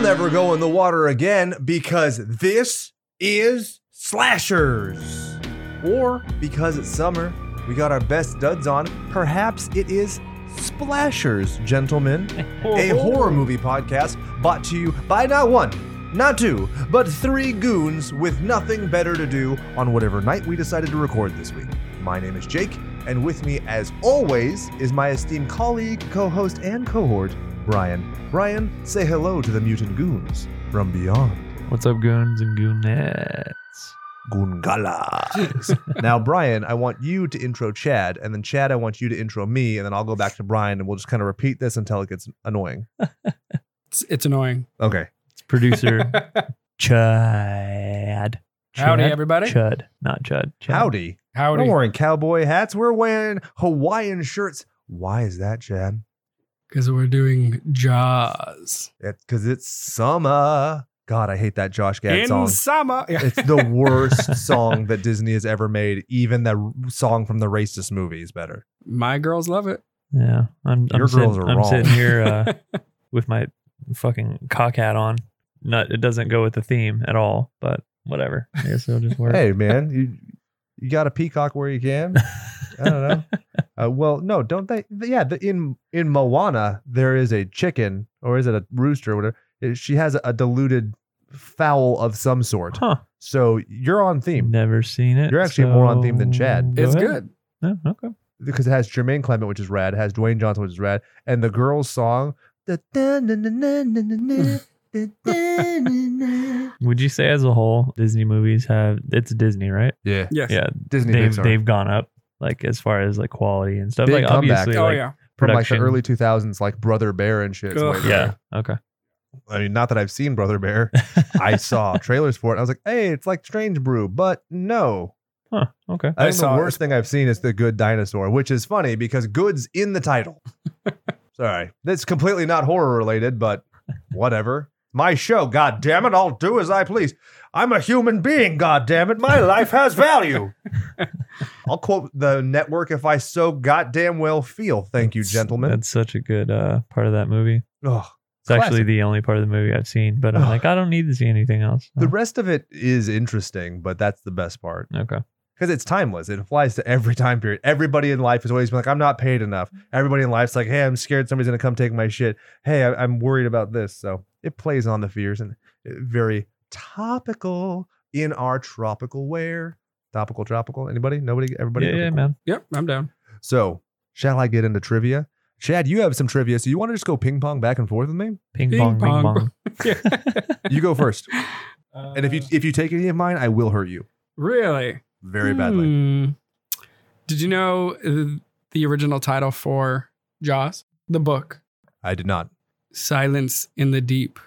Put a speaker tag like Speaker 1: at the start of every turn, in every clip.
Speaker 1: never go in the water again because this is Slashers. Or because it's summer, we got our best duds on. Perhaps it is Splashers, gentlemen. A horror movie podcast brought to you by not one, not two, but three goons with nothing better to do on whatever night we decided to record this week. My name is Jake, and with me, as always, is my esteemed colleague, co host, and cohort, Brian. Brian, say hello to the mutant goons from beyond.
Speaker 2: What's up, goons and goonettes?
Speaker 1: Gungalas. now, Brian, I want you to intro Chad, and then Chad, I want you to intro me, and then I'll go back to Brian, and we'll just kind of repeat this until it gets annoying.
Speaker 3: It's, it's annoying.
Speaker 1: Okay.
Speaker 2: It's producer Chad.
Speaker 3: Howdy,
Speaker 2: Chad?
Speaker 3: everybody.
Speaker 2: Chud, not Chud. Chad.
Speaker 1: Howdy.
Speaker 3: Howdy.
Speaker 1: We're wearing cowboy hats. We're wearing Hawaiian shirts. Why is that, Chad?
Speaker 3: Because we're doing Jaws.
Speaker 1: Because it's summer. God, I hate that Josh Gad
Speaker 3: In
Speaker 1: song.
Speaker 3: summer. Yeah.
Speaker 1: It's the worst song that Disney has ever made. Even the r- song from the racist movie is better.
Speaker 3: My girls love it.
Speaker 2: Yeah, I'm. I'm
Speaker 1: Your
Speaker 2: sitting,
Speaker 1: girls are
Speaker 2: I'm
Speaker 1: wrong.
Speaker 2: sitting here uh, with my fucking cock hat on. Not, it doesn't go with the theme at all. But whatever. I guess it'll just work.
Speaker 1: Hey, man, you you got a peacock where you can. I don't know. Uh, well, no, don't they? th- Yeah, the, in in Moana there is a chicken, or is it a rooster, or whatever. It- she has a, diluted fowl of some sort.
Speaker 2: Huh?
Speaker 1: So you're on theme
Speaker 2: Never seen it.
Speaker 1: You're actually more on theme than Chad.
Speaker 2: go
Speaker 3: it's
Speaker 2: ahead.
Speaker 3: good.
Speaker 2: No, okay.
Speaker 1: because it has Jermaine Clement, which is rad, it has Dwayne Johnson, which is rad, and the girl's song. da- da- na- na- na- na- na- na, da- da- na- na.
Speaker 2: Would you say as a whole, Disney movies have? It's Disney, right?
Speaker 1: Yeah,
Speaker 3: Yes.
Speaker 2: Yeah,
Speaker 1: Disney
Speaker 2: they've
Speaker 1: Pixar.
Speaker 2: they've gone up like as far as like quality and stuff.
Speaker 1: Big
Speaker 2: like
Speaker 1: comeback.
Speaker 2: obviously,
Speaker 3: Oh,
Speaker 2: like,
Speaker 3: yeah.
Speaker 1: from like the
Speaker 2: production.
Speaker 1: early 2000s, like Brother Bear and shit. is way
Speaker 3: Ugh.
Speaker 1: better.
Speaker 2: yeah. Okay.
Speaker 1: I mean, not that I've seen Brother Bear. I saw trailers for it. I was like, hey, it's like Strange Brew, but no.
Speaker 2: Huh. Okay.
Speaker 1: I
Speaker 3: I
Speaker 1: think the
Speaker 3: saw it.
Speaker 1: worst thing I've seen is The Good Dinosaur, which is funny because good's in the title. Sorry. That's completely not horror related, but whatever. My show, god damn it, I'll do as I please. I'm a human being, god damn it. My life has value. I'll quote the network if I so goddamn well feel. Thank you,
Speaker 2: That's-
Speaker 1: gentlemen.
Speaker 2: That's such a good uh, part of that movie.
Speaker 1: Ugh.
Speaker 2: It's actually the only part of the movie I've seen, but I'm like, I don't need to see anything else.
Speaker 1: the rest of it is interesting, but that's the best part.
Speaker 2: Oh, okay.
Speaker 1: because it's timeless. It applies to every time period. Everybody in life has always been like, I'm not paid enough.
Speaker 2: Mm-hmm.
Speaker 1: Everybody in life's like, hey, I'm scared somebody's gonna come take my shit. Hey, I- I'm worried about this. So it plays on the fears and uh, very topical in our tropical wear. Topical, tropical. Anybody? Nobody? Everybody?
Speaker 2: yeah,
Speaker 1: Okay,
Speaker 2: yeah,
Speaker 1: cool.
Speaker 2: man.
Speaker 3: Yep. I'm down.
Speaker 1: So shall I get into trivia? Chad, you have some trivia. So you want to just go ping pong back and forth with me?
Speaker 2: Ping,
Speaker 3: Ping
Speaker 2: pong,
Speaker 3: pong.
Speaker 2: ping
Speaker 1: You go first.
Speaker 2: pong.
Speaker 1: and if you if you take any of mine, I will hurt you
Speaker 3: really?
Speaker 1: very badly.
Speaker 3: Hmm. Did you know uh, the original title for Jaws? The book,
Speaker 1: I did not.
Speaker 3: Silence in the Deep,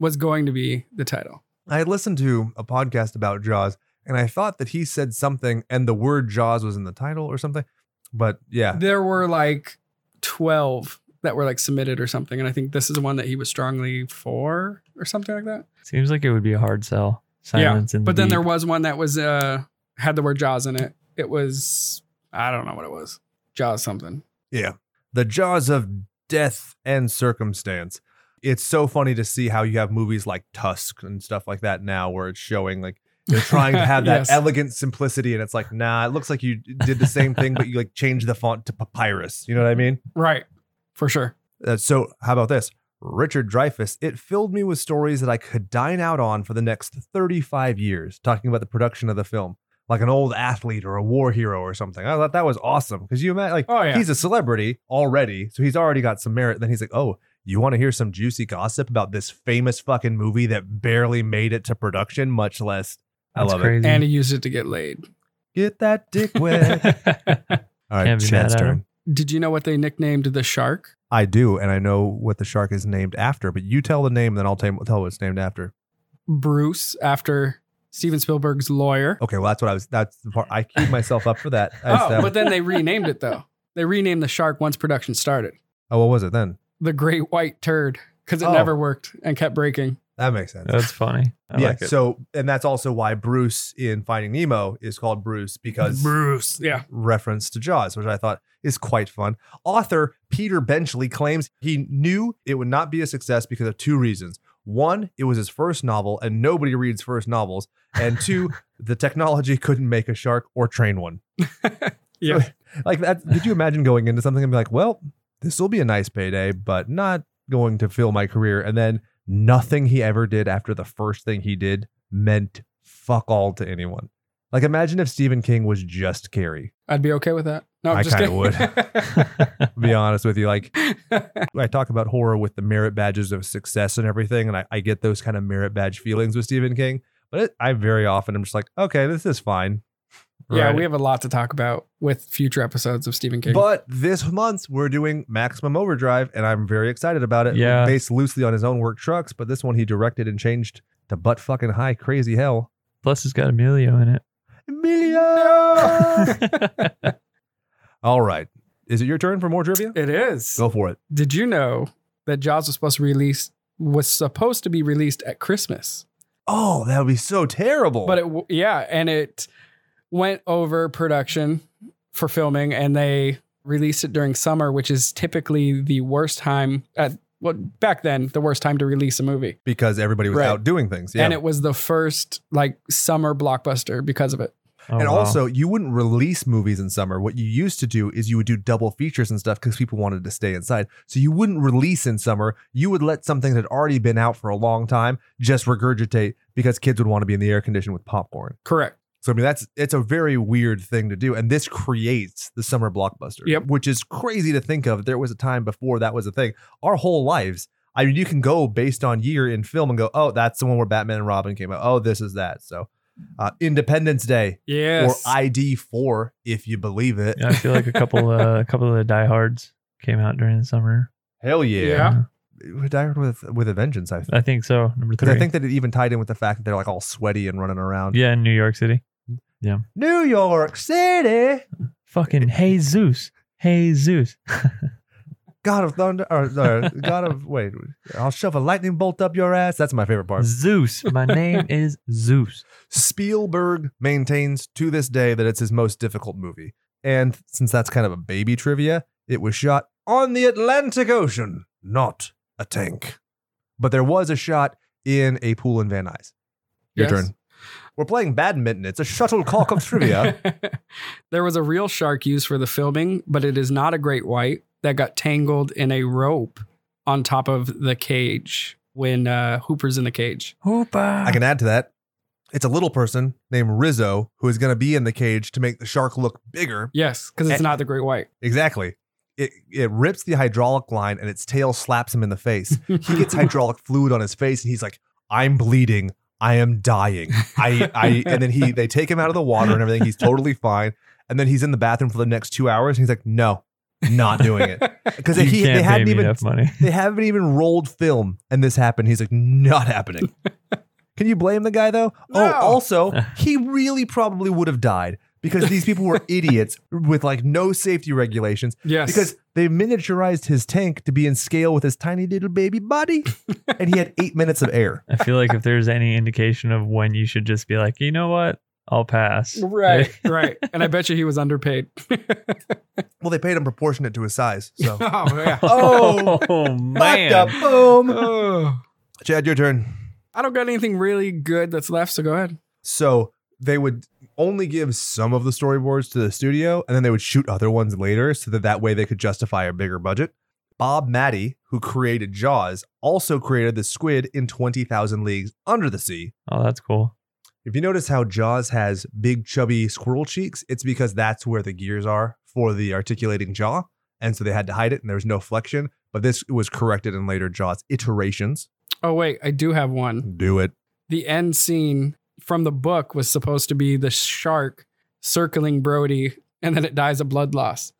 Speaker 3: was going to be the title.
Speaker 1: I had listened to a podcast about Jaws, and I thought that he said something, and the word Jaws was in the title or something. But yeah,
Speaker 3: There were like 12 that were like submitted or something. And I think this is one that he was strongly for or something like that.
Speaker 2: seems like it would be a hard sell. Silence in the
Speaker 3: But then there
Speaker 2: deep.
Speaker 3: was one that was uh had the word Jaws in it. It was I don't know what it was. Jaws something.
Speaker 1: yeah, the Jaws of death and circumstance. It's so funny to see how you have movies like Tusk and stuff like that now, where it's showing like they're trying to have that
Speaker 3: Yes.
Speaker 1: elegant simplicity, and it's like, nah, it looks like you did the same thing, but you like changed the font to papyrus. You know what I mean?
Speaker 3: Right. For sure.
Speaker 1: Uh, so, how about this? Richard Dreyfuss, it filled me with stories that I could dine out on for the next 35 years, talking about the production of the film, like an old athlete or a war hero or something. I thought that was awesome because you imagine, like,
Speaker 3: Oh yeah.
Speaker 1: he's a celebrity already, so he's already got some merit. Then he's like, oh, you want to hear some juicy gossip about this famous fucking movie that barely made it to production, much less. I
Speaker 2: That's
Speaker 1: love it.
Speaker 2: crazy.
Speaker 3: and he used it to get laid.
Speaker 1: Get that dick wet. All right,
Speaker 2: Can't be
Speaker 1: Chad's
Speaker 2: mad at
Speaker 1: turn.
Speaker 2: him.
Speaker 3: Did you know what they nicknamed the shark?
Speaker 1: I do, and I know what the shark is named after, but you tell the name, then I'll ta- tell what it's named after.
Speaker 3: Bruce after Steven Spielberg's lawyer.
Speaker 2: Oh,
Speaker 1: Okay, well that's what I was. That's the part I keep myself up for that. I
Speaker 3: Oh,
Speaker 1: just, uh,
Speaker 3: but then they renamed it though. They renamed the shark once production started.
Speaker 1: oh, what was it then?
Speaker 3: The Great White Turd because it
Speaker 1: Oh.
Speaker 3: never worked and kept breaking.
Speaker 1: That makes sense.
Speaker 2: That's funny. I
Speaker 1: yeah.
Speaker 2: like it.
Speaker 1: so, and that's also why Bruce in Finding Nemo is called Bruce because
Speaker 3: Bruce, yeah.
Speaker 1: reference to Jaws, which I thought is quite fun. Author Peter Benchley claims he knew it would not be a success because of two reasons. One, it was his first novel, and nobody reads first novels. And two, the technology couldn't make a shark or train one.
Speaker 3: yeah.
Speaker 1: Like that, could you imagine going into something and be like, well, this will be a nice payday, but not going to fill my career. And then nothing he ever did after the first thing he did meant fuck all to anyone. Like imagine if Stephen King was just Carrie.
Speaker 3: I'd be okay with that. No, I'm
Speaker 1: I
Speaker 3: just
Speaker 1: kinda
Speaker 3: kidding.
Speaker 1: To be honest with you, like I talk about horror with the merit badges of success and everything, and I, I get those kind of merit badge feelings with Stephen King. But it, I very often am just like, okay, this is fine.
Speaker 3: yeah,
Speaker 2: Right.
Speaker 3: we have a lot to talk about with future episodes of Stephen King.
Speaker 1: But this month we're doing Maximum Overdrive, and I'm very excited about it.
Speaker 2: Yeah.
Speaker 1: based loosely on his own work trucks, but this one he directed and changed to butt fucking high crazy hell.
Speaker 2: Plus, it's got Emilio in Oh,
Speaker 1: Emilio.
Speaker 2: it.
Speaker 1: All right, is it your turn for more trivia?
Speaker 3: it is.
Speaker 1: Go for it.
Speaker 3: Did you know that Jaws was supposed to release was supposed to be released at Christmas?
Speaker 1: Oh, that would be so terrible.
Speaker 3: But it w- yeah, and it went over production for filming and they released it during summer, which is typically the worst time at well, back then, the worst time to release a movie.
Speaker 1: because everybody was
Speaker 3: Right.
Speaker 1: out doing things. Yeah.
Speaker 3: And it was the first like summer blockbuster because of it.
Speaker 2: Oh,
Speaker 1: and
Speaker 2: wow.
Speaker 1: also, you wouldn't release movies in summer. What you used to do is you would do double features and stuff because people wanted to stay inside. So you wouldn't release in summer. You would let something that had already been out for a long time just regurgitate because kids would want to be in the air condition with popcorn.
Speaker 3: Correct.
Speaker 1: So I mean, that's it's a very weird thing to do, and this creates the summer blockbuster.
Speaker 3: Yep.
Speaker 1: which is crazy to think of. There was a time before that was a thing. Our whole lives. I mean, you can go based on year in film and go, oh, that's the one where Batman and Robin came out. Oh, this is that. So, uh, Independence Day
Speaker 3: Yes.
Speaker 1: or ID four, if you believe it.
Speaker 2: Yeah, I feel like a couple, uh, a couple of the diehards came out during the summer.
Speaker 1: Hell
Speaker 3: Yeah.
Speaker 1: yeah. Die Hard with with a vengeance. I think
Speaker 2: I think so. Number
Speaker 1: because
Speaker 2: three.
Speaker 1: I think that it even tied in with the fact that they're like all sweaty and running around.
Speaker 2: yeah, in New York City.
Speaker 1: New York City,
Speaker 2: Fucking hey Zeus, hey Zeus.
Speaker 1: God of thunder, or, or God of wait. I'll shove a lightning bolt up your ass. That's my favorite part.
Speaker 2: Zeus. My name is Zeus.
Speaker 1: Spielberg maintains to this day that it's his most difficult movie, and since that's kind of a baby trivia, it was shot on the Atlantic Ocean, not a tank. But there was a shot in a pool in Van Nuys. Your
Speaker 3: Yes.
Speaker 1: turn. We're playing badminton. It's a shuttlecock of trivia.
Speaker 3: there was a real shark used for the filming, but it is not a great white that got tangled in a rope on top of the cage when uh, Hooper's in the cage.
Speaker 2: Hoopa.
Speaker 1: I can add to that. It's a little person named Rizzo who is going to be in the cage to make the shark look bigger.
Speaker 3: Yes, because it's
Speaker 1: Eh.
Speaker 3: not the great white.
Speaker 1: Exactly. It, it rips the hydraulic line and its tail slaps him in the face. He gets hydraulic fluid on his face and he's like, I'm bleeding. I am dying. I, I, and then he, they take him out of the water and everything. He's totally fine. And then he's in the bathroom for the next two hours. And he's like, no, not doing it. Because
Speaker 2: You
Speaker 1: he,
Speaker 2: can't
Speaker 1: they
Speaker 2: pay
Speaker 1: hadn't
Speaker 2: me
Speaker 1: even
Speaker 2: enough money.
Speaker 1: they haven't even rolled film and this happened. He's like, not happening. Can you blame the guy though? Oh,
Speaker 3: No.
Speaker 1: also, he really probably would have died because these people were idiots with like no safety regulations
Speaker 3: yes,
Speaker 1: because they miniaturized his tank to be in scale with his tiny little baby body and he had eight minutes of air.
Speaker 2: I feel like if there's any indication of when you should just be like, you know what, I'll pass.
Speaker 3: right, right. And I bet you he was underpaid.
Speaker 1: Well, they paid him proportionate to his size. So,
Speaker 3: oh yeah.
Speaker 1: Oh,
Speaker 2: man.
Speaker 1: Fucked up. Boom.
Speaker 3: Oh.
Speaker 1: Chad, your turn.
Speaker 3: I don't got anything really good that's left, so go ahead.
Speaker 1: So they would only give some of the storyboards to the studio, and then they would shoot other ones later, so that that way they could justify a bigger budget. Bob Matty, who created Jaws, also created the squid in Twenty Thousand Leagues Under the Sea.
Speaker 2: Oh, that's cool.
Speaker 1: If you notice how Jaws has big, chubby squirrel cheeks, it's because that's where the gears are for the articulating jaw, and so they had to hide it, and there was no flexion. But this was corrected in later Jaws iterations.
Speaker 3: Oh wait, I do have one.
Speaker 1: Do it.
Speaker 3: The end scene from the book was supposed to be the shark circling Brody, and then it dies of blood loss.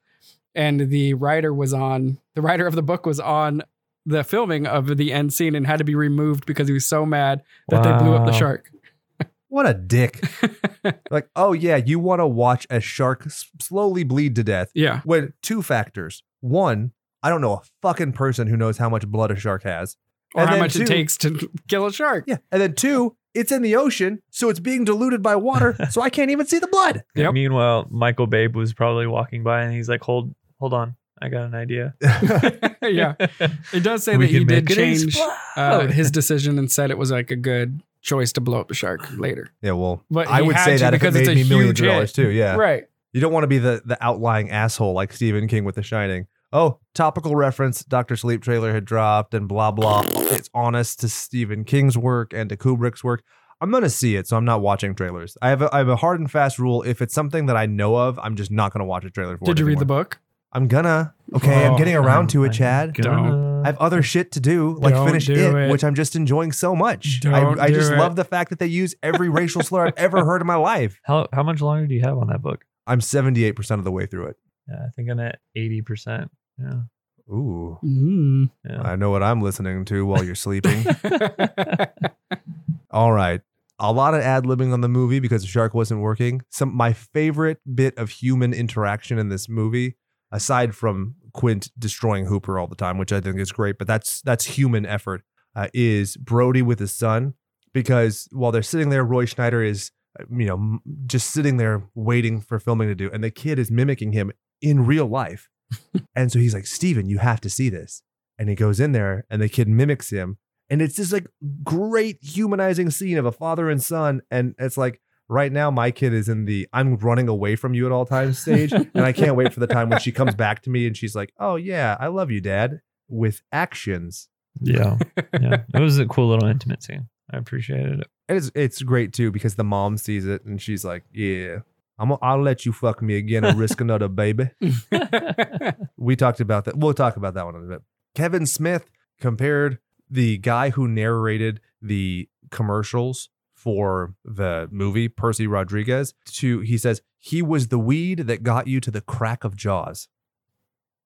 Speaker 3: And the writer was on the writer of the book was on the filming of the end scene and had to be removed because he was so mad that they blew up the
Speaker 2: Wow.
Speaker 3: shark.
Speaker 1: What a dick. like, oh yeah, you want to watch a shark s- slowly bleed to death.
Speaker 3: Yeah.
Speaker 1: When two factors. One, I don't know a fucking person who knows how much blood a shark has.
Speaker 3: Or
Speaker 1: And
Speaker 3: how
Speaker 1: then
Speaker 3: much
Speaker 1: two-
Speaker 3: it takes to kill a shark.
Speaker 1: Yeah. And then two, it's in the ocean, so it's being diluted by water, so I can't even see the blood.
Speaker 3: Yep.
Speaker 2: Meanwhile, Michael Babe was probably walking by and he's like, hold, hold on. I got an idea.
Speaker 3: yeah, it does say
Speaker 2: We
Speaker 3: that he
Speaker 2: can
Speaker 3: did
Speaker 2: make it
Speaker 3: change uh,
Speaker 2: explode.
Speaker 3: his decision and said it was like a good choice to blow up a shark later.
Speaker 1: yeah, well,
Speaker 3: But
Speaker 1: I
Speaker 3: he
Speaker 1: would
Speaker 3: had
Speaker 1: say
Speaker 3: to
Speaker 1: that if it
Speaker 3: because it's
Speaker 1: made
Speaker 3: a
Speaker 1: me millions
Speaker 3: huge
Speaker 1: of dollars
Speaker 3: hit.
Speaker 1: too. Yeah,
Speaker 3: Right.
Speaker 1: you don't want to be the the outlying asshole like Stephen King with The Shining. Oh, topical reference. Doctor Sleep trailer had dropped and blah blah. It's honest to Stephen King's work and to Kubrick's work. I'm gonna see it, so I'm not watching trailers. I have a, I have a hard and fast rule. If it's something that I know of, I'm just not gonna watch a trailer for.
Speaker 3: Did
Speaker 1: it
Speaker 3: you read the
Speaker 1: anymore.
Speaker 3: book?
Speaker 1: I'm gonna. Okay, I'm
Speaker 3: Oh,
Speaker 1: getting around to
Speaker 2: Oh
Speaker 1: it,
Speaker 2: my
Speaker 1: Chad.
Speaker 2: God.
Speaker 1: I have other shit to do, like
Speaker 3: Don't
Speaker 1: finish
Speaker 3: do
Speaker 1: it,
Speaker 3: it.
Speaker 1: which I'm just enjoying so much.
Speaker 3: Don't
Speaker 1: I, I
Speaker 3: do
Speaker 1: just
Speaker 3: it.
Speaker 1: love the fact that they use every racial slur I've ever heard in my life.
Speaker 2: how how much longer do you have on that book?
Speaker 1: I'm 78% of the way through it.
Speaker 2: Yeah, I think I'm at eighty percent. Yeah.
Speaker 1: Ooh.
Speaker 3: Mm.
Speaker 2: Yeah.
Speaker 1: I know what I'm listening to while you're sleeping. Mm. All right. A lot of ad libbing on the movie because the shark wasn't working. Some my favorite bit of human interaction in this movie, aside from Quint destroying Hooper all the time, which I think is great, but that's that's human effort, uh, is Brody with his son because while they're sitting there, Roy Schneider is uh, you know m- just sitting there waiting for filming to do, and the kid is mimicking him in real life, and so he's like, Steven, you have to see this, and he goes in there, and the kid mimics him, and it's this like great humanizing scene of a father and son. And it's like right now, my kid is in the I'm running away from you at all times stage. and I can't wait for the time when she comes back to me and she's like, Oh, yeah, I love you, dad, with actions.
Speaker 2: yeah. Yeah. It was a cool little intimate scene. I appreciated it.
Speaker 1: And it's, it's great too because the mom sees it and she's like, Yeah, I'm, gonna- I'll let you fuck me again and risk another baby. We talked about that. We'll talk about that one in a bit. Kevin Smith compared the guy who narrated the commercials for the movie Percy Rodriguez to he says he was the weed that got you to the crack of jaws.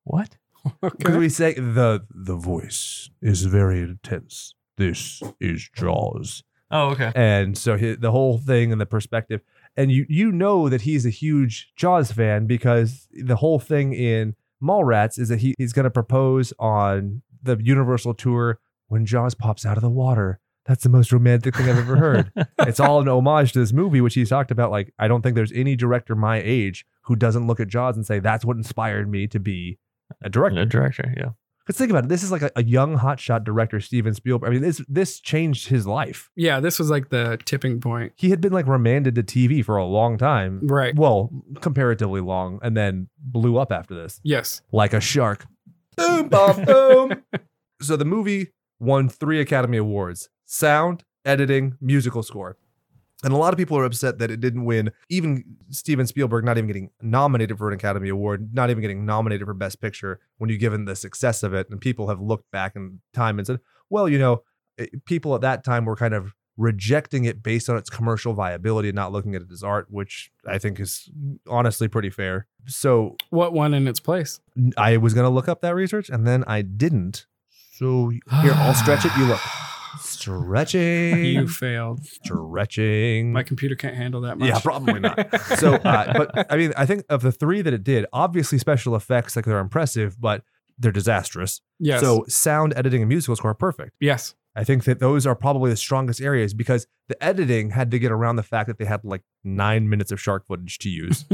Speaker 2: What?
Speaker 1: Because
Speaker 3: okay.
Speaker 1: we say the the voice is very intense. This is jaws.
Speaker 2: Oh, okay.
Speaker 1: And so he, the whole thing and the perspective, and you you know that he's a huge Jaws fan because the whole thing in Mallrats is that he, he's going to propose on the Universal tour when Jaws pops out of the water. That's the most romantic thing I've ever heard. it's all an homage to this movie, which he's talked about. Like, I don't think there's any director my age who doesn't look at Jaws and say that's what inspired me to be a director.
Speaker 2: A director, yeah.
Speaker 1: Because think about it, this is like a, a young hotshot director, Steven Spielberg. I mean, this this changed his life
Speaker 3: Yeah, this was like the tipping point.
Speaker 1: he had been like remanded to TV for a long time.
Speaker 3: Right.
Speaker 1: Well, comparatively long, and then blew up after this
Speaker 3: Yes.
Speaker 1: like a shark. Boom, boom, boom. so the movie won three Academy Awards sound, editing, musical score. And a lot of people are upset that it didn't win, even Steven Spielberg not even getting nominated for an Academy Award, not even getting nominated for Best Picture when you given the success of it. And people have looked back in time and said, well, you know, it- people at that time were kind of rejecting it based on its commercial viability and not looking at it as art, which I think is honestly pretty fair. So
Speaker 3: What one in its place?
Speaker 1: I was gonna look up that research and then I didn't. So here, I'll stretch it. You look stretching,
Speaker 3: You failed.
Speaker 1: stretching.
Speaker 3: My computer can't handle that much.
Speaker 1: yeah, probably not. so, uh, but I mean, I think of the three that it did, obviously special effects like they're impressive, but they're disastrous.
Speaker 3: yes.
Speaker 1: So sound editing and musical score are perfect.
Speaker 3: yes.
Speaker 1: I think that those are probably the strongest areas because the editing had to get around the fact that they had like nine minutes of shark footage to use.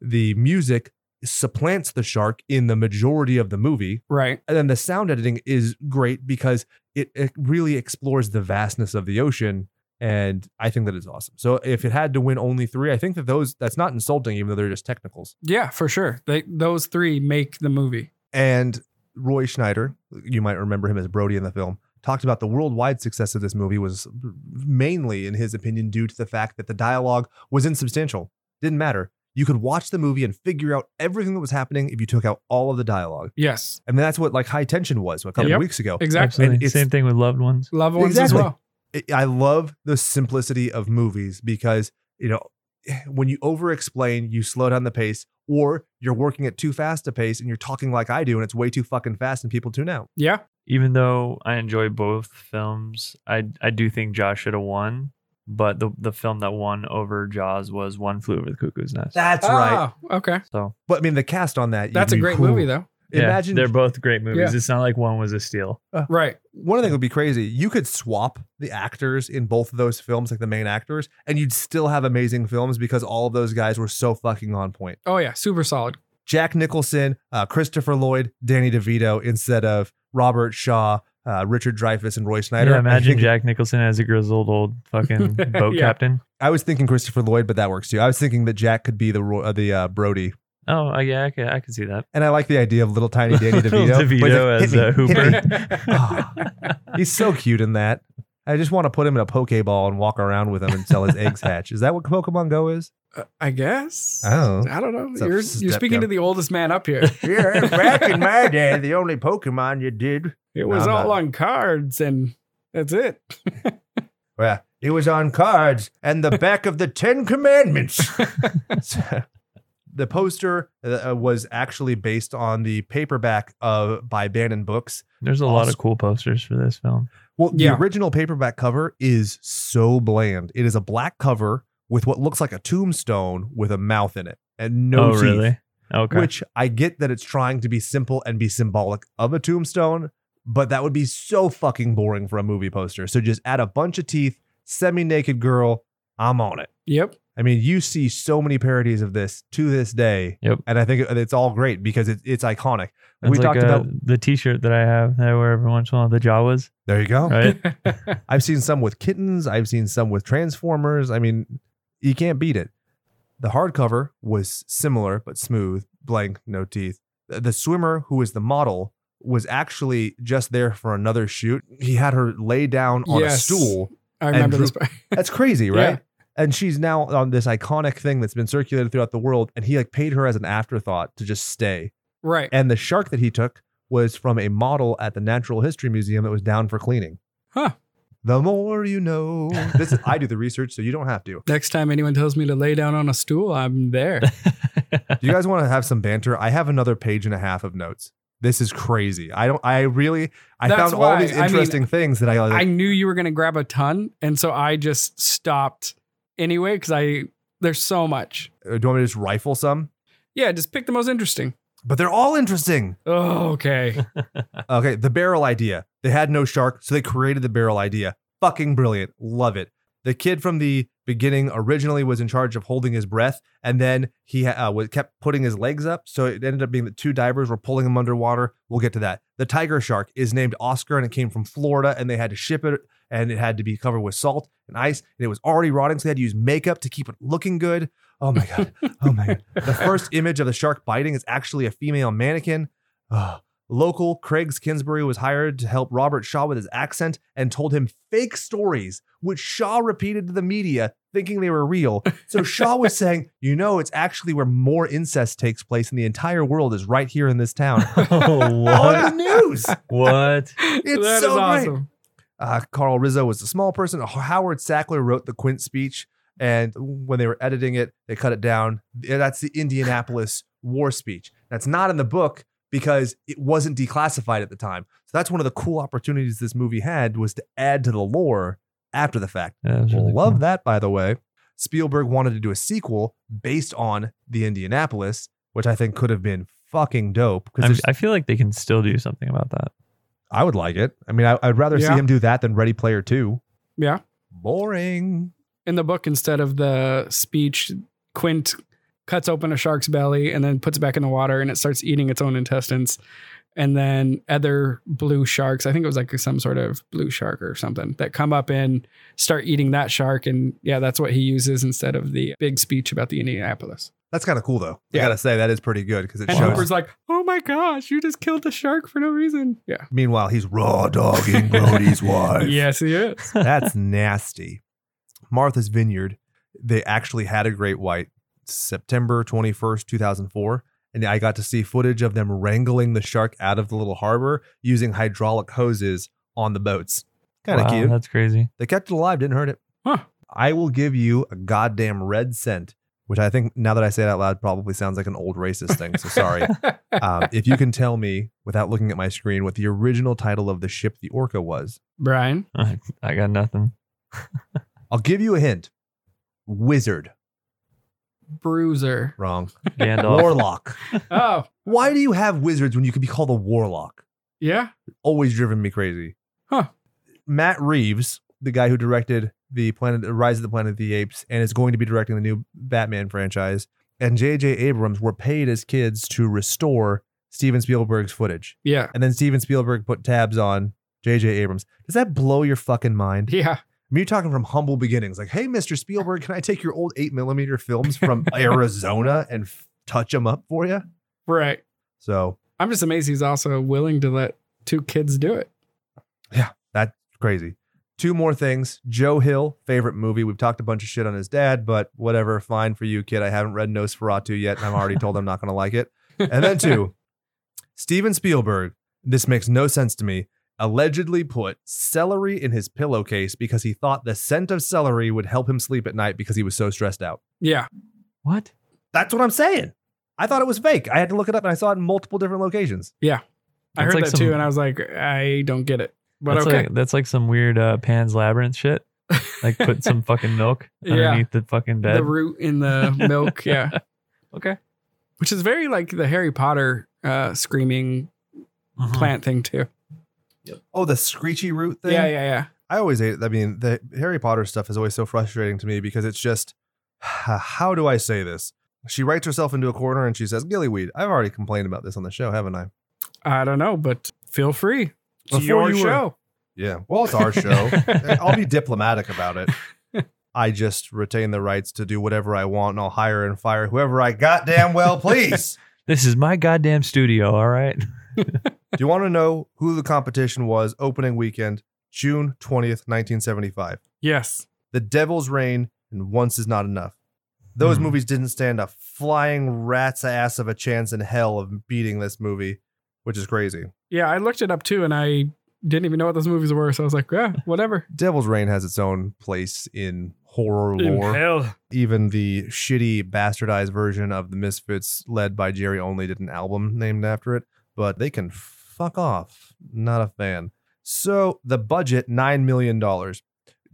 Speaker 1: the music supplants the shark in the majority of the movie.
Speaker 3: Right.
Speaker 1: And then the sound editing is great because it, it really explores the vastness of the ocean. And I think that is awesome. So if it had to win only three, I think that those that's not insulting, even though they're just technicals.
Speaker 3: Yeah, for sure. They, those three make the movie.
Speaker 1: And Roy Schneider, you might remember him as Brody in the film, talked about the worldwide success of this movie was mainly, in his opinion, due to the fact that the dialogue was insubstantial. Didn't matter. You could watch the movie and figure out everything that was happening if you took out all of the dialogue.
Speaker 3: Yes.
Speaker 1: And that's what like high tension was a couple
Speaker 3: Yep.
Speaker 1: weeks ago.
Speaker 3: Exactly.
Speaker 1: And
Speaker 2: Absolutely.
Speaker 1: it's-
Speaker 2: Same thing with loved ones.
Speaker 3: Loved ones
Speaker 1: Exactly.
Speaker 3: as well.
Speaker 1: it- I love the simplicity of movies because you know eh, when you over explain, you slow down the pace, or you're working at too fast a pace and you're talking like I do, and it's way too fucking fast, and people tune out.
Speaker 3: Yeah.
Speaker 2: Even though I enjoy both films, I I do think Josh should have won. But the the film that won over Jaws was One Flew Over the Cuckoo's Nest.
Speaker 1: That's
Speaker 3: Oh, okay.
Speaker 2: So
Speaker 1: But I mean, the cast on that
Speaker 3: That's a great movie, though.
Speaker 2: yeah,
Speaker 1: Imagine
Speaker 2: they're both great movies.
Speaker 3: Yeah.
Speaker 2: It's not like one was a steal.
Speaker 3: Right.
Speaker 1: one thing would be crazy. You could swap the actors in both of those films, like the main actors, and you'd still have amazing films because all of those guys were so fucking on point.
Speaker 3: Oh, yeah. Super solid.
Speaker 1: Jack Nicholson, uh, Christopher Lloyd, Danny DeVito instead of Robert Shaw, uh, Richard Dreyfuss, and Roy Snyder.
Speaker 2: Yeah,
Speaker 1: I
Speaker 2: imagine
Speaker 1: think-
Speaker 2: Jack Nicholson as a grizzled old fucking boat
Speaker 3: Yeah.
Speaker 2: captain.
Speaker 1: I was thinking Christopher Lloyd, but that works too. I was thinking that Jack could be the Roy- uh, the uh, Brody,
Speaker 2: Oh, uh, yeah, I can, I can see that.
Speaker 1: and I like the idea of little tiny Danny DeVito.
Speaker 2: Little
Speaker 1: Where he's like,
Speaker 2: DeVito as,
Speaker 1: "Hit me,
Speaker 2: uh,
Speaker 1: hit me." Ah.
Speaker 2: Hooper.
Speaker 1: He's so cute in that. I just want to put him in a Pokeball and walk around with him until his eggs hatch. Is that what Pokemon Go is?
Speaker 3: Uh, I guess.
Speaker 1: Oh.
Speaker 3: I don't know.
Speaker 1: It's a
Speaker 3: You're,
Speaker 1: step
Speaker 3: you're speaking to
Speaker 1: down.
Speaker 3: the oldest man up here.
Speaker 1: Yeah,
Speaker 3: back in
Speaker 1: my day, the only Pokemon you did.
Speaker 3: It was
Speaker 1: I'm
Speaker 3: all
Speaker 1: not.
Speaker 3: on cards, and that's it.
Speaker 1: Well, it was on cards and the back of the Ten Commandments. the poster uh, was actually based on the paperback of by Bannon Books
Speaker 2: There's a lot
Speaker 1: Awesome.
Speaker 2: of cool posters for this film.
Speaker 1: Well, the
Speaker 3: Yeah.
Speaker 1: original paperback cover is so bland. It is a black cover with what looks like a tombstone with a mouth in it and no
Speaker 2: oh,
Speaker 1: teeth.
Speaker 2: really? Okay.
Speaker 1: Which I get that it's trying to be simple and be symbolic of a tombstone, but that would be so fucking boring for a movie poster. So just add a bunch of teeth, semi-naked girl, I'm on it.
Speaker 3: yep.
Speaker 1: I mean, you see so many parodies of this to this day.
Speaker 2: Yep.
Speaker 1: And I think it- it's all great because it, it's iconic.
Speaker 2: That's
Speaker 1: we
Speaker 2: like,
Speaker 1: talked
Speaker 2: uh,
Speaker 1: about
Speaker 2: the T-shirt that I have that I wear every once in a while. The Jawas,
Speaker 1: There you go.
Speaker 2: right?
Speaker 1: I've seen some with kittens. I've seen some with Transformers. I mean, you can't beat it. The hardcover was similar but smooth, blank, no teeth. The the swimmer, who is the model, was actually just there for another shoot. He had her lay down on a
Speaker 3: Yes.
Speaker 1: stool.
Speaker 3: I remember this part.
Speaker 1: That's crazy,
Speaker 3: Yeah.
Speaker 1: right? And she's now on this iconic thing that's been circulated throughout the world. And he like paid her as an afterthought to just stay.
Speaker 3: Right.
Speaker 1: And the shark that he took was from a model at the Natural History Museum that was down for cleaning.
Speaker 3: Huh.
Speaker 1: The more you know. This is, I do the research, so you don't have to.
Speaker 3: Next time anyone tells me to lay down on a stool, I'm there.
Speaker 1: Do you guys want to have some banter? I have another page and a half of notes. This is crazy. I don't. I really. I
Speaker 3: That's
Speaker 1: found all
Speaker 3: why,
Speaker 1: these
Speaker 3: I mean,
Speaker 1: interesting things that I.
Speaker 3: I
Speaker 1: Like,
Speaker 3: knew you were going to grab a ton, and so I just stopped anyway because I there's so much.
Speaker 1: uh, do you want me to just rifle some?
Speaker 3: Yeah, just pick the most interesting.
Speaker 1: But they're all interesting.
Speaker 3: Oh, okay.
Speaker 1: Okay, the barrel idea. They had no shark, so they created the barrel idea. Fucking brilliant. Love it. The kid from the beginning originally was in charge of holding his breath, and then he uh, was kept putting his legs up. So it ended up being that two divers were pulling him underwater. We'll get to that. The tiger shark is named Oscar, and it came from Florida, and they had to ship it, and it had to be covered with salt and ice, and it was already rotting, so they had to use makeup to keep it looking good. Oh my god. Oh my god. The first image of the shark biting is actually a female mannequin. Ugh. Local Craig's Kinsbury was hired to help Robert Shaw with his accent and told him fake stories, which Shaw repeated to the media, thinking they were real. So Shaw was saying, You know, it's actually where more incest takes place in the entire world is right here in this town.
Speaker 2: oh, what?
Speaker 1: On the news.
Speaker 2: what?
Speaker 1: It's
Speaker 3: That is
Speaker 1: so great.
Speaker 3: awesome.
Speaker 1: Uh, Carl Rizzo was a small person. Howard Sackler wrote the Quint speech. And when they were editing it, they cut it down. That's the Indianapolis war speech. That's not in the book because it wasn't declassified at the time. So that's one of the cool opportunities this movie had was to add to the lore after the fact.
Speaker 2: Yeah, that was really
Speaker 1: Love
Speaker 2: cool.
Speaker 1: that, by the way. Spielberg wanted to do a sequel based on the Indianapolis, which I think could have been fucking dope.
Speaker 2: I'm-
Speaker 1: Because
Speaker 2: I feel like they can still do something about that.
Speaker 1: I would like it. I mean, I, I'd rather see
Speaker 3: Yeah.
Speaker 1: him do that than Ready Player Two.
Speaker 3: Yeah.
Speaker 1: Boring.
Speaker 3: In the book, instead of the speech, Quint cuts open a shark's belly and then puts it back in the water and it starts eating its own intestines. And then other blue sharks, I think it was like some sort of blue shark or something, that come up and start eating that shark. And yeah, that's what he uses instead of the big speech about the Indianapolis.
Speaker 1: That's kind of cool, though. I
Speaker 3: Yeah.
Speaker 1: gotta say that is pretty good because it
Speaker 3: And
Speaker 1: shows.
Speaker 3: Hooper's like, oh my gosh, you just killed the shark for no reason. Yeah.
Speaker 1: Meanwhile, he's raw dogging Brody's wife.
Speaker 3: Yes, he is.
Speaker 1: That's nasty. Martha's Vineyard, they actually had a great white September 21st, 2004. And I got to see footage of them wrangling the shark out of the little harbor using hydraulic hoses on the boats. Kind of
Speaker 2: Wow,
Speaker 1: cute.
Speaker 2: That's crazy.
Speaker 1: They kept it alive, didn't hurt it.
Speaker 3: Huh.
Speaker 1: I will give you a goddamn red cent, which I think now that I say it out loud probably sounds like an old racist thing. So sorry. um, if you can tell me without looking at my screen what the original title of the ship the Orca was,
Speaker 3: Brian.
Speaker 2: I, I got nothing.
Speaker 1: I'll give you a hint. Wizard.
Speaker 3: Bruiser.
Speaker 1: Wrong.
Speaker 2: Gandalf.
Speaker 1: Warlock.
Speaker 3: Oh,
Speaker 1: Why do you have wizards when you could be called a warlock?
Speaker 3: yeah.
Speaker 1: Always driven me crazy.
Speaker 3: Huh.
Speaker 1: Matt Reeves, the guy who directed the Planet Rise of the Planet of the Apes, and is going to be directing the new Batman franchise, and J.J. Abrams were paid as kids to restore Steven Spielberg's footage.
Speaker 3: Yeah.
Speaker 1: And then Steven Spielberg put tabs on J.J. Abrams. Does that blow your fucking mind?
Speaker 3: Yeah.
Speaker 1: I mean, you're talking from humble beginnings. Like, hey, Mr. Spielberg, can I take your old eight millimeter films from Arizona and f- touch them up for you?
Speaker 3: Right.
Speaker 1: So
Speaker 3: I'm just amazed he's also willing to let two kids do it.
Speaker 1: crazy. Two more things. Joe Hill, favorite movie. We've talked a bunch of shit on his dad, but whatever. Fine for you, kid. I haven't read Nosferatu yet, and I'm already told I'm not going to like it. And then two, Steven Spielberg. This makes no sense to me. Allegedly put celery in his pillowcase because he thought the scent of celery would help him sleep at night because he was so stressed out.
Speaker 3: Yeah.
Speaker 2: What?
Speaker 1: That's what I'm saying. I thought it was fake. I had to look it up, and I saw it in multiple different locations.
Speaker 3: I
Speaker 2: That's
Speaker 3: heard
Speaker 2: like
Speaker 3: that
Speaker 2: some-
Speaker 3: too, and I was like, I don't get it. But
Speaker 2: that's
Speaker 3: okay.
Speaker 2: like that's like some weird uh, Pan's Labyrinth shit. Like put some fucking milk
Speaker 3: Yeah.
Speaker 2: underneath the fucking bed.
Speaker 3: the root in the milk, yeah.
Speaker 2: okay.
Speaker 3: Which is very like the Harry Potter uh screaming plant thing too.
Speaker 1: Oh, the screechy root thing.
Speaker 3: Yeah, yeah, yeah.
Speaker 1: I always hate. I mean, the Harry Potter stuff is always so frustrating to me because it's just, how do I say this? She writes herself into a corner and she says, "Gillyweed." I've already complained about this on the show, haven't I?
Speaker 3: I don't know, but feel free. It's
Speaker 1: Before
Speaker 3: your
Speaker 1: you were-
Speaker 3: show.
Speaker 1: Yeah. Well, it's our show. Eh, I'll be diplomatic about it. I just retain the rights to do whatever I want, and I'll hire and fire whoever I goddamn well please.
Speaker 2: This is my goddamn studio. All right.
Speaker 1: do you want to know who the competition was opening weekend, June twentieth, nineteen seventy-five?
Speaker 3: Yes.
Speaker 1: The Devil's Reign, and Once Is Not Enough. Those
Speaker 2: Hmm.
Speaker 1: movies didn't stand a flying rat's ass of a chance in hell of beating this movie, which is crazy.
Speaker 3: Yeah, I looked it up too, and I didn't even know what those movies were, so I was like, yeah, whatever.
Speaker 1: Devil's Reign has its own place in horror lore.
Speaker 3: hell.
Speaker 1: Even the shitty bastardized version of the Misfits, led by Jerry Only, did an album named after it, but they can fuck off. Not a fan. So the budget, $9 million.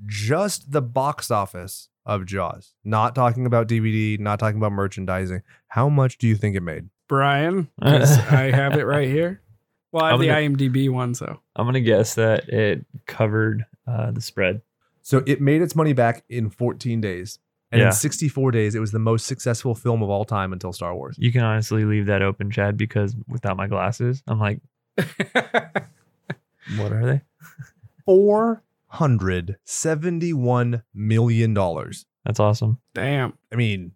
Speaker 1: Just the box office of Jaws, not talking about DVD, not talking about merchandising. How much do you think it made?
Speaker 3: Brian, 'cause I have it right here. Well, I have
Speaker 2: I'm
Speaker 3: the
Speaker 2: gonna-
Speaker 3: IMDb one, so
Speaker 2: I'm gonna guess that it covered uh, the spread.
Speaker 1: So it made its money back in 14 days. And
Speaker 2: Yeah.
Speaker 1: in 64 days, it was the most successful film of all time until Star Wars.
Speaker 2: You can honestly leave that open, Chad, because without my glasses, I'm like, what are they?
Speaker 1: $471 million.
Speaker 2: That's awesome.
Speaker 3: damn.
Speaker 1: I mean,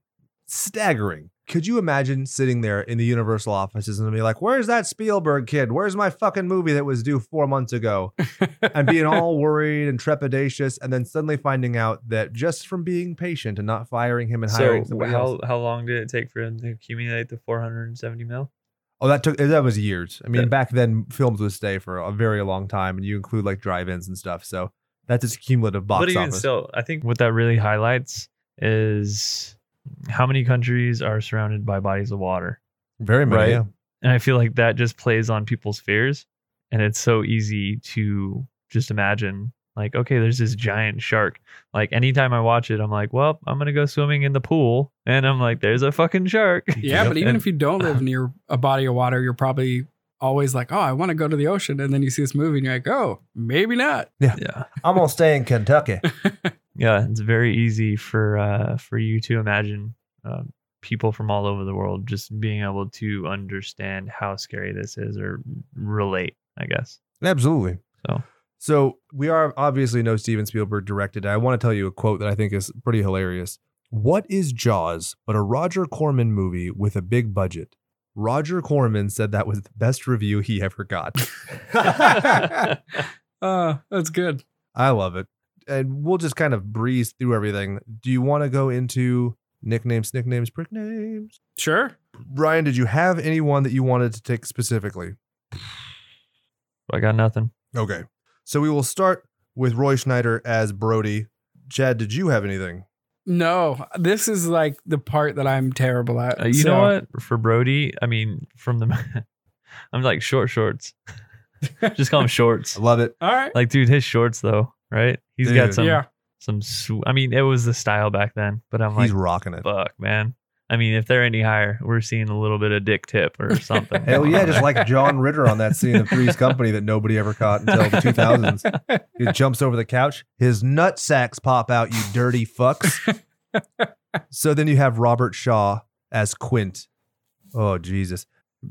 Speaker 1: staggering. Could you imagine sitting there in the Universal offices and be like, where's that Spielberg kid? Where's my fucking movie that was due four months ago? And being all worried and trepidatious, and then suddenly finding out that just from being patient and not firing him and hiring
Speaker 2: So
Speaker 1: somebody
Speaker 2: how
Speaker 1: else.
Speaker 2: how long did it take for them to accumulate the 470 mil?
Speaker 1: Oh, that took that was years. I mean,
Speaker 2: Yeah.
Speaker 1: back then films would stay for a very long time, and you include like drive-ins and stuff. So that's its cumulative box
Speaker 2: but even
Speaker 1: office.
Speaker 2: still, I think what that really highlights is how many countries are surrounded by bodies of water.
Speaker 1: very many,
Speaker 2: Right.
Speaker 1: yeah.
Speaker 2: And I feel like that just plays on people's fears. And it's so easy to just imagine, like, okay, there's this giant shark. Like, anytime I watch it, I'm like, well, I'm going to go swimming in the pool. And I'm like, there's a fucking shark.
Speaker 3: Yeah,
Speaker 1: Yep.
Speaker 3: but even
Speaker 2: And-
Speaker 3: if you don't live near a body of water, you're probably always like, oh, I want to go to the ocean. And then you see this movie and you're like, oh, maybe not.
Speaker 2: Yeah.
Speaker 1: I'm gonna stay in Kentucky.
Speaker 2: Yeah. It's very easy for, uh, for you to imagine, um, people from all over the world just being able to understand how scary this is or relate, I guess.
Speaker 1: Absolutely.
Speaker 2: So.
Speaker 1: So we are obviously no Steven Spielberg directed. I want to tell you a quote that I think is pretty hilarious. What is Jaws but a Roger Corman movie with a big budget? Roger Corman said that was the best review he ever got.
Speaker 3: Uh, that's good.
Speaker 1: I love it. And we'll just kind of breeze through everything. Do you want to go into nicknames, nicknames, prick names?
Speaker 3: Sure.
Speaker 1: Brian, did you have anyone that you wanted to take specifically?
Speaker 2: I got nothing.
Speaker 1: Okay. So we will start with Roy Schneider as Brody. Chad, did you have anything?
Speaker 3: No, this is like the part that I'm terrible at.
Speaker 2: Uh, you
Speaker 3: So-
Speaker 2: know what? For Brody, I mean, from the, I'm like short shorts. Just call him shorts.
Speaker 1: I love it.
Speaker 3: All right.
Speaker 2: Like, dude, his shorts though, right? He's
Speaker 1: Dude.
Speaker 2: got some,
Speaker 3: yeah.
Speaker 2: some. Sw- I mean, it was the style back then, but I'm
Speaker 1: He's
Speaker 2: like,
Speaker 1: rocking it.
Speaker 2: fuck, man. I mean, if they're any higher, we're seeing a little bit of dick tip or something.
Speaker 1: Hell
Speaker 2: going
Speaker 1: yeah,
Speaker 2: on
Speaker 1: just
Speaker 2: there.
Speaker 1: like John Ritter on that scene of Three's Company that nobody ever caught until the 2000s. He jumps over the couch, his nut sacks pop out, you dirty fucks. so then you have Robert Shaw as Quint. Oh Jesus.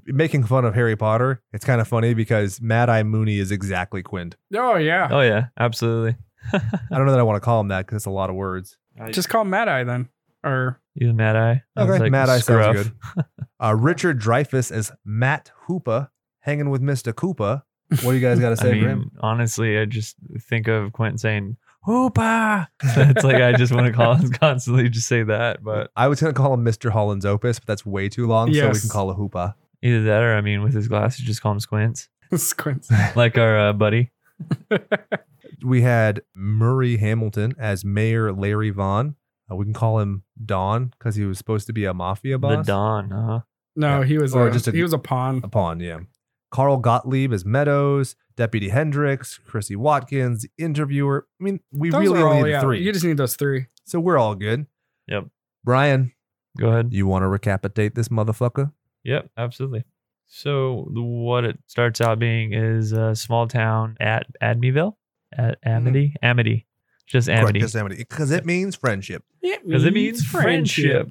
Speaker 1: Making fun of Harry Potter, it's kind of funny because Mad Eye Mooney is exactly Quint.
Speaker 3: Oh yeah.
Speaker 2: Oh yeah, absolutely.
Speaker 1: I don't know that I want to call him that because it's a lot of words.
Speaker 3: Just call him Mad Eye then. Or
Speaker 2: you the Mad Eye. I was
Speaker 1: Okay, Mad Eye
Speaker 2: scruff.
Speaker 1: sounds good. Uh, Richard Dreyfuss as Matt Hoopa, hanging with Mr. Koopa. What do you guys got to say
Speaker 2: I
Speaker 1: for
Speaker 2: mean,
Speaker 1: him?
Speaker 2: honestly, I just think of Quentin saying "Hoopa." That's like I just want to call constantly just say that. But
Speaker 1: I was going to call him Mr. Holland's Opus, but that's way too long, so we
Speaker 3: Yes.
Speaker 1: can call it Hoopa.
Speaker 2: either that or I mean, with his glasses, just call him Squints,
Speaker 3: Squints.
Speaker 2: like our uh, buddy.
Speaker 1: We had Murray Hamilton as Mayor Larry Vaughn. Uh, we can call him Don because he was supposed to be a mafia boss.
Speaker 2: The Don, uh-huh. huh?
Speaker 3: No,
Speaker 1: Yeah.
Speaker 3: he was
Speaker 1: Or
Speaker 3: a,
Speaker 1: just a-
Speaker 3: he was a pawn.
Speaker 1: A pawn, yeah. Carl Gottlieb as Meadows, Deputy Hendricks, Chrissy Watkins, the interviewer. I mean, we
Speaker 3: Those
Speaker 1: really
Speaker 3: are
Speaker 1: only
Speaker 3: all-
Speaker 1: need
Speaker 3: yeah,
Speaker 1: three.
Speaker 3: You just need those three.
Speaker 1: so we're all good.
Speaker 2: Yep.
Speaker 1: Brian,
Speaker 2: Go ahead.
Speaker 1: you want to recapitate this motherfucker?
Speaker 2: Yep, absolutely. So the, what it starts out being is a small town at Admyville, at Amity, Amity, just Amity,
Speaker 1: Because it means friendship.
Speaker 2: because it means friendship.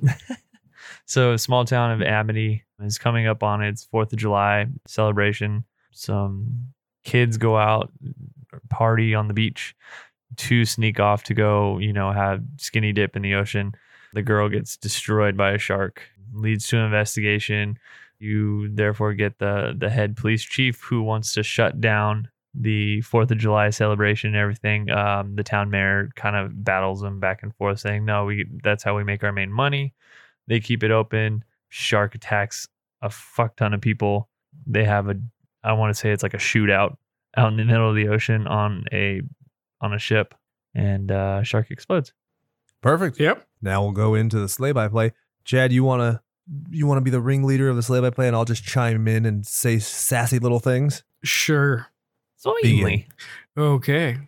Speaker 2: so small town of Amity is coming up on its Fourth of July celebration. Some kids go out party on the beach. Two sneak off to go, you know, have skinny dip in the ocean. The girl gets destroyed by a shark. Leads to an investigation. You therefore get the the head police chief who wants to shut down the Fourth of July celebration and everything. Um, the town mayor kind of battles them back and forth, saying, "No, we that's how we make our main money. They keep it open. Shark attacks a fuck ton of people. They have a I want to say it's like a shootout out in the middle of the ocean on a on a ship, and uh, shark explodes.
Speaker 1: Perfect.
Speaker 3: Yep.
Speaker 1: Now we'll go into the sleigh by play. Chad, you wanna you wanna be the ringleader of the sleigh by play, and I'll just chime in and say sassy little things.
Speaker 3: Sure.
Speaker 2: Zoinly.
Speaker 3: Okay.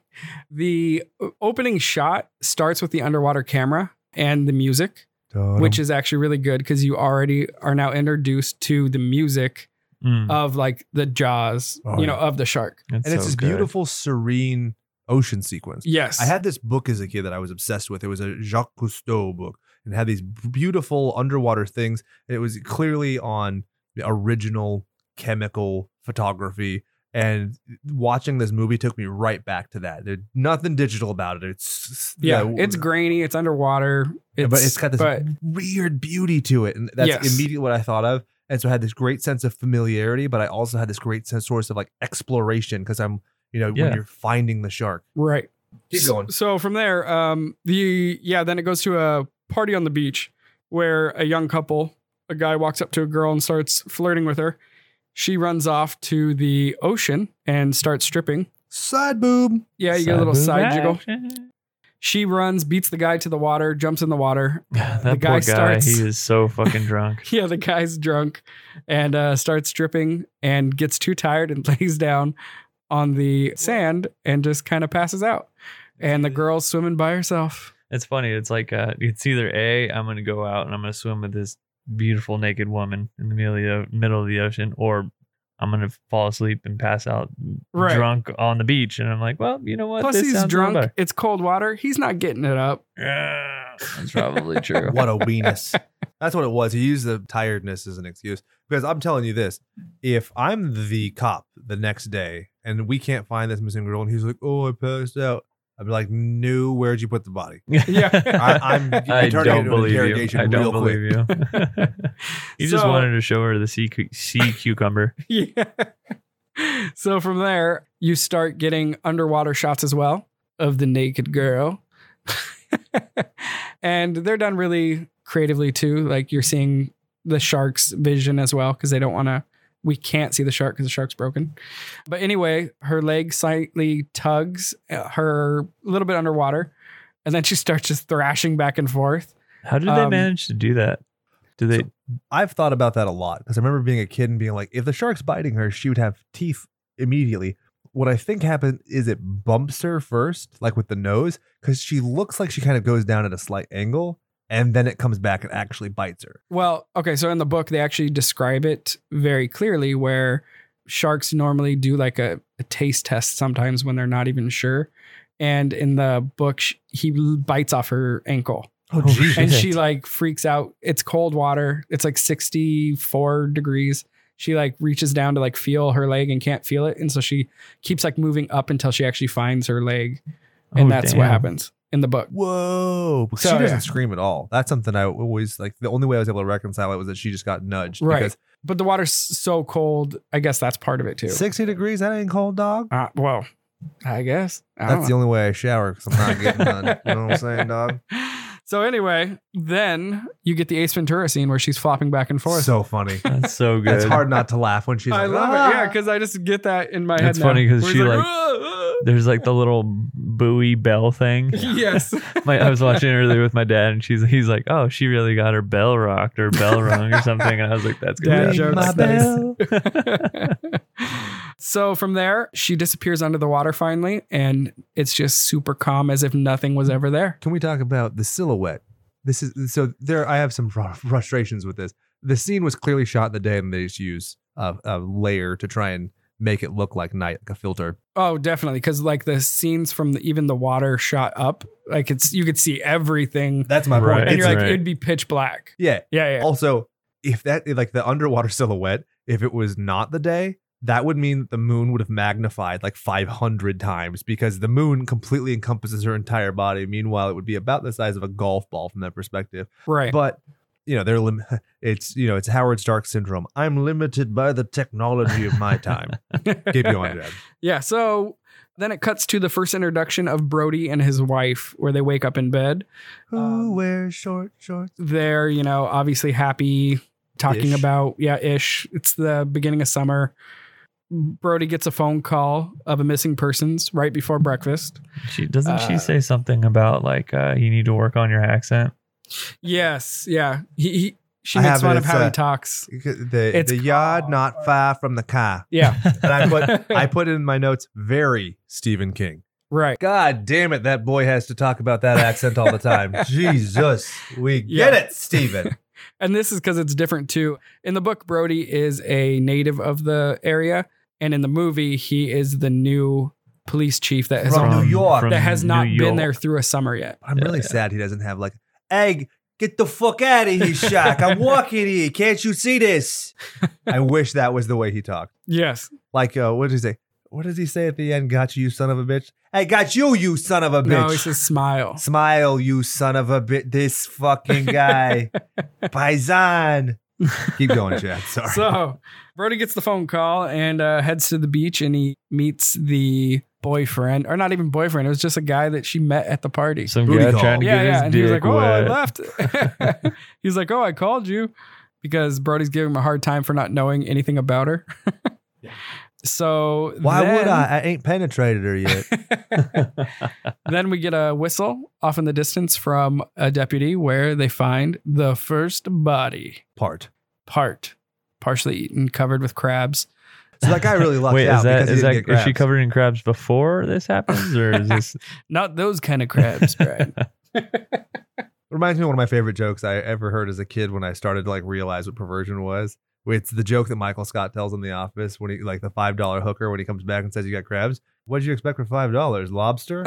Speaker 3: The o- opening shot starts with the underwater camera and the music, which is actually really good because you already are now introduced to the music
Speaker 2: Mm,
Speaker 3: of like the jaws,
Speaker 1: Hmm. Oh,
Speaker 3: you know,
Speaker 1: yeah.
Speaker 3: of the shark.
Speaker 1: and it's
Speaker 2: so
Speaker 1: this
Speaker 2: good.
Speaker 1: beautiful, serene ocean sequence.
Speaker 3: Yes.
Speaker 1: I had this book as a kid that I was obsessed with. It was a Jacques Cousteau book and it had these beautiful underwater things. It was clearly on the original chemical photography. And watching this movie took me right back to that. There's nothing digital about it. It's
Speaker 3: yeah,
Speaker 1: the-
Speaker 3: it's grainy. It's underwater. It's,
Speaker 1: but it's got this
Speaker 3: but-
Speaker 1: weird beauty to it. And that's
Speaker 3: Yes.
Speaker 1: immediately what I thought of. And so I had this great sense of familiarity, but I also had this great sense, source of like exploration because I'm, you know, when
Speaker 2: Yeah.
Speaker 1: you're finding the shark.
Speaker 3: right.
Speaker 1: Keep
Speaker 3: S-
Speaker 1: going.
Speaker 3: So from there, um, the yeah, then it goes to a party on the beach where a young couple, a guy walks up to a girl and starts flirting with her. She runs off to the ocean and starts stripping.
Speaker 1: Side boob.
Speaker 3: Yeah, you get a little
Speaker 2: Side
Speaker 3: side jiggle.
Speaker 2: action.
Speaker 3: She runs, beats the guy to the water, jumps in the water.
Speaker 2: That
Speaker 3: The
Speaker 2: poor
Speaker 3: guy
Speaker 2: guy,
Speaker 3: starts-
Speaker 2: he is so fucking drunk.
Speaker 3: Yeah, the guy's drunk and uh, starts stripping and gets too tired and lays down on the sand and just kind of passes out. And the girl's swimming by herself.
Speaker 2: It's funny. It's like uh, it's either a I'm gonna go out and I'm gonna swim with this beautiful naked woman in the middle of the, middle of the ocean, or I'm gonna fall asleep and pass out
Speaker 3: Right.
Speaker 2: drunk on the beach. And I'm like, well, you know what?
Speaker 3: Plus,
Speaker 2: This
Speaker 3: he's
Speaker 2: sounds a lot
Speaker 3: drunk. It's cold water. He's not getting it up.
Speaker 2: better. Yeah, that's probably true.
Speaker 1: what a weenus. That's what it was. He used the tiredness as an excuse. Because I'm telling you this if I'm the cop the next day and we can't find this missing girl and he's like, oh, I passed out, I'd be like, no, where'd you put the body?
Speaker 3: Yeah.
Speaker 1: I- I'm-
Speaker 2: I
Speaker 1: you turned it
Speaker 2: don't
Speaker 1: into an
Speaker 2: believe you.
Speaker 1: interrogation
Speaker 2: I don't
Speaker 1: real
Speaker 2: believe you. you just
Speaker 3: So-
Speaker 2: wanted to show her the sea, cu- sea cucumber.
Speaker 3: yeah. So from there, you start getting underwater shots as well of the naked girl. and they're done really creatively too. Like you're seeing the shark's vision as well because they don't want to. We can't see the shark because the shark's broken. But anyway, her leg slightly tugs uh, her a little bit underwater. And then she starts just thrashing back and forth.
Speaker 2: How did they
Speaker 3: Um,
Speaker 2: manage to do that? Do they?
Speaker 1: So- I've thought about that a lot because I remember being a kid and being like, if the shark's biting her, she would have teeth immediately. What I think happened is it bumps her first, like with the nose, because she looks like she kind of goes down at a slight angle and then it comes back and actually bites her.
Speaker 3: Well, okay, so in the book they actually describe it very clearly where sharks normally do like a, a taste test sometimes when they're not even sure. And in the book sh- he l- bites off her ankle
Speaker 1: Oh,
Speaker 2: Oh,
Speaker 1: Jesus.
Speaker 3: and
Speaker 2: Shit.
Speaker 3: she like freaks out. It's cold water. It's like 64 degrees. She like reaches down to like feel her leg and can't feel it. And so she keeps like moving up until she actually finds her leg. And
Speaker 2: Oh,
Speaker 3: that's
Speaker 2: damn.
Speaker 3: what happens in the book.
Speaker 1: Whoa. But she
Speaker 3: So,
Speaker 1: doesn't
Speaker 3: yeah.
Speaker 1: scream at all. That's something I always like. The only way I was able to reconcile it was that she just got nudged.
Speaker 3: Right.
Speaker 1: Because
Speaker 3: But the water's so cold. I guess that's part of it too.
Speaker 1: 60 degrees, that ain't cold, dog.
Speaker 3: Uh, well, I guess. I don't
Speaker 1: That's the only way I shower because I'm not getting done. You know what I'm saying, dog?
Speaker 3: So anyway, then you get the Ace Ventura scene where she's flopping back and forth.
Speaker 1: So funny.
Speaker 2: That's so good.
Speaker 1: It's hard not to laugh when she's
Speaker 3: I
Speaker 1: like,
Speaker 3: love
Speaker 1: "Ah."
Speaker 3: it. Yeah, because I just get that in my
Speaker 2: That's
Speaker 3: head. now,
Speaker 2: funny 'cause
Speaker 3: where
Speaker 2: she,
Speaker 3: he's
Speaker 2: like-
Speaker 3: "Ah,
Speaker 2: There's like the little buoy bell thing.
Speaker 3: ah." yes.
Speaker 2: My, I was watching it earlier with my dad, and she's he's like, "Oh, she really got her bell rocked or bell rung or something," and I was like, "That's
Speaker 3: Dad
Speaker 2: good."
Speaker 3: jokes,
Speaker 2: bell.
Speaker 3: "Ah!" so from there, she disappears under the water finally, and it's just super calm as if nothing was ever there.
Speaker 1: Can we talk about the silhouette? This is so there. I have some fr- frustrations with this. The scene was clearly shot in the day, and they just use a, a layer to try and make it look like night, like a filter.
Speaker 3: Oh, definitely, because like the scenes from the, even the water shot up, like it's you could see everything,
Speaker 1: That's my
Speaker 2: Right.
Speaker 1: point.
Speaker 3: and you're
Speaker 1: It's-
Speaker 3: like
Speaker 2: Right.
Speaker 3: it'd be pitch black.
Speaker 1: yeah.
Speaker 3: Yeah, yeah.
Speaker 1: Also, if that like the underwater silhouette, if it was not the day, that would mean that the moon would have magnified like 500 times because the moon completely encompasses her entire body. Meanwhile, it would be about the size of a golf ball from that perspective.
Speaker 3: Right.
Speaker 1: but you know they're lim- it's you know it's howard stark syndrome i'm limited by the technology of my time keep going Dad.
Speaker 3: Yeah. So then it cuts to the first introduction of Brody and his wife, where they wake up in bed.
Speaker 1: who
Speaker 3: Um,
Speaker 1: wears short shorts
Speaker 3: They're, you know, obviously happy, talking
Speaker 1: Ish.
Speaker 3: about, yeah, ish. It's the beginning of summer. Brody gets a phone call of a missing persons right before breakfast.
Speaker 2: she doesn't
Speaker 3: Uh,
Speaker 2: she say something about like uh, you need to work on your accent?
Speaker 3: Yes. Yeah. He, he she
Speaker 1: I
Speaker 3: makes
Speaker 1: have it.
Speaker 3: fun of
Speaker 1: It's,
Speaker 3: how
Speaker 1: uh,
Speaker 3: he talks.
Speaker 1: the,
Speaker 3: It's
Speaker 1: the yard
Speaker 3: car.
Speaker 1: not far from the car
Speaker 3: Yeah.
Speaker 1: and i put i put in my notes very stephen king
Speaker 3: right.
Speaker 1: god damn it that boy has to talk about that accent all the time jesus we get
Speaker 3: Yeah.
Speaker 1: it stephen
Speaker 3: And this is because it's different too. In the book, Brody is a native of the area. And in the movie, he is the new police chief that has
Speaker 1: From
Speaker 3: only
Speaker 1: New York.
Speaker 2: from
Speaker 3: that has
Speaker 2: New
Speaker 3: not been
Speaker 2: York.
Speaker 3: there through a summer yet.
Speaker 1: i'm really sad he doesn't have like egg Get the fuck out of here, Shaq. I'm walking here. Can't you see this? I wish that was the way he talked.
Speaker 3: Yes.
Speaker 1: like uh, what did he say? What does he say at the end? Got you, you son of a bitch. I got you, you son of a bitch.
Speaker 3: No, he "Oh." says smile.
Speaker 1: Smile, you son of a bitch. This fucking guy, Paisan. Keep going, Chad. Sorry.
Speaker 3: So Brody gets the phone call and uh, heads to the beach and he meets the boyfriend, or not even boyfriend. It was just a guy that she met at the party.
Speaker 2: Some
Speaker 1: Booty
Speaker 2: guy
Speaker 1: call.
Speaker 2: trying to
Speaker 3: yeah,
Speaker 2: get his
Speaker 3: yeah. And
Speaker 2: dick
Speaker 3: he was like, "Oh, I
Speaker 2: wet.
Speaker 3: left." He's like, "Oh, I called you," because Brody's giving him a hard time for not knowing anything about her. So
Speaker 1: Why would
Speaker 3: then-
Speaker 1: I? I ain't penetrated her yet.
Speaker 3: then we get a whistle off in the distance from a deputy where they find the first body
Speaker 1: Part.
Speaker 3: part, partially eaten, covered with crabs.
Speaker 1: So that guy really lucked
Speaker 2: Wait,
Speaker 1: out
Speaker 2: is that
Speaker 1: because he
Speaker 2: is
Speaker 1: didn't
Speaker 2: that
Speaker 1: get
Speaker 2: is she
Speaker 1: grabs.
Speaker 2: covered in crabs before this happens, or is this
Speaker 3: Not those kind of crabs, Brad.
Speaker 1: Reminds me of one of my favorite jokes I ever heard as a kid when I started to like realize what perversion was. It's the joke that Michael Scott tells in The Office when he like the five dollar hooker when he comes back and says you got crabs. What did you expect for five dollars? Lobster?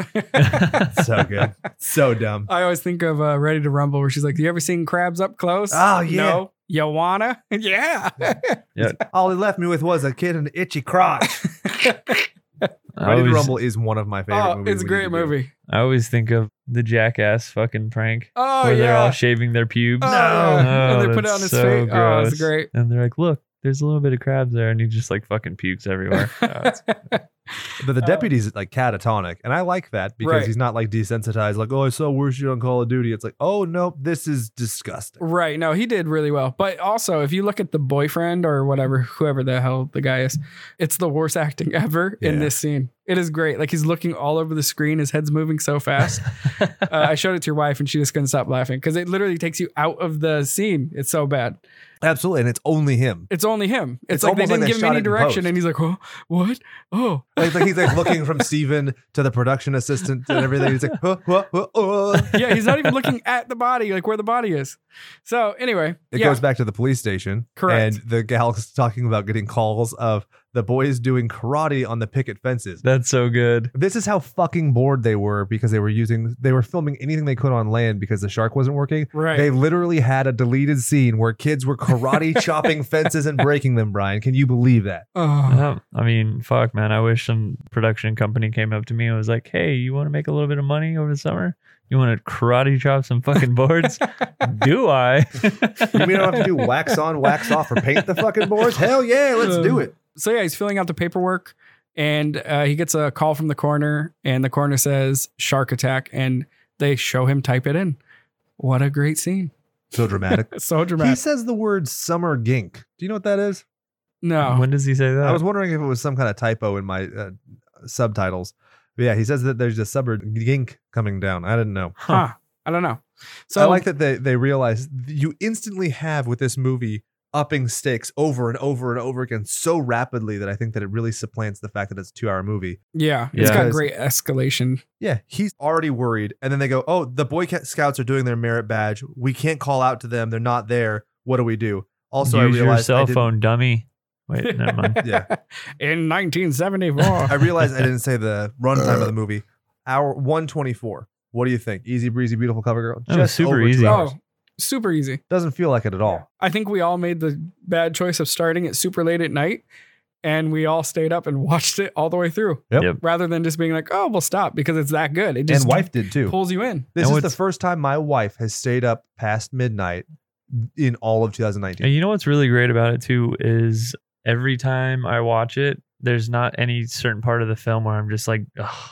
Speaker 1: so good. So dumb.
Speaker 3: I always think of uh, Ready to Rumble where she's like, You ever seen crabs up close?
Speaker 1: Oh, yeah.
Speaker 3: No. You wanna? yeah.
Speaker 1: All he left me with was a kid in an itchy crotch.
Speaker 2: I
Speaker 1: Ready to
Speaker 2: always,
Speaker 1: Rumble is one of my favorite
Speaker 3: oh,
Speaker 1: movies.
Speaker 3: it's a
Speaker 1: we
Speaker 3: great
Speaker 1: need to do.
Speaker 3: movie.
Speaker 2: I always think of the jackass fucking prank
Speaker 3: Oh,
Speaker 2: where they're all
Speaker 3: yeah.
Speaker 2: shaving their pubes.
Speaker 3: Oh,
Speaker 1: No.
Speaker 3: yeah. and they put it
Speaker 2: that's
Speaker 3: on his
Speaker 2: so
Speaker 3: face. Oh, it's
Speaker 2: gross.
Speaker 3: great.
Speaker 2: And they're like, "Look, there's a little bit of crabs there," and he just like fucking pukes everywhere. Oh, it's-
Speaker 1: But the
Speaker 3: Oh.
Speaker 1: deputy's like catatonic, and I like that because
Speaker 3: Right.
Speaker 1: he's not like desensitized. Like, oh, I saw worse shit on Call of Duty. It's like, oh nope, this is disgusting.
Speaker 3: Right. No, he did really well. But also, if you look at the boyfriend or whatever, whoever the hell the guy is, it's the worst acting ever in
Speaker 1: Yeah.
Speaker 3: this scene. It is great. Like he's looking all over the screen, his head's moving so fast. uh, I showed it to your wife and she just couldn't stop laughing because it literally takes you out of the scene. It's so bad.
Speaker 1: Absolutely, and it's only him.
Speaker 3: It's only him. It's,
Speaker 1: It's
Speaker 3: like they
Speaker 1: almost like
Speaker 3: didn't
Speaker 1: they
Speaker 3: give him
Speaker 1: shot
Speaker 3: any
Speaker 1: it in
Speaker 3: direction.
Speaker 1: post.
Speaker 3: And he's like, oh, what? Oh.
Speaker 1: Like, like he's like looking from Steven to the production assistant and everything. He's like, huh, huh, huh, uh.
Speaker 3: yeah, he's not even looking at the body, like where the body is. So anyway,
Speaker 1: It
Speaker 3: yeah.
Speaker 1: goes back to the police station.
Speaker 3: Correct.
Speaker 1: And the gal's talking about getting calls of the boys doing karate on the picket fences.
Speaker 2: That's so good.
Speaker 1: This is how fucking bored they were because they were using they were filming anything they could on land because the shark wasn't working.
Speaker 3: Right.
Speaker 1: They literally had a deleted scene where kids were karate chopping fences and breaking them, Brian. Can you believe that?
Speaker 3: oh,
Speaker 2: Yeah, Um, I mean, fuck, man. I wish some production company came up to me and was like, "Hey, you want to make a little bit of money over the summer? You want to karate chop some fucking boards? Do I?
Speaker 1: You mean I don't have to do wax on, wax off, or paint the fucking boards? Hell yeah, let's do it.
Speaker 3: so yeah, he's filling out the paperwork, and uh, he gets a call from the coroner, and the coroner says shark attack, and they show him type it in. What a great scene!
Speaker 1: So dramatic.
Speaker 3: So
Speaker 1: He
Speaker 3: dramatic.
Speaker 1: says the word summer gink. Do you know what that is?
Speaker 3: no,
Speaker 2: When does he say that?
Speaker 1: I was wondering if it was some kind of typo in my uh, subtitles. But yeah, he says that there's a summer gink coming down. I didn't know.
Speaker 3: huh? I don't know. So
Speaker 1: I like that they they realize you instantly have with this movie upping stakes over and over and over again so rapidly that I think that it really supplants the fact that it's a two hour movie.
Speaker 3: Yeah, it's
Speaker 2: Yeah.
Speaker 3: got
Speaker 1: Because-
Speaker 3: great escalation.
Speaker 1: Yeah, he's already worried, and then they go, "Oh, the Boy Ca- Scouts are doing their merit badge. We can't call out to them. They're not there. What do we do?" Also,
Speaker 2: Use
Speaker 1: I
Speaker 2: your
Speaker 1: realized I
Speaker 2: cell
Speaker 1: didn't-
Speaker 2: phone, dummy. Wait, never mind.
Speaker 1: Yeah.
Speaker 3: In
Speaker 1: I
Speaker 3: 1974.
Speaker 1: realized I didn't say the runtime of the movie. Hour one twenty four. What do you think? Easy breezy, beautiful cover girl.
Speaker 2: That was super
Speaker 1: over two
Speaker 2: easy.
Speaker 1: hours.
Speaker 3: oh, super easy.
Speaker 1: Doesn't feel like it at all.
Speaker 3: I think we all made the bad choice of starting it super late at night and we all stayed up and watched it all the way through
Speaker 1: Yep.
Speaker 2: Yep.
Speaker 3: rather than just being like, oh, we'll stop because it's that good. It just
Speaker 1: and wife did too.
Speaker 3: pulls you in.
Speaker 1: This
Speaker 2: And
Speaker 1: is the
Speaker 2: what's-
Speaker 1: first time my wife has stayed up past midnight in all of 2019.
Speaker 2: And you know what's really great about it too is every time I watch it, there's not any certain part of the film where I'm just like, Ugh,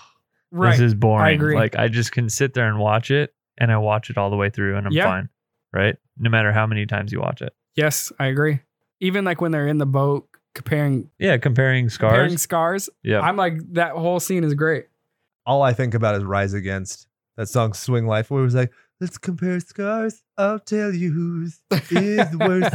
Speaker 3: Right.
Speaker 2: this is boring.
Speaker 3: agree.
Speaker 2: Like I just can sit there and watch it, and I watch it all the way through, and I'm
Speaker 3: Yeah.
Speaker 2: fine. Right? No matter how many times you watch it.
Speaker 3: yes, I agree. Even like when they're in the boat comparing
Speaker 2: Yeah, comparing scars.
Speaker 3: comparing scars,
Speaker 2: yeah.
Speaker 3: I'm like, that whole scene is great.
Speaker 1: All I think about is Rise Against. That song Swing Life, where it was like, let's compare scars. I'll tell you whose is worse.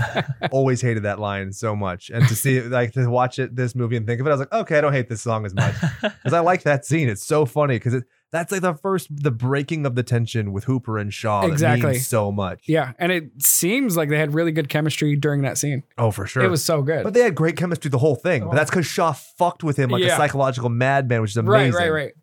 Speaker 1: Always hated that line so much. And to see it, like to watch it this movie and think of it, I was like, okay, I don't hate this song as much. Because I like that scene. It's so funny because it that's like the first the breaking of the tension with Hooper and Shaw. Exactly.
Speaker 3: Exactly.
Speaker 1: means so much.
Speaker 3: Yeah. And it seems like they had really good chemistry during that scene.
Speaker 1: Oh, for sure.
Speaker 3: It was so good.
Speaker 1: But they had great chemistry the whole thing. But that's because Shaw fucked with him like
Speaker 3: Yeah.
Speaker 1: a psychological madman, which is amazing.
Speaker 3: Right, right, right.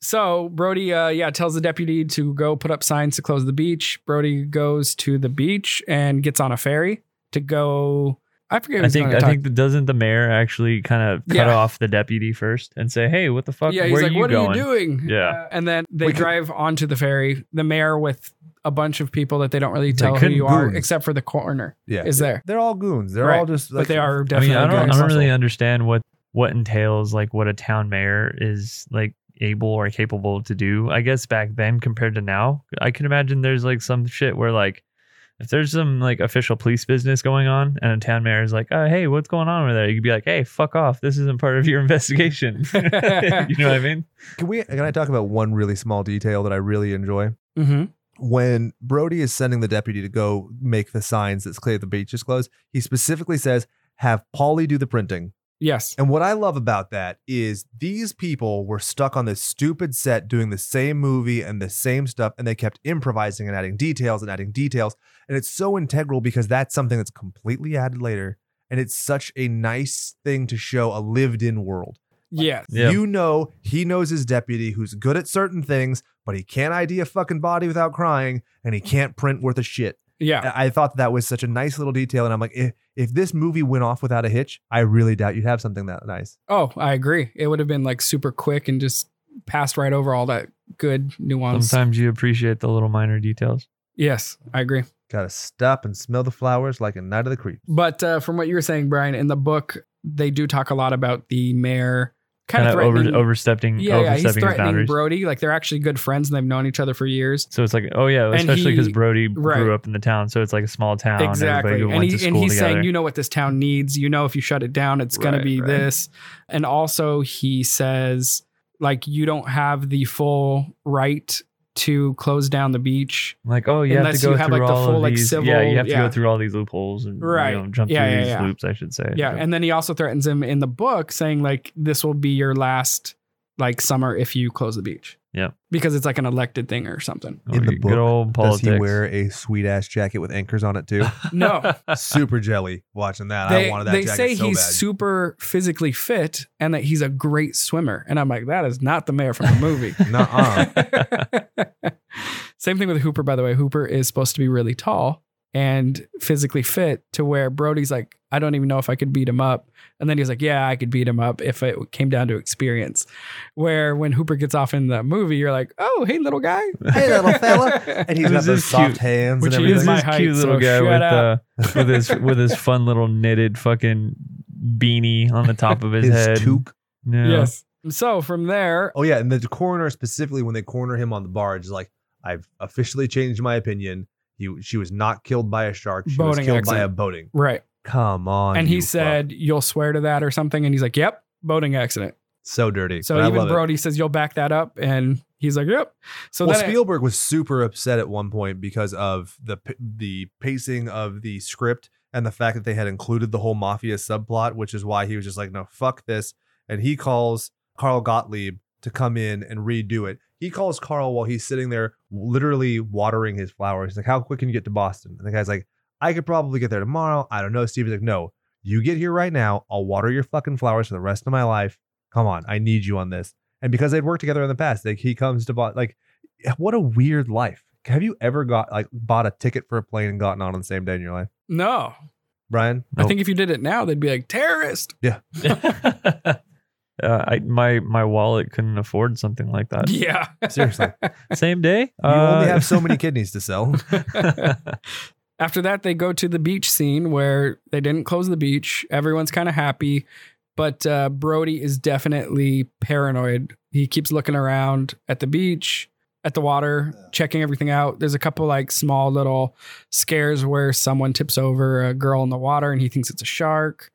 Speaker 3: So Brody, uh, yeah, tells the deputy to go put up signs to close the beach. Brody goes to the beach and gets on a ferry to go. I forget.
Speaker 2: I
Speaker 3: who's
Speaker 2: think
Speaker 3: gonna
Speaker 2: I
Speaker 3: talk-
Speaker 2: think that doesn't the mayor actually kind of cut
Speaker 3: Yeah.
Speaker 2: off the deputy first and say, "Hey, what the fuck?
Speaker 3: yeah,
Speaker 2: where
Speaker 3: he's
Speaker 2: are
Speaker 3: like,
Speaker 2: you
Speaker 3: "What
Speaker 2: going?"
Speaker 3: are you doing?"
Speaker 2: Yeah.
Speaker 3: Uh, and then they
Speaker 1: We could-
Speaker 3: drive onto the ferry. The mayor with a bunch of people that they don't really tell who
Speaker 2: couldn't
Speaker 3: you are,
Speaker 1: goons.
Speaker 3: except for the coroner
Speaker 1: Yeah.
Speaker 3: is there.
Speaker 1: They're all goons. They're
Speaker 3: Right.
Speaker 1: all just like
Speaker 3: but they are
Speaker 2: I mean,
Speaker 3: definitely.
Speaker 2: I don't, I
Speaker 3: goons.
Speaker 2: don't really uh,
Speaker 1: Muscle.
Speaker 2: understand what what entails like what a town mayor is like able or capable to do. I guess back then compared to now, I can imagine there's like some shit where like if there's some like official police business going on and a town mayor is like, "Oh, hey, what's going on over there?" You'd be like, "Hey, fuck off! This isn't part of your investigation." you know what I mean?
Speaker 1: Can we can I talk about one really small detail that I really enjoy?
Speaker 3: Mhm.
Speaker 1: When Brody is sending the deputy to go make the signs that's clear the beach is closed, he specifically says, have Polly do the printing.
Speaker 3: Yes.
Speaker 1: And what I love about that is these people were stuck on this stupid set doing the same movie and the same stuff, and they kept improvising and adding details and adding details. And it's so integral because that's something that's completely added later. And it's such a nice thing to show a lived in world.
Speaker 3: Yes.
Speaker 2: Yeah.
Speaker 1: You know, he knows his deputy who's good at certain things, but he can't ID a fucking body without crying, and he can't print worth a shit.
Speaker 3: Yeah.
Speaker 1: I I thought that was such a nice little detail. And I'm like, if, if this movie went off without a hitch, I really doubt you'd have something that nice.
Speaker 3: Oh, I agree. It would have been like super quick and just passed right over all that good nuance.
Speaker 2: Sometimes you appreciate the little minor details.
Speaker 3: Yes, I agree.
Speaker 1: Gotta stop and smell the flowers like a night of the creep.
Speaker 3: But uh, from what you were saying, Brian, in the book, they do talk a lot about the mayor kind of
Speaker 2: over,
Speaker 3: threatening.
Speaker 2: overstepping,
Speaker 3: yeah, yeah, he's
Speaker 2: overstepping his
Speaker 3: threatening
Speaker 2: boundaries.
Speaker 3: Brody. Like they're actually good friends and they've known each other for years.
Speaker 2: So it's like, oh yeah,
Speaker 3: And
Speaker 2: especially because
Speaker 3: he-
Speaker 2: Brody
Speaker 3: right.
Speaker 2: grew up in the town, so it's like a small town.
Speaker 3: exactly,
Speaker 2: Everybody who
Speaker 3: and
Speaker 2: went to
Speaker 3: he and
Speaker 2: school
Speaker 3: he's
Speaker 2: together.
Speaker 3: saying, you know what this town needs. You know, if you shut it down, it's going
Speaker 2: Right,
Speaker 3: to be
Speaker 2: right.
Speaker 3: this. And also, he says, like, you don't have the full right to close down the beach.
Speaker 2: like, oh, you have
Speaker 3: unless
Speaker 2: to go
Speaker 3: you have,
Speaker 2: through
Speaker 3: like, the
Speaker 2: all
Speaker 3: full,
Speaker 2: of
Speaker 3: like,
Speaker 2: these.
Speaker 3: civil-
Speaker 2: yeah, you have to
Speaker 3: yeah.
Speaker 2: go through all these loopholes and you
Speaker 3: Right.
Speaker 2: know, jump
Speaker 3: Yeah,
Speaker 2: through
Speaker 3: yeah,
Speaker 2: these
Speaker 3: yeah.
Speaker 2: loops. I should say.
Speaker 3: Yeah, and then he also threatens him in the book, saying like, this will be your last like summer if you close the beach.
Speaker 2: Yeah.
Speaker 3: Because it's like an elected thing or something.
Speaker 1: In the
Speaker 2: Oh, Good
Speaker 1: book,
Speaker 2: old
Speaker 1: Does
Speaker 2: politics.
Speaker 1: he wear a sweet ass jacket with anchors on it too?
Speaker 3: No.
Speaker 1: Super jelly watching that. I wanted that
Speaker 3: they
Speaker 1: jacket
Speaker 3: say
Speaker 1: so
Speaker 3: he's
Speaker 1: bad.
Speaker 3: super physically fit and that he's a great swimmer. And I'm like, that is not the mayor from the movie.
Speaker 1: Nuh-uh.
Speaker 3: Same thing with Hooper, by the way. Hooper is supposed to be really tall and physically fit to where Brody's like, I don't even know if I could beat him up. And then he's like, Yeah, I could beat him up if it came down to experience. Where when Hooper gets off in the movie, you're like, Oh, hey, little guy.
Speaker 1: hey little fella, and he's
Speaker 2: Who's
Speaker 1: got those
Speaker 2: this
Speaker 1: soft
Speaker 2: cute-
Speaker 1: hands
Speaker 3: Which
Speaker 1: and
Speaker 3: he
Speaker 1: everything.
Speaker 3: is
Speaker 2: He's
Speaker 3: my
Speaker 2: this
Speaker 3: height,
Speaker 2: cute little
Speaker 3: so
Speaker 2: guy
Speaker 3: shut
Speaker 2: with uh,
Speaker 3: up.
Speaker 2: with his with his fun little knitted fucking beanie on the top of his,
Speaker 1: his
Speaker 2: head.
Speaker 1: toque.
Speaker 2: Yeah.
Speaker 3: Yes. So from there,
Speaker 1: Oh yeah, and the coroner specifically when they corner him on the barge is like, I've officially changed my opinion. He, she was not killed by a shark. She was
Speaker 3: Boating
Speaker 1: killed by
Speaker 3: accident.
Speaker 1: a boating.
Speaker 3: right.
Speaker 1: Come on.
Speaker 3: and he
Speaker 1: you fuck.
Speaker 3: said, You'll swear to that or something. And he's like, Yep, boating accident.
Speaker 1: so dirty.
Speaker 3: So
Speaker 1: but I
Speaker 3: even
Speaker 1: love it.
Speaker 3: Brody says, You'll back that up. And he's like, Yep. So
Speaker 1: well,
Speaker 3: then it-
Speaker 1: Spielberg was super upset at one point because of the p- the pacing of the script and the fact that they had included the whole mafia subplot, which is why he was just like, "No, fuck this." And he calls Carl Gottlieb to come in and redo it. He calls Carl while he's sitting there, literally watering his flowers. He's like, "How quick can you get to Boston?" And the guy's like, "I could probably get there tomorrow. I don't know." Steve's like, "No, you get here right now. I'll water your fucking flowers for the rest of my life. Come on, I need you on this." And because they'd worked together in the past, like he comes to Boston, like what a weird life. Have you ever got like bought a ticket for a plane and gotten on on the same day in your life,
Speaker 3: no,
Speaker 1: Brian?
Speaker 3: I
Speaker 2: Nope.
Speaker 3: think if you did it now, they'd be like, Terrorist.
Speaker 2: uh, I, my my wallet couldn't afford something like that.
Speaker 3: Yeah.
Speaker 1: Seriously,
Speaker 2: Same day.
Speaker 1: you only
Speaker 2: Uh,
Speaker 1: have so many kidneys to sell.
Speaker 3: After that, they go to the beach scene where they didn't close the beach. Everyone's kind of happy, but uh, Brody is definitely paranoid. He keeps looking around at the beach, at the water, checking everything out. There's a couple like small little scares where someone tips over a girl in the water and he thinks it's a shark.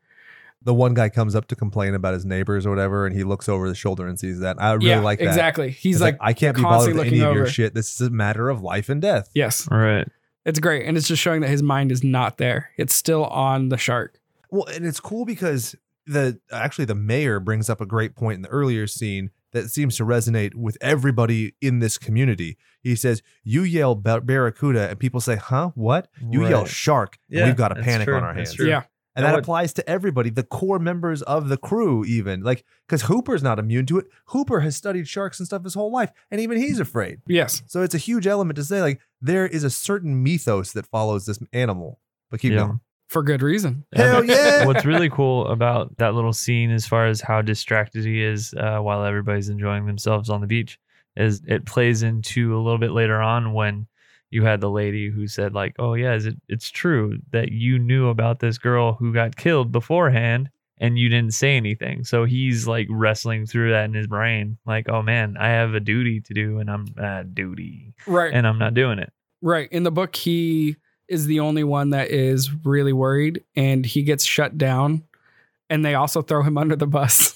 Speaker 1: The one guy comes up to complain about his neighbors or whatever, and he looks over the shoulder and sees that. I really
Speaker 3: yeah,
Speaker 1: like "Ah." that.
Speaker 3: exactly. He's
Speaker 1: It's
Speaker 3: like,
Speaker 1: I can't be bothered with
Speaker 3: constantly
Speaker 1: any
Speaker 3: looking
Speaker 1: of your
Speaker 3: over."
Speaker 1: shit. This is a matter of life and death.
Speaker 3: yes,
Speaker 2: right.
Speaker 3: it's great, and it's just showing that his mind is not there. It's still on the shark.
Speaker 1: Well, and it's cool because the actually the mayor brings up a great point in the earlier scene that seems to resonate with everybody in this community. He says, "You yell bar- barracuda, and people say, "Huh? What?" You yell
Speaker 2: Right.
Speaker 1: shark, and
Speaker 2: Yeah,
Speaker 1: we've got a
Speaker 2: that's
Speaker 1: panic
Speaker 2: true,
Speaker 1: on our
Speaker 2: that's
Speaker 1: hands.
Speaker 2: True.
Speaker 3: Yeah,
Speaker 1: And
Speaker 2: That
Speaker 1: that
Speaker 2: would-
Speaker 1: applies to everybody, the core members of the crew, even. Like, because Hooper's not immune to it. Hooper has studied sharks and stuff his whole life, and even he's afraid.
Speaker 3: yes,
Speaker 1: So it's a huge element to say, like, there is a certain mythos that follows this animal. But keep
Speaker 2: Yeah.
Speaker 1: going.
Speaker 3: for good reason.
Speaker 1: Hell yeah.
Speaker 2: What's really cool about that little scene, as far as how distracted he is uh, while everybody's enjoying themselves on the beach, is it plays into a little bit later on when you had the lady who said like, "Oh yeah, is it, it's true that you knew about this girl who got killed beforehand." And you didn't say anything, so he's like wrestling through that in his brain, like, "Oh man, I have a duty to do, and I'm uh, duty,
Speaker 3: Right.
Speaker 2: and I'm not doing it."
Speaker 3: Right. In the book, he is the only one that is really worried and he gets shut down. And they also throw him under the bus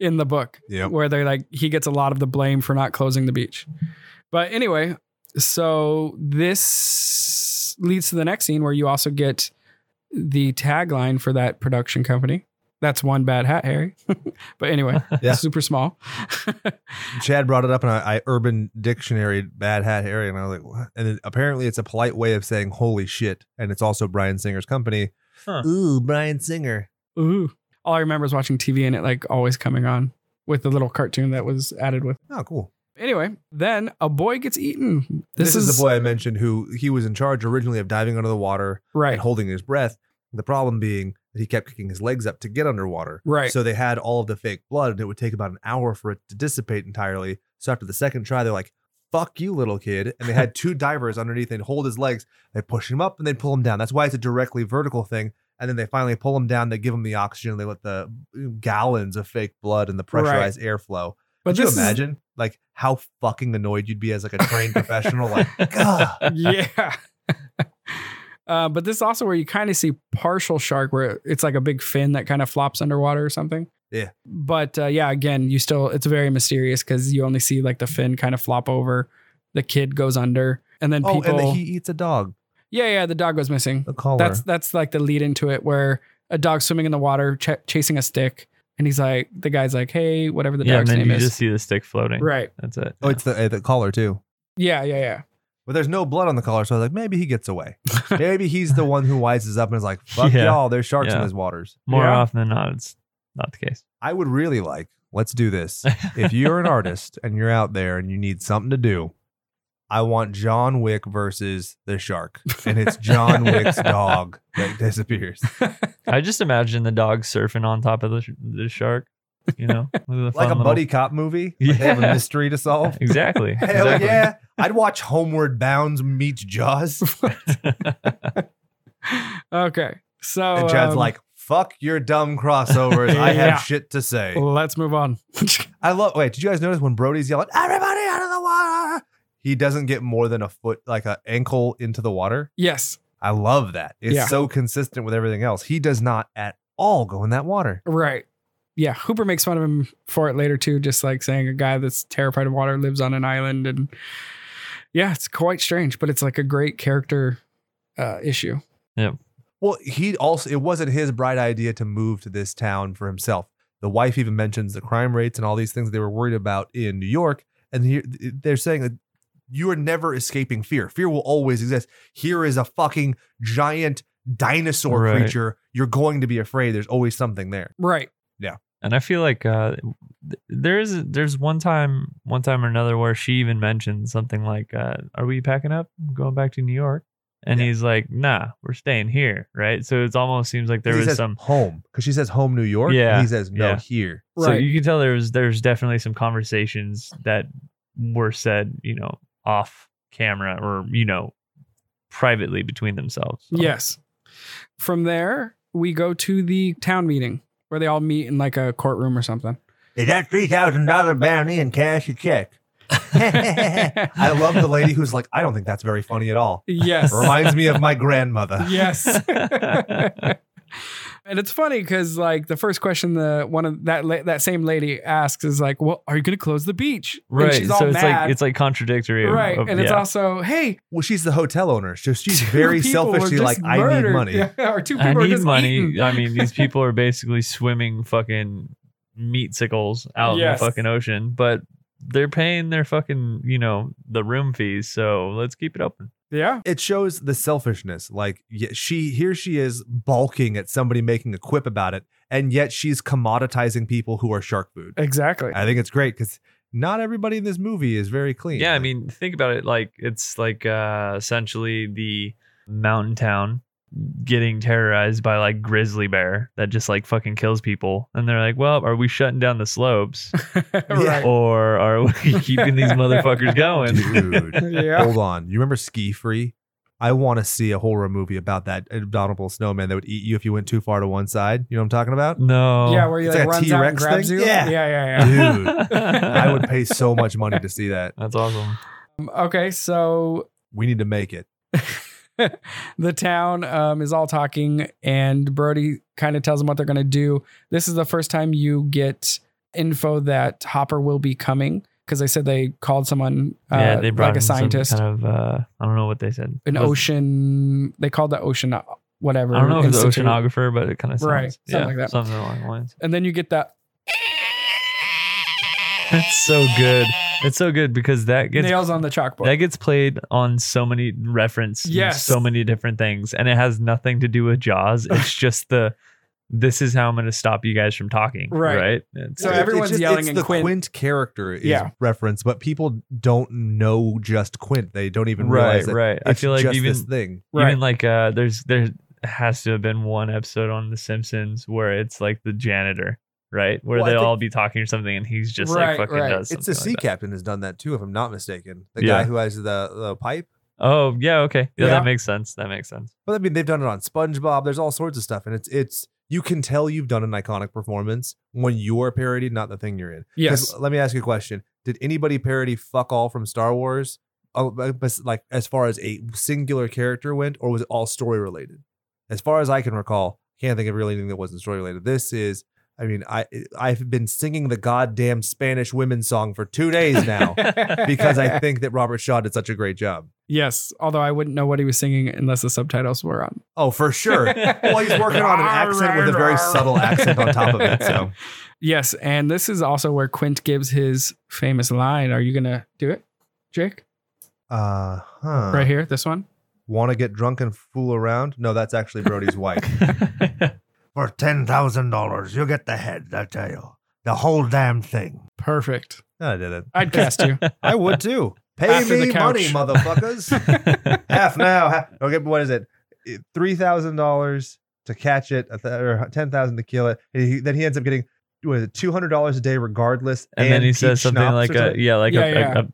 Speaker 3: in the book,
Speaker 1: Yep.
Speaker 3: where they're like, he gets a lot of the blame for not closing the beach. But anyway, so this leads to the next scene where you also get the tagline for that production company. That's one bad hat, Harry. but anyway,
Speaker 1: Yeah.
Speaker 3: super small.
Speaker 1: Chad brought it up, and I, I urban dictionary bad hat Harry, and I was like, what? And then apparently, it's a polite way of saying holy shit, and it's also Brian Singer's company.
Speaker 2: Huh.
Speaker 1: Ooh, Brian Singer.
Speaker 3: Ooh. All I remember is watching TV and it like always coming on with the little cartoon that was added with.
Speaker 1: Oh, cool.
Speaker 3: Anyway, then a boy gets eaten.
Speaker 1: This, is, the boy I mentioned who he was in charge originally of diving under the water
Speaker 3: Right.
Speaker 1: and holding his breath. The problem being that he kept kicking his legs up to get underwater.
Speaker 3: Right.
Speaker 1: So they had all of the fake blood, and it would take about an hour for it to dissipate entirely. So after the second try, they're like, fuck you, little kid. And they had two divers underneath and hold his legs. They push him up and they pull him down. That's why it's a directly vertical thing. And then they finally pull him down. They give him the oxygen. They let the mm, gallons of fake blood and the
Speaker 3: Right.
Speaker 1: pressurized airflow.
Speaker 3: but
Speaker 1: Could you
Speaker 3: this is-
Speaker 1: imagine like how fucking annoyed you'd be as like a trained professional? Like, Oh God.
Speaker 3: yeah. uh, but this is also where you kind of see partial shark, where it's like a big fin that kind of flops underwater or something.
Speaker 1: Yeah.
Speaker 3: But uh, yeah, again, you still, it's very mysterious because you only see like the fin kind of flop over. The kid goes under. And then
Speaker 1: Oh,
Speaker 3: people.
Speaker 1: and that he eats a dog.
Speaker 3: yeah, yeah, the dog goes missing.
Speaker 1: The collar.
Speaker 3: That's that's like the lead into it, where a dog swimming in the water ch- chasing a stick, And he's like, the guy's like, hey, whatever the
Speaker 2: yeah, and
Speaker 3: dog's
Speaker 2: then
Speaker 3: name
Speaker 2: you
Speaker 3: is.
Speaker 2: just see the stick floating.
Speaker 3: right.
Speaker 2: That's it.
Speaker 1: Oh, it's the, uh, the collar too.
Speaker 3: Yeah, yeah, yeah.
Speaker 1: But there's no blood on the collar, so I was like, maybe he gets away. maybe he's the one who wises up and is like, fuck
Speaker 2: Yeah.
Speaker 1: y'all, there's sharks in
Speaker 2: Yeah.
Speaker 1: these waters.
Speaker 2: More
Speaker 3: Yeah.
Speaker 2: often than not, it's not the case.
Speaker 1: I would really like, let's do this. if you're an artist and you're out there and you need something to do, I want John Wick versus the shark. And it's John Wick's dog that disappears.
Speaker 2: I just imagine the dog surfing on top of the, sh- the shark, you know,
Speaker 1: Like
Speaker 2: with fun
Speaker 1: a
Speaker 2: little-
Speaker 1: buddy cop movie. Like they have a
Speaker 2: Yeah.
Speaker 1: mystery to solve.
Speaker 2: Exactly.
Speaker 1: Hell
Speaker 2: exactly.
Speaker 1: yeah. I'd watch Homeward Bounds meets Jaws.
Speaker 3: okay. So
Speaker 1: And Chad's
Speaker 3: um,
Speaker 1: like, fuck your dumb crossovers. I have
Speaker 3: Yeah. Oh.
Speaker 1: shit to say.
Speaker 3: let's move on.
Speaker 1: I love. Wait, did you guys notice when Brody's yelling, "Everybody out of the water"? He doesn't get more than a foot, like an ankle into the water.
Speaker 3: yes.
Speaker 1: I love that. It's
Speaker 3: Yeah.
Speaker 1: so consistent with everything else. He does not at all go in that water.
Speaker 3: Right. Yeah. Hooper makes fun of him for it later too, just like saying a guy that's terrified of water lives on an island and yeah, it's quite strange, but it's like a great character uh issue.
Speaker 1: Well, he also it wasn't his bright idea to move to this town for himself. The wife even mentions the crime rates and all these things they were worried about in New York, and here they're saying that you are never escaping fear. Fear will always exist. Here is a fucking giant dinosaur
Speaker 2: Right.
Speaker 1: creature. You're going to be afraid. There's always something there.
Speaker 3: Right.
Speaker 2: And I feel like uh, th- there is there's one time one time or another where she even mentioned something like, uh, "Are we packing up, going back to New York?" And
Speaker 1: Yeah.
Speaker 2: he's like, "Nah, we're staying here." Right. So it almost seems like there
Speaker 1: he
Speaker 2: was
Speaker 1: says
Speaker 2: some.
Speaker 1: home because she says home New York. and
Speaker 2: Yeah,
Speaker 1: he says no
Speaker 2: yeah.
Speaker 1: here.
Speaker 2: So
Speaker 3: Right.
Speaker 2: you can tell there was there's definitely some conversations that were said, you know, off camera or you know, privately between themselves.
Speaker 1: Uh-huh.
Speaker 2: So-
Speaker 3: Yes. From there, we go to the town meeting where they all meet in like a courtroom or something.
Speaker 1: Is that three thousand dollar bounty and cash a check? I love the lady who's like, I don't think that's very funny at all.
Speaker 3: Yes.
Speaker 1: Reminds me of my grandmother.
Speaker 3: yes. and it's funny because like the first question the one of that la- that same lady asks is like, "Well, are you going to close the beach?"
Speaker 2: Right.
Speaker 3: And she's
Speaker 2: so
Speaker 3: all
Speaker 2: it's
Speaker 3: mad.
Speaker 2: like it's like contradictory. of-
Speaker 3: right,
Speaker 2: of-
Speaker 3: and it's
Speaker 2: yeah.
Speaker 3: also, "Hey,
Speaker 1: Well, she's the hotel owner, so Oh, she's
Speaker 3: two
Speaker 1: very
Speaker 3: people were
Speaker 1: selfish. She's
Speaker 3: just
Speaker 1: like, I need
Speaker 3: murdered."
Speaker 1: money.
Speaker 3: Yeah, or two people
Speaker 2: I
Speaker 3: are
Speaker 2: need
Speaker 3: just
Speaker 2: money.
Speaker 3: eaten.
Speaker 2: I mean, these people are basically swimming fucking meat sickles out
Speaker 3: Yes.
Speaker 2: in the fucking ocean, but they're paying their fucking, you know, the room fees. So let's keep it open.
Speaker 3: Yeah,
Speaker 1: It shows the selfishness. Like y- she, here she is balking at somebody making a quip about it, and yet she's commoditizing people who are shark food.
Speaker 3: exactly.
Speaker 1: I think it's great because not everybody in this movie is very clean.
Speaker 2: Yeah, I mean, think about it. Like it's like uh, essentially the mountain town getting terrorized by like grizzly bear that just like fucking kills people, and they're like, "Well, are we shutting down the slopes,
Speaker 1: Yeah.
Speaker 3: right.
Speaker 2: or are we keeping these motherfuckers going?"
Speaker 1: dude.
Speaker 3: Yeah.
Speaker 1: Hold on. You remember Ski Free? I want to see a horror movie about that abominable snowman that would eat you if you went too far to one side. You know what I'm talking about?
Speaker 2: No.
Speaker 3: Yeah, where you
Speaker 1: It's
Speaker 3: like,
Speaker 1: like a
Speaker 3: runs out and
Speaker 1: T-Rex
Speaker 3: grabs
Speaker 1: thing?
Speaker 3: you.
Speaker 1: Yeah.
Speaker 3: yeah, yeah. yeah.
Speaker 1: Dude, I would pay so much money to see that.
Speaker 2: That's awesome.
Speaker 3: Um, Okay, so
Speaker 1: We need to make it.
Speaker 3: the town um, is all talking, and Brody kind of tells them what they're going to do. This is the first time you get info that Hopper will be coming because they said they called someone, uh,
Speaker 2: yeah, they brought
Speaker 3: like a
Speaker 2: in some
Speaker 3: scientist,
Speaker 2: Kind of, uh, I don't know what they said.
Speaker 3: an
Speaker 2: It was-
Speaker 3: ocean. They called the ocean uh, whatever.
Speaker 2: I don't know if it's
Speaker 3: institute.
Speaker 2: oceanographer, but it kind of sounds
Speaker 3: Right, something
Speaker 2: yeah,
Speaker 3: like that.
Speaker 2: something along the lines.
Speaker 3: And then you get that.
Speaker 2: It's so good. It's so good because that gets
Speaker 3: nails on the chalkboard.
Speaker 2: that gets played on so many reference,
Speaker 3: Yes.
Speaker 2: so many different things, and it has nothing to do with Jaws. It's just the this is how I'm going to stop you guys from talking,
Speaker 3: Right.
Speaker 2: Right? It's-
Speaker 3: So everyone's yelling
Speaker 1: it's
Speaker 3: and
Speaker 1: the
Speaker 3: Quint-
Speaker 1: character is
Speaker 3: Yeah.
Speaker 1: referenced, but people don't know just Quint. They don't even
Speaker 2: right,
Speaker 1: realize that
Speaker 2: right. I
Speaker 1: it's
Speaker 2: feel like
Speaker 1: just
Speaker 2: even
Speaker 1: this thing.
Speaker 3: Right.
Speaker 2: Even like uh there's there has to have been one episode on The Simpsons where it's like the janitor, right? Where
Speaker 1: Well, I
Speaker 2: they
Speaker 1: think-
Speaker 2: all be talking or something and he's just
Speaker 3: Right,
Speaker 2: like fucking
Speaker 3: right.
Speaker 2: does
Speaker 1: It's
Speaker 2: something
Speaker 1: the sea
Speaker 2: like that.
Speaker 1: captain has done that too, if I'm not mistaken. The
Speaker 2: Yeah.
Speaker 1: guy who has the, the pipe.
Speaker 2: Oh yeah, okay. Yeah,
Speaker 3: Yeah.
Speaker 2: that makes sense. That makes sense.
Speaker 1: But I mean, they've done it on SpongeBob. There's all sorts of stuff, and it's it's you can tell you've done an iconic performance when you are parodied, not the thing you're in. 'Cause
Speaker 3: yes.
Speaker 1: Let me ask you a question: Did anybody parody "fuck all" from Star Wars? Oh, but- but like as far as a singular character went, or was it all story related? As far as I can recall, can't think of really anything that wasn't story related. This is I mean, I I've been singing the goddamn Spanish women song for two days now because I think that Robert Shaw did such a great job.
Speaker 3: Yes, although I wouldn't know what he was singing unless the subtitles were on.
Speaker 1: Oh, for sure. well, he's working on an accent with a very subtle accent on top of it. So
Speaker 3: Yes, and this is also where Quint gives his famous line. Are you gonna do it, Jake?
Speaker 1: uh huh.
Speaker 3: Right here, this one.
Speaker 1: Want to get drunk and fool around? No, that's actually Brody's wife.
Speaker 4: For ten thousand dollars, you get the head, I tell you. The whole damn thing.
Speaker 3: Perfect.
Speaker 1: No, I did it.
Speaker 3: I'd cast you.
Speaker 1: I would too. Pay
Speaker 3: After the
Speaker 1: me
Speaker 3: couch.
Speaker 1: money, motherfuckers. half now. Half, okay, but what is it? Three thousand dollars to catch it, a th- or ten thousand to kill it. And he- then he ends up getting what is it? Two hundred dollars a day, regardless.
Speaker 2: and, then he
Speaker 1: peach
Speaker 2: says something
Speaker 1: schnapps
Speaker 2: like
Speaker 1: or
Speaker 2: a yeah, like
Speaker 3: Yeah,
Speaker 2: a,
Speaker 3: yeah.
Speaker 2: A,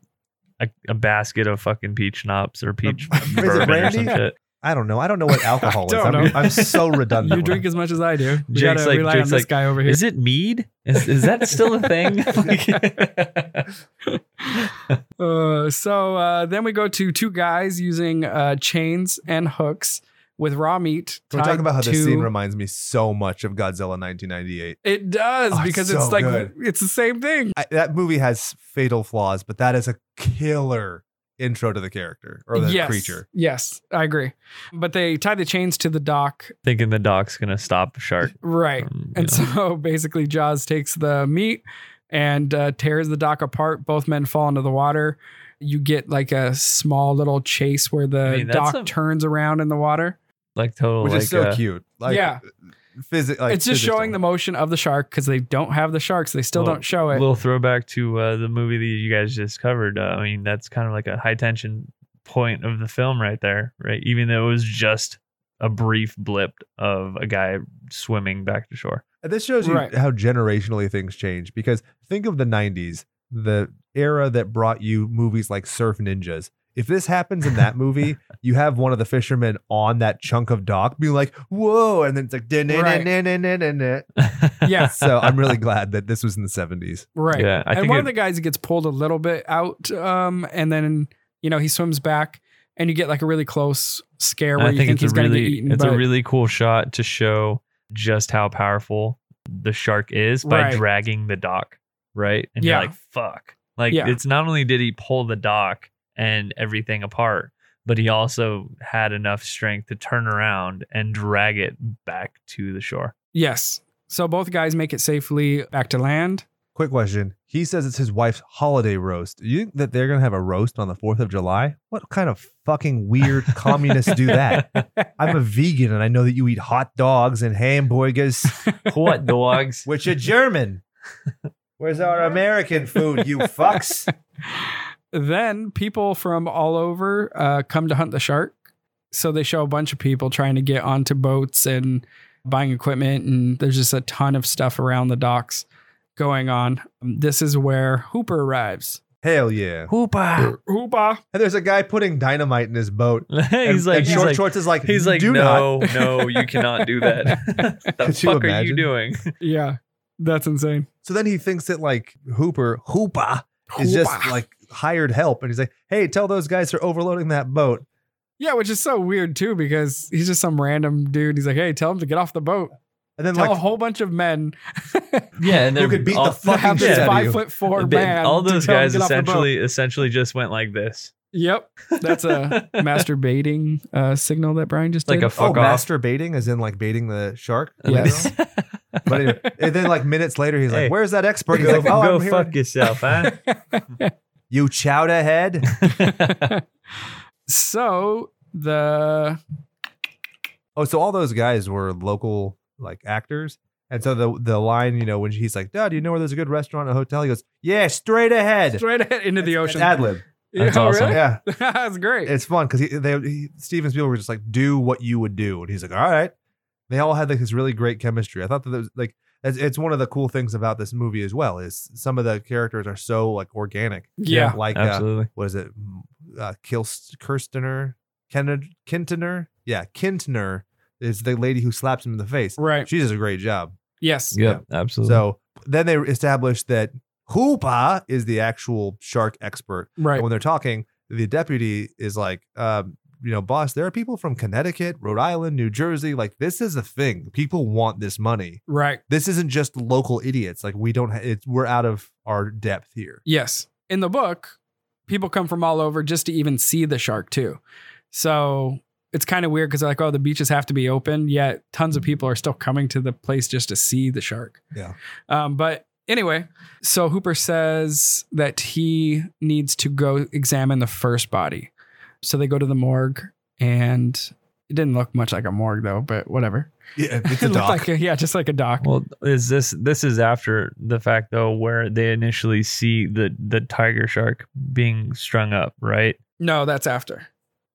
Speaker 2: a a basket of fucking peach schnapps or peach
Speaker 1: Is it
Speaker 2: bourbon or
Speaker 1: brandy?
Speaker 2: some shit.
Speaker 1: I don't know. I don't know what alcohol is.
Speaker 3: I don't
Speaker 1: I'm,
Speaker 3: know.
Speaker 1: I'm so redundant.
Speaker 3: You drink as much as I do. We
Speaker 2: Jake's
Speaker 3: gotta
Speaker 2: like-
Speaker 3: rely
Speaker 2: Jake's
Speaker 3: on this
Speaker 2: like,
Speaker 3: guy over here.
Speaker 2: Is it mead? Is is that still a thing?
Speaker 3: Uh, so uh, then we go to two guys using uh, chains and hooks with raw meat.
Speaker 1: Can we talk
Speaker 3: tied
Speaker 1: about how
Speaker 3: to-
Speaker 1: this scene reminds me so much of Godzilla 1998?
Speaker 3: It does
Speaker 1: Oh, it's
Speaker 3: because
Speaker 1: so
Speaker 3: it's like
Speaker 1: good.
Speaker 3: it's the same thing.
Speaker 1: I, that movie has fatal flaws, but that is a killer intro to the character or the
Speaker 3: yes,
Speaker 1: creature.
Speaker 3: Yes, I agree. But they tie the chains to the dock,
Speaker 2: Thinking the doc's gonna stop a shark.
Speaker 3: right?
Speaker 2: from, you
Speaker 3: And
Speaker 2: know,
Speaker 3: so basically, Jaws takes the meat and uh, tears the dock apart. Both men fall into the water. You get like a small little chase where the
Speaker 2: I mean, that's
Speaker 3: dock
Speaker 2: a-
Speaker 3: turns around in the water.
Speaker 2: like total
Speaker 1: Which
Speaker 2: like
Speaker 1: is so
Speaker 2: uh,
Speaker 1: cute. Like, uh,
Speaker 3: Yeah.
Speaker 1: Physi- like
Speaker 3: it's
Speaker 1: physics
Speaker 3: just showing the motion of the shark because they don't have the sharks. They still
Speaker 2: Well,
Speaker 3: don't show it.
Speaker 2: little throwback to uh, the movie that you guys just covered. Uh, I mean, that's kind of like a high tension point of the film right there, right? Even though it was just a brief blip of a guy swimming back to shore.
Speaker 1: And This shows you
Speaker 3: Right.
Speaker 1: how generationally things change because think of the 90s, the era that brought you movies like Surf Ninjas. If this happens in that movie, you have one of the fishermen on that chunk of dock being like, whoa. And then it's like, "Da-na-na-na-na-na-na-na."
Speaker 3: Yeah.
Speaker 1: so I'm really glad that this was in the 70s.
Speaker 3: Right.
Speaker 2: Yeah, I
Speaker 3: and
Speaker 2: think
Speaker 3: one
Speaker 2: it-
Speaker 3: of the guys gets pulled a little bit out, um, and then you know he swims back, and you get like a really close scare where
Speaker 2: I
Speaker 3: you
Speaker 2: think
Speaker 3: think
Speaker 2: it's
Speaker 3: he's
Speaker 2: a
Speaker 3: going to get
Speaker 2: really
Speaker 3: eaten.
Speaker 2: it's
Speaker 3: but
Speaker 2: a really cool shot to show just how powerful the shark is by
Speaker 3: Right.
Speaker 2: dragging the dock, right? And
Speaker 3: Yeah.
Speaker 2: you're like, fuck. Like
Speaker 3: Yeah.
Speaker 2: it's not only did he pull the dock and everything apart, but he also had enough strength to turn around and drag it back to the shore.
Speaker 3: yes. So both guys make it safely back to land.
Speaker 1: Quick question. He says it's his wife's holiday roast. You think that they're going to have a roast on the 4th of July? What kind of fucking weird communists do that? I'm a vegan and I know that you eat hot dogs and hamburgers.
Speaker 2: what dogs?
Speaker 1: which are German. Where's our American food, you fucks?
Speaker 3: Then people from all over uh, come to hunt the shark. So they show a bunch of people trying to get onto boats and buying equipment, and there's just a ton of stuff around the docks going on. This is where Hooper arrives.
Speaker 1: Hell yeah.
Speaker 2: Hoopa.
Speaker 3: Hooper.
Speaker 1: And there's a guy putting dynamite in his boat.
Speaker 2: he's
Speaker 1: and,
Speaker 2: like
Speaker 1: and
Speaker 2: he's
Speaker 1: Short
Speaker 2: like,
Speaker 1: Shorts is like,
Speaker 2: he's like
Speaker 1: do
Speaker 2: no,
Speaker 1: not.
Speaker 2: no, you cannot do that. the
Speaker 1: Could you
Speaker 2: fuck are
Speaker 1: imagine?
Speaker 2: you doing?
Speaker 3: Yeah, that's insane.
Speaker 1: So then he thinks that like Hooper, Hoopa, is just
Speaker 3: Hooper.
Speaker 1: like hired help. And he's like, hey, tell those guys they're overloading that boat.
Speaker 3: yeah, which is so weird too because he's just some random dude. He's like, hey, tell him to get off the boat.
Speaker 1: And then
Speaker 3: Tell a
Speaker 1: like,
Speaker 3: whole bunch of men
Speaker 2: Yeah, and
Speaker 1: who could beat the
Speaker 3: that have
Speaker 1: fucking
Speaker 3: this
Speaker 1: shit out of
Speaker 3: five
Speaker 1: you?
Speaker 3: foot four
Speaker 2: They-
Speaker 3: man.
Speaker 2: all
Speaker 3: to
Speaker 2: those
Speaker 3: tell him
Speaker 2: guys
Speaker 3: to get off the boat.
Speaker 2: essentially essentially just went like this.
Speaker 3: Yep, that's a masturbating uh, signal that Brian just
Speaker 2: Like
Speaker 3: did.
Speaker 2: a
Speaker 1: Oh,
Speaker 2: fuck off.
Speaker 1: masturbating, as in like baiting the shark.
Speaker 3: Yes.
Speaker 1: but anyway, and then like minutes later, he's
Speaker 2: Hey.
Speaker 1: like, "Where's that expert?" He's
Speaker 2: go
Speaker 1: like, "Oh,
Speaker 2: go
Speaker 1: I'm here.
Speaker 2: fuck yourself, huh?
Speaker 1: You chowder head.
Speaker 3: so the
Speaker 1: Oh, so all those guys were local like actors. And so the the line, you know, when he's like, Dad, you know where there's a good restaurant and a hotel? He goes, Yeah, straight ahead.
Speaker 3: straight ahead into the
Speaker 1: It's
Speaker 3: ocean.
Speaker 1: ad lib.
Speaker 2: That's
Speaker 3: Yeah,
Speaker 2: awesome.
Speaker 3: really?
Speaker 1: Yeah.
Speaker 3: that's great.
Speaker 1: It's fun because he, they he, Steven Spielberg was just like, do what you would do. And he's like, All right. They all had like this really great chemistry. I thought that, that was like it's, it's one of the cool things about this movie as well, is some of the characters are so like organic.
Speaker 3: yeah.
Speaker 1: Like uh,
Speaker 2: Absolutely.
Speaker 1: what is it? Uh, Kilst, Kirstener, Ken, Kintner? Yeah, Kintner is the lady who slaps him in the face.
Speaker 3: Right. Mm-hmm.
Speaker 1: She does a great job.
Speaker 3: Yes.
Speaker 2: Yep, absolutely.
Speaker 1: So then they established that Hoopa is the actual shark expert.
Speaker 3: Right.
Speaker 1: And when they're talking, the deputy is like, um, you know, boss, there are people from Connecticut, Rhode Island, New Jersey. Like this is a thing. People want this money.
Speaker 3: Right.
Speaker 1: This isn't just local idiots. Like we don't. Ha- it's we're out of our depth here.
Speaker 3: Yes. In the book, people come from all over just to even see the shark too. So it's kind of weird because like, oh, the beaches have to be open, yet tons of people are still coming to the place just to see the shark.
Speaker 1: Yeah.
Speaker 3: Um, but anyway, so Hooper says that he needs to go examine the first body. So they go to the morgue and it didn't look much like a morgue though, but whatever.
Speaker 1: Yeah,
Speaker 3: It looked like a- yeah, just like a dock.
Speaker 2: Well, is this this is after the fact though, where they initially see the the tiger shark being strung up, right?
Speaker 3: no, that's after.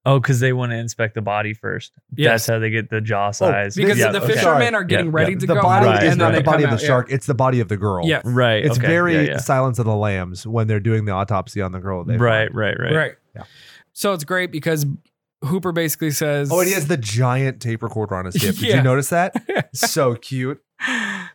Speaker 2: Oh, because they want to inspect the body first.
Speaker 3: Yes. Oh,
Speaker 2: That's how they get the jaw size.
Speaker 3: Because
Speaker 2: Yeah,
Speaker 3: the
Speaker 2: okay.
Speaker 3: fishermen are
Speaker 1: Sorry.
Speaker 3: getting
Speaker 2: Yeah,
Speaker 3: ready
Speaker 2: yeah.
Speaker 3: to
Speaker 1: the
Speaker 3: go
Speaker 1: body
Speaker 3: out,
Speaker 2: Right,
Speaker 1: is
Speaker 3: and then
Speaker 1: not the
Speaker 3: they
Speaker 2: right.
Speaker 1: body
Speaker 3: come
Speaker 1: of the
Speaker 3: out, yeah.
Speaker 1: shark. It's the body of the girl.
Speaker 3: Yes.
Speaker 2: Right.
Speaker 1: It's
Speaker 2: okay,
Speaker 1: very
Speaker 2: yeah, yeah.
Speaker 1: Silence of the Lambs when they're doing the autopsy on the girl. They
Speaker 2: Right, right, right.
Speaker 3: Right.
Speaker 1: Yeah.
Speaker 3: So it's great because Hooper basically says,
Speaker 1: Oh, and he has the giant tape recorder on his hip. Did
Speaker 3: Yeah.
Speaker 1: you notice that? so cute.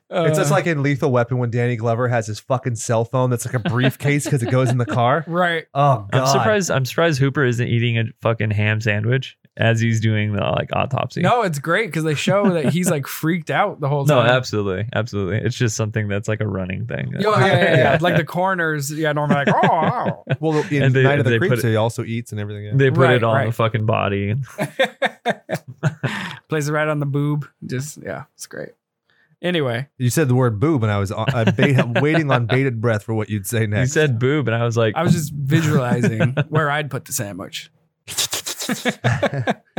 Speaker 1: It's just
Speaker 3: Uh,
Speaker 1: like in Lethal Weapon when Danny Glover has his fucking cell phone that's like a briefcase because it goes in the car.
Speaker 3: right,
Speaker 1: Oh god.
Speaker 2: I'm surprised. I'm surprised Hooper isn't eating a fucking ham sandwich as he's doing the like autopsy.
Speaker 3: no, it's great because they show that he's like freaked out the whole
Speaker 2: no,
Speaker 3: time.
Speaker 2: absolutely, absolutely. It's just something that's like a running thing.
Speaker 3: Yo, yeah, yeah, yeah, yeah. like the coroners, yeah, normally like, oh, wow.
Speaker 1: Well, in
Speaker 2: And they-
Speaker 1: Night of the
Speaker 2: they put
Speaker 1: Creeps,
Speaker 2: it-
Speaker 1: he also eats and everything. Yeah.
Speaker 2: They put
Speaker 3: Right,
Speaker 2: it on the
Speaker 3: right.
Speaker 2: fucking body.
Speaker 3: plays it right on the boob. Just yeah, it's great. Anyway,
Speaker 1: You said the word boob, and I was on, I bait, waiting on bated breath for what you'd say
Speaker 2: You
Speaker 1: next.
Speaker 2: said boob, and I was like,
Speaker 3: I was just visualizing where I'd put the sandwich.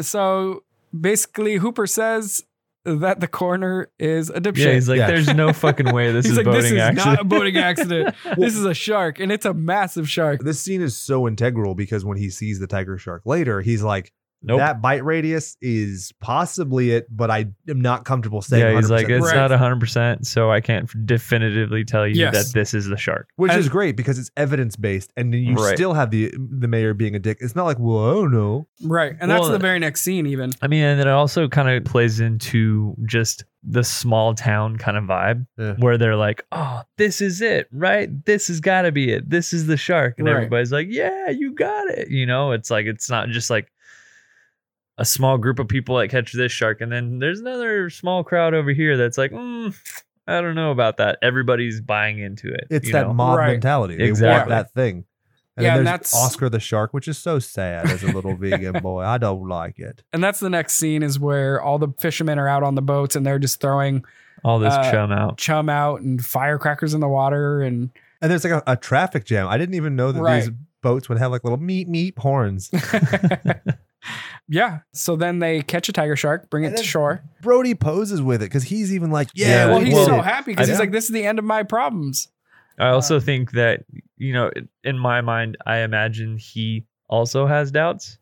Speaker 3: so basically, Hooper says that the coroner is a dipshit.
Speaker 2: yeah. He's like,
Speaker 1: Yeah.
Speaker 2: there's no fucking way this
Speaker 3: He's
Speaker 2: is
Speaker 3: like,
Speaker 2: boating
Speaker 3: this is
Speaker 2: accident.
Speaker 3: not a boating accident. this is a shark, and it's a massive shark.
Speaker 1: this scene is so integral because when he sees the tiger shark later, he's like,
Speaker 2: nope.
Speaker 1: "That bite radius is possibly it, but I am not comfortable saying."
Speaker 2: yeah, he's like,
Speaker 1: 100%
Speaker 2: it's
Speaker 3: Right.
Speaker 2: not 100, percent so I can't definitively tell you
Speaker 3: Yes.
Speaker 2: that this is the shark.
Speaker 1: which
Speaker 3: And-
Speaker 1: is great because it's evidence based, and then you
Speaker 2: Right.
Speaker 1: still have the the mayor being a dick. It's not like, well, I don't know.
Speaker 3: Right, and that's
Speaker 2: Well,
Speaker 3: the very next scene, even.
Speaker 2: I mean, and it also kind of plays into just the small town kind of vibe
Speaker 1: Yeah.
Speaker 2: where they're like, oh, this is it, right? This has got to be it. This is the shark. And
Speaker 3: Right.
Speaker 2: everybody's like, yeah, you got it. You know, it's like, it's not just like a small group of people that catch this shark. And then there's another small crowd over here that's like, mm, I don't know about that. Everybody's buying into it.
Speaker 1: It's
Speaker 2: you
Speaker 1: that
Speaker 2: know?
Speaker 1: mob
Speaker 3: Right.
Speaker 1: mentality. They want
Speaker 2: Exactly.
Speaker 1: that thing. And
Speaker 3: Yeah,
Speaker 1: then
Speaker 3: and
Speaker 1: there's
Speaker 3: that's-
Speaker 1: Oscar the shark, which is so sad as a little vegan boy. I don't like it.
Speaker 3: And that's the next scene is where all the fishermen are out on the boats and they're just throwing
Speaker 2: all this
Speaker 3: uh,
Speaker 2: chum out.
Speaker 3: chum out and firecrackers in the water and
Speaker 1: And there's like a, a traffic jam. I didn't even know that these
Speaker 3: Right.
Speaker 1: boats would have like little meat meat horns.
Speaker 3: yeah. So then they catch a tiger shark, bring it
Speaker 1: And
Speaker 3: to
Speaker 1: then-
Speaker 3: shore.
Speaker 1: Brody poses with it because he's even like, yeah,
Speaker 2: Yeah,
Speaker 3: well,
Speaker 1: we
Speaker 3: he's
Speaker 1: did
Speaker 3: so
Speaker 1: it.
Speaker 3: happy because
Speaker 1: I-
Speaker 3: he's like, "This is the end of my problems."
Speaker 2: I also
Speaker 3: Um,
Speaker 2: think that you know, in my mind, I imagine he also has doubts,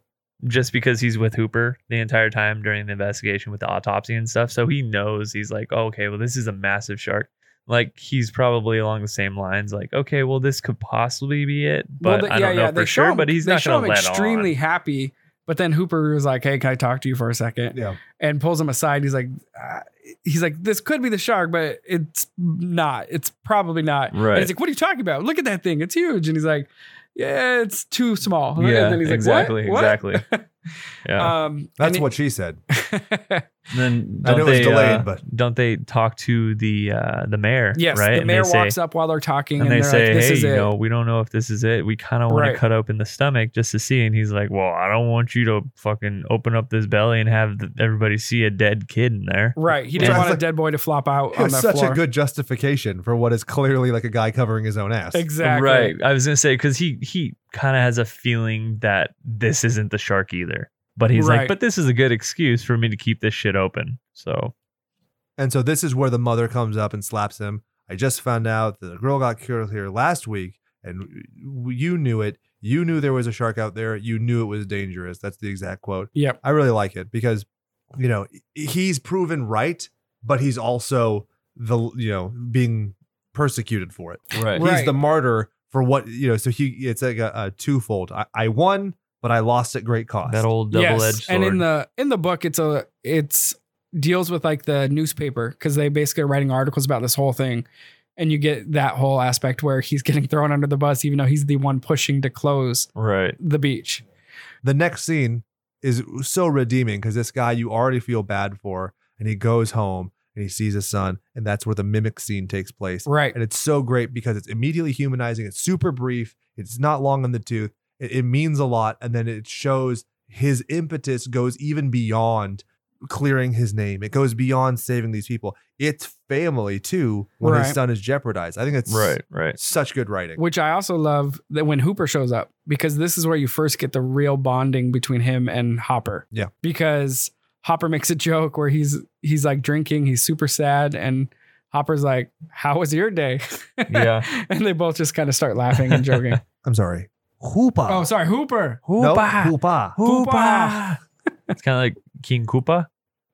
Speaker 2: just because he's with Hooper the entire time during the investigation with the autopsy and stuff. So he knows he's like, oh, okay, well, this is a massive shark. Like he's probably along the same lines, like, okay, well, this could possibly be it, but
Speaker 3: the-
Speaker 2: I don't know for
Speaker 3: show
Speaker 2: sure.
Speaker 3: him-
Speaker 2: but he's
Speaker 3: they
Speaker 2: not
Speaker 3: show
Speaker 2: going
Speaker 3: him
Speaker 2: to let
Speaker 3: extremely
Speaker 2: on.
Speaker 3: happy. But then Hooper was like, "Hey, can I talk to you for a second?
Speaker 1: Yeah.
Speaker 3: And pulls him aside. He's like, uh, "He's like, this could be the shark, but it's not. It's probably not." And
Speaker 2: Right.
Speaker 3: he's like, "What are you talking about? Look at that thing. It's huge." And he's like, "Yeah, it's too small."
Speaker 2: Yeah,
Speaker 3: And then he's like,
Speaker 2: exactly,
Speaker 3: "What? What?"
Speaker 2: exactly. Yeah.
Speaker 3: Um,
Speaker 1: That's
Speaker 3: and
Speaker 1: what she said.
Speaker 3: he-
Speaker 2: And then
Speaker 1: I
Speaker 2: don't
Speaker 1: know
Speaker 2: they,
Speaker 1: it's delayed,
Speaker 2: uh,
Speaker 1: but-
Speaker 2: don't they talk to the uh, the mayor?
Speaker 3: yes,
Speaker 2: right.
Speaker 3: the mayor
Speaker 2: and they say,
Speaker 3: walks up while they're talking, and,
Speaker 2: and they
Speaker 3: are
Speaker 2: say,
Speaker 3: like, "This
Speaker 2: "Hey,
Speaker 3: is
Speaker 2: you
Speaker 3: it."
Speaker 2: know, we don't know if this is it. We kind of want
Speaker 3: Right.
Speaker 2: to cut open the stomach just to see." And he's like, "Well, I don't want you to fucking open up this belly and have the, everybody see a dead kid in there."
Speaker 3: Right. He
Speaker 1: Which
Speaker 3: didn't
Speaker 1: I was
Speaker 3: want a
Speaker 1: like-
Speaker 3: dead boy to flop out on
Speaker 1: It's
Speaker 3: the
Speaker 1: such
Speaker 3: floor.
Speaker 1: a good justification for what is clearly like a guy covering his own ass.
Speaker 3: exactly.
Speaker 2: Right. I was gonna say because he he kind of has a feeling that this isn't the shark either, but he's
Speaker 3: Right.
Speaker 2: like, "But this is a good excuse for me to keep this shit open." So
Speaker 1: And so this is where the mother comes up and slaps him. I just found out that the girl got killed here last week, and you knew it. You knew there was a shark out there. You knew it was dangerous. That's the exact quote.
Speaker 3: Yep.
Speaker 1: I really like it because, you know, he's proven right, but he's also the you know being persecuted for it.
Speaker 2: right.
Speaker 3: Right.
Speaker 1: He's the martyr for what you know. So he it's like a, a twofold. I, I won, but I lost at great cost.
Speaker 2: That old double edged
Speaker 3: Yes.
Speaker 2: sword.
Speaker 3: And in the in the book, it's a it's deals with like the newspaper because they basically are writing articles about this whole thing, and you get that whole aspect where he's getting thrown under the bus, even though he's the one pushing to close
Speaker 2: right.
Speaker 3: the beach.
Speaker 1: The next scene is so redeeming because this guy you already feel bad for, and he goes home and he sees his son, and that's where the mimic scene takes place.
Speaker 3: Right.
Speaker 1: And it's so great because it's immediately humanizing. It's super brief. It's not long in the tooth. It, it means a lot. And then it shows his impetus goes even beyond clearing his name. It goes beyond saving these people. It's family too when his
Speaker 3: Right.
Speaker 1: son is jeopardized. I think it's
Speaker 2: Right, right.
Speaker 1: such good writing.
Speaker 3: Which I also love that when Hooper shows up, because this is where you first get the real bonding between him and Hopper.
Speaker 1: Yeah.
Speaker 3: Because Hopper makes a joke where he's he's like drinking, he's super sad, and Hopper's like, How was your day?
Speaker 2: Yeah.
Speaker 3: and they both just kind of start laughing and joking.
Speaker 1: I'm sorry. Hoopa.
Speaker 3: oh, sorry, Hooper.
Speaker 1: No, Hoopa.
Speaker 3: Hoopa.
Speaker 2: It's kind of like King Koopa,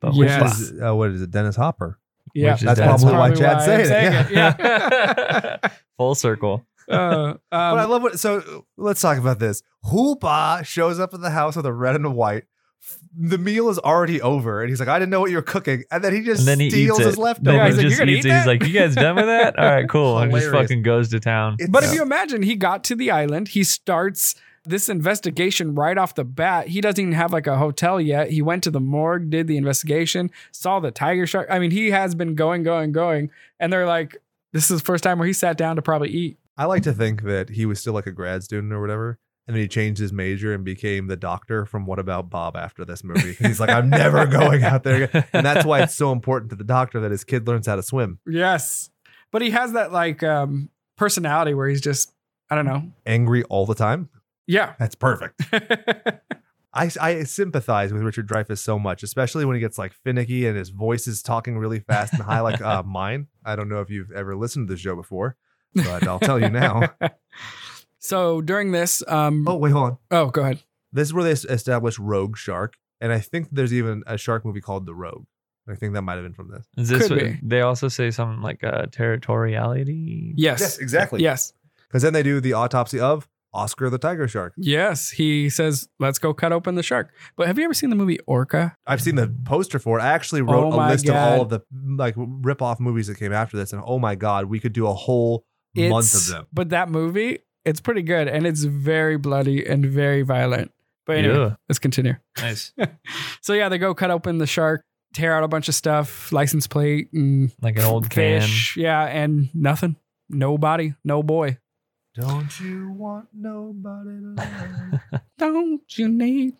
Speaker 2: but
Speaker 1: Which
Speaker 3: Yes.
Speaker 1: is, uh, what is it? Dennis Hopper.
Speaker 3: Yeah.
Speaker 2: Which is
Speaker 1: That's
Speaker 2: Dennis
Speaker 1: probably why
Speaker 3: Hopper.
Speaker 1: Chad's
Speaker 3: Probably
Speaker 1: saying,
Speaker 3: why I'm
Speaker 1: it.
Speaker 3: saying
Speaker 1: Yeah.
Speaker 3: it,
Speaker 2: with- full circle.
Speaker 3: Uh,
Speaker 1: but I
Speaker 3: um,
Speaker 1: love what. So let's talk about this. Hoopa shows up at the house with a red and a white. F- The meal is already over, and he's like, "I didn't know what you were cooking," and then he just
Speaker 2: And then he
Speaker 1: steals
Speaker 2: eats it.
Speaker 1: his
Speaker 2: Then
Speaker 1: leftovers.
Speaker 3: Yeah,
Speaker 2: he
Speaker 3: he's like, "You
Speaker 2: just
Speaker 3: gonna
Speaker 2: eats
Speaker 3: eat
Speaker 2: it. He's
Speaker 3: that?"
Speaker 2: like, "You guys done with that? All right, cool." And just
Speaker 1: Hilarious.
Speaker 2: fucking goes to town.
Speaker 1: It's-
Speaker 3: But
Speaker 1: Yeah.
Speaker 3: if you imagine he got to the island, he starts this investigation right off the bat. He doesn't even have like a hotel yet. He went to the morgue, did the investigation, saw the tiger shark. I mean, he has been going, going, going. And they're like, this is the first time where he sat down to probably eat.
Speaker 1: I like to think that he was still like a grad student or whatever, and then he changed his major and became the doctor from What About Bob after this movie. 'Cause He's like, "I'm never going out there," again. and that's why it's so important to the doctor that his kid learns how to swim.
Speaker 3: Yes. But he has that like um, personality where he's just, I don't know.
Speaker 1: Angry all the time.
Speaker 3: Yeah.
Speaker 1: That's perfect. I, I sympathize with Richard Dreyfuss so much, especially when he gets like finicky and his voice is talking really fast and high, like uh, mine. I don't know if you've ever listened to the show before, but I'll tell you now.
Speaker 3: so during this, um,
Speaker 1: Oh, wait, hold on.
Speaker 3: oh, go ahead.
Speaker 1: This is where they s- establish Rogue Shark, and I think there's even a shark movie called The Rogue. I think that might have been from this.
Speaker 2: Is this
Speaker 3: Could
Speaker 2: what-
Speaker 3: be.
Speaker 2: they also say something like uh, territoriality?
Speaker 3: Yes.
Speaker 1: exactly.
Speaker 3: Yes.
Speaker 1: because then they do the autopsy of Oscar the Tiger Shark.
Speaker 3: Yes, he says, "Let's go cut open the shark." But have you ever seen the movie Orca?
Speaker 1: I've seen the poster for it. I actually wrote
Speaker 3: Oh
Speaker 1: a
Speaker 3: my
Speaker 1: list of all of
Speaker 3: God.
Speaker 1: the like rip-off movies that came after this, and oh my god, we could do a whole month of them.
Speaker 3: But that movie, it's pretty good, and it's very bloody and very violent. But anyway,
Speaker 2: Yeah.
Speaker 3: let's continue.
Speaker 2: Nice.
Speaker 3: So yeah, they go cut open the shark, tear out a bunch of stuff, license plate and
Speaker 2: Like an old can.
Speaker 3: fish. Yeah, and nothing. No body, no boy.
Speaker 1: Don't you want nobody to love?
Speaker 3: Don't you need?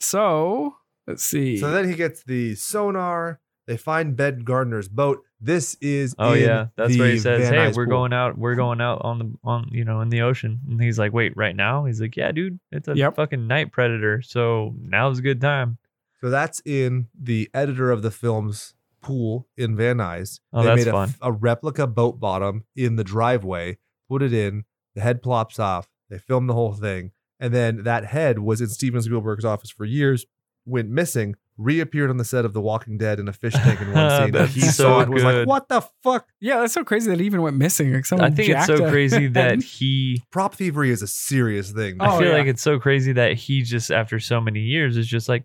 Speaker 3: So let's see.
Speaker 1: so then he gets the sonar. They find Bed Gardner's boat. This is
Speaker 2: Oh
Speaker 1: in
Speaker 2: yeah, that's where he
Speaker 1: the
Speaker 2: says,
Speaker 1: Van
Speaker 2: "Hey,
Speaker 1: Nuys
Speaker 2: we're
Speaker 1: pool.
Speaker 2: going out. We're going out on the on you know in the ocean." And he's like, "Wait, right now?" He's like, "Yeah, dude, it's a
Speaker 3: Yep.
Speaker 2: fucking night predator. So now's a good time."
Speaker 1: So that's in the editor of the film's pool in Van Nuys.
Speaker 2: Oh,
Speaker 1: they
Speaker 2: that's
Speaker 1: made a,
Speaker 2: fun.
Speaker 1: a replica boat bottom in the driveway. Put it in. The head plops off. They filmed the whole thing, and then that head was in Steven Spielberg's office for years. Went missing. Reappeared on the set of The Walking Dead in a fish tank in one scene.
Speaker 2: That's
Speaker 1: he
Speaker 2: so
Speaker 1: saw it and was like,
Speaker 2: good.
Speaker 1: "What the fuck?"
Speaker 3: yeah, that's so crazy that it even went missing. Like someone
Speaker 2: I think it's
Speaker 3: jacked
Speaker 2: so
Speaker 3: a-
Speaker 2: crazy that he.
Speaker 1: prop thievery is a serious thing.
Speaker 3: Oh,
Speaker 2: I feel
Speaker 3: yeah.
Speaker 2: like it's so crazy that he just after so many years is just like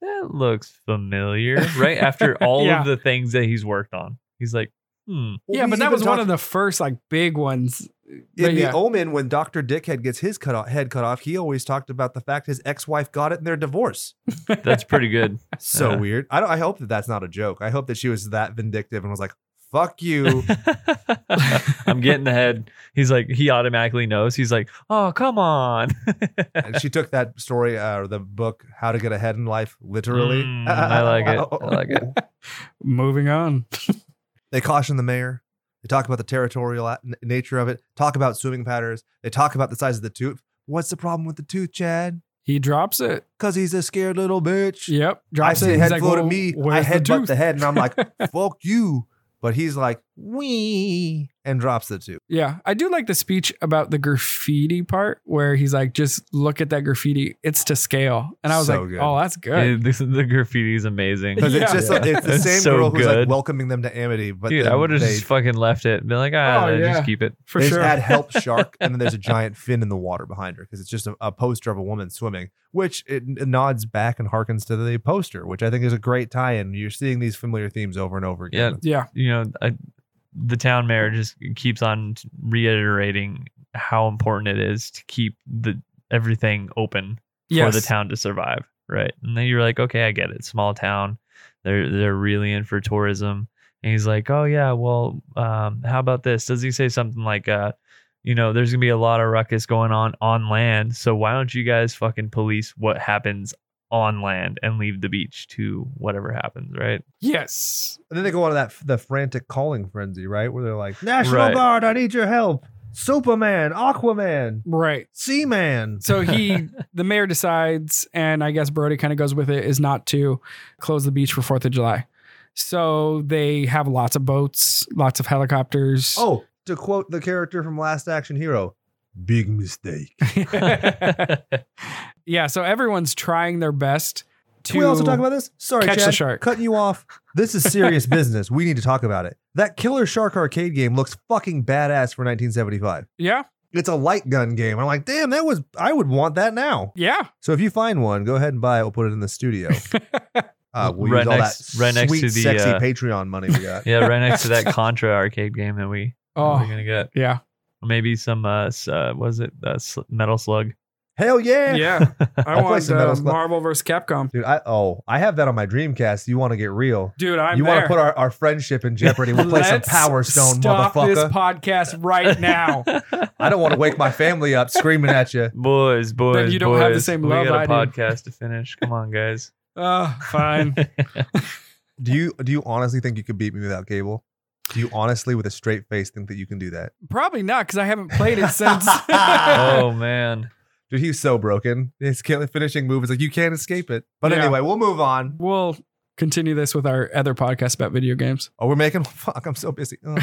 Speaker 2: that looks familiar, right? After all
Speaker 3: Yeah.
Speaker 2: of the things that he's worked on, he's like, "Hmm,
Speaker 3: yeah, but that was one of the first like big ones.
Speaker 1: in
Speaker 3: but
Speaker 1: the
Speaker 3: yeah.
Speaker 1: Omen when Doctor Dickhead gets his cut off, head cut off. He always talked about the fact his ex wife got it in their divorce.
Speaker 2: that's pretty good."
Speaker 1: So
Speaker 3: Uh-huh.
Speaker 2: Yeah.
Speaker 1: weird. I don't. I hope that that's not a joke. I hope that she was that vindictive and was like, "Fuck you."
Speaker 2: I'm getting the head. He's like, he automatically knows. He's like, oh, come on.
Speaker 1: and she took that story uh, or the book "How to Get Ahead in Life" literally.
Speaker 2: Mm, I like it. I like it.
Speaker 3: Moving on.
Speaker 1: They caution the mayor. They talk about the territorial at- n- nature of it. Talk about swimming patterns. They talk about the size of the tooth. What's the problem with the tooth, Chad?
Speaker 3: He drops it.
Speaker 1: Cause he's a scared little bitch.
Speaker 3: Yep.
Speaker 1: I
Speaker 3: Drops
Speaker 1: see
Speaker 3: it.
Speaker 1: head flow to
Speaker 3: "Well,
Speaker 1: me. I
Speaker 3: where's the
Speaker 1: headbutt the,
Speaker 3: tooth?"
Speaker 1: head, and I'm like, "Fuck you!" But he's like, "Wee," and drops the two.
Speaker 3: yeah. I do like the speech about the graffiti part where he's like, just look at that graffiti. It's to scale. And I was
Speaker 1: So
Speaker 3: like,
Speaker 1: good.
Speaker 3: oh, that's good.
Speaker 2: Dude, this, the graffiti is amazing.
Speaker 1: Because it's
Speaker 3: Yeah.
Speaker 1: just it's the
Speaker 2: It's
Speaker 1: same
Speaker 2: so
Speaker 1: girl who's like
Speaker 2: good.
Speaker 1: welcoming them to Amity, but
Speaker 2: Dude, I
Speaker 1: then
Speaker 2: would have
Speaker 1: they-
Speaker 2: just fucking left it and been like, ah,
Speaker 3: Oh,
Speaker 2: nah,
Speaker 3: yeah.
Speaker 2: just keep it.
Speaker 3: For
Speaker 1: they
Speaker 3: sure.
Speaker 1: just add help shark, and then there's a giant fin in the water behind her because it's just a, a poster of a woman swimming, which it, it nods back and harkens to the poster, which I think is a great tie-in. You're seeing these familiar themes over and over again.
Speaker 3: yeah.
Speaker 2: You know, I, the town mayor just keeps on reiterating how important it is to keep the everything open
Speaker 3: Yes.
Speaker 2: for the town to survive, right? And then you're like, okay, I get it. Small town, they're they're really in for tourism. And he's like, oh yeah, well, um, how about this? Does he say something like, uh, you know, there's gonna be a lot of ruckus going on on land, so why don't you guys fucking police what happens on land and leave the beach to whatever happens, right?
Speaker 3: Yes.
Speaker 1: And then they go on to that the frantic calling frenzy, right? Where they're like, National
Speaker 2: Right.
Speaker 1: Guard, I need your help. Superman, Aquaman,
Speaker 3: Right.
Speaker 1: Seaman.
Speaker 3: So he, the mayor decides, and I guess Brody kind of goes with it, is not to close the beach for Fourth of July. So they have lots of boats, lots of helicopters.
Speaker 1: Oh, to quote the character from Last Action Hero, big mistake.
Speaker 3: yeah. So everyone's trying their best to.
Speaker 1: Can we also talk about this? Sorry,
Speaker 3: catch the
Speaker 1: Chad,
Speaker 3: shark.
Speaker 1: cutting you off. This is serious business. We need to talk about it. That Killer Shark arcade game looks fucking badass for 1975.
Speaker 3: yeah.
Speaker 1: It's a light gun game. I'm like, damn, that was I would want that now.
Speaker 3: Yeah.
Speaker 1: So if you find one, go ahead and buy it. We'll put it in the studio. Uh, we'll
Speaker 2: Right
Speaker 1: use all
Speaker 2: next-
Speaker 1: that
Speaker 2: right next
Speaker 1: sweet,
Speaker 2: to the,
Speaker 1: sexy
Speaker 2: uh,
Speaker 1: Patreon money we got.
Speaker 2: yeah, right next to that Contra arcade game that we oh. we're
Speaker 3: Oh,
Speaker 2: gonna get.
Speaker 3: yeah.
Speaker 2: Maybe some uh, s- uh was it uh, sl- Metal Slug?
Speaker 1: Hell yeah.
Speaker 3: Yeah.
Speaker 1: Eh. I
Speaker 3: I
Speaker 1: play
Speaker 3: want
Speaker 1: some Metal
Speaker 3: uh,
Speaker 1: Slug.
Speaker 3: Marvel vs. Capcom.
Speaker 1: Dude, I oh, I have that on my Dreamcast. You want to get real.
Speaker 3: Dude, I'm
Speaker 1: you
Speaker 3: there.
Speaker 1: want to put our, our friendship in jeopardy. We'll play some
Speaker 3: Let's
Speaker 1: Power Stone,
Speaker 3: stop
Speaker 1: motherfucker.
Speaker 3: this podcast right now.
Speaker 1: I don't want to wake my family up screaming at you.
Speaker 2: boys, boys,
Speaker 3: you don't have the
Speaker 2: boys,
Speaker 3: same
Speaker 2: we
Speaker 3: love
Speaker 2: got a
Speaker 3: I do.
Speaker 2: podcast to finish. Come on, guys.
Speaker 3: oh, fine.
Speaker 1: Do you do you honestly think you could beat me without cable? Do you honestly, with a straight face, think that you can do that?
Speaker 3: Probably not because I haven't played it since.
Speaker 2: oh man,
Speaker 1: Dude, he's so broken. His kill- finishing move is like you can't escape it. But
Speaker 3: Yeah.
Speaker 1: anyway, we'll move on.
Speaker 3: We'll continue this with our other podcast about video games.
Speaker 1: Oh, we're making fuck. I'm so busy. Ugh.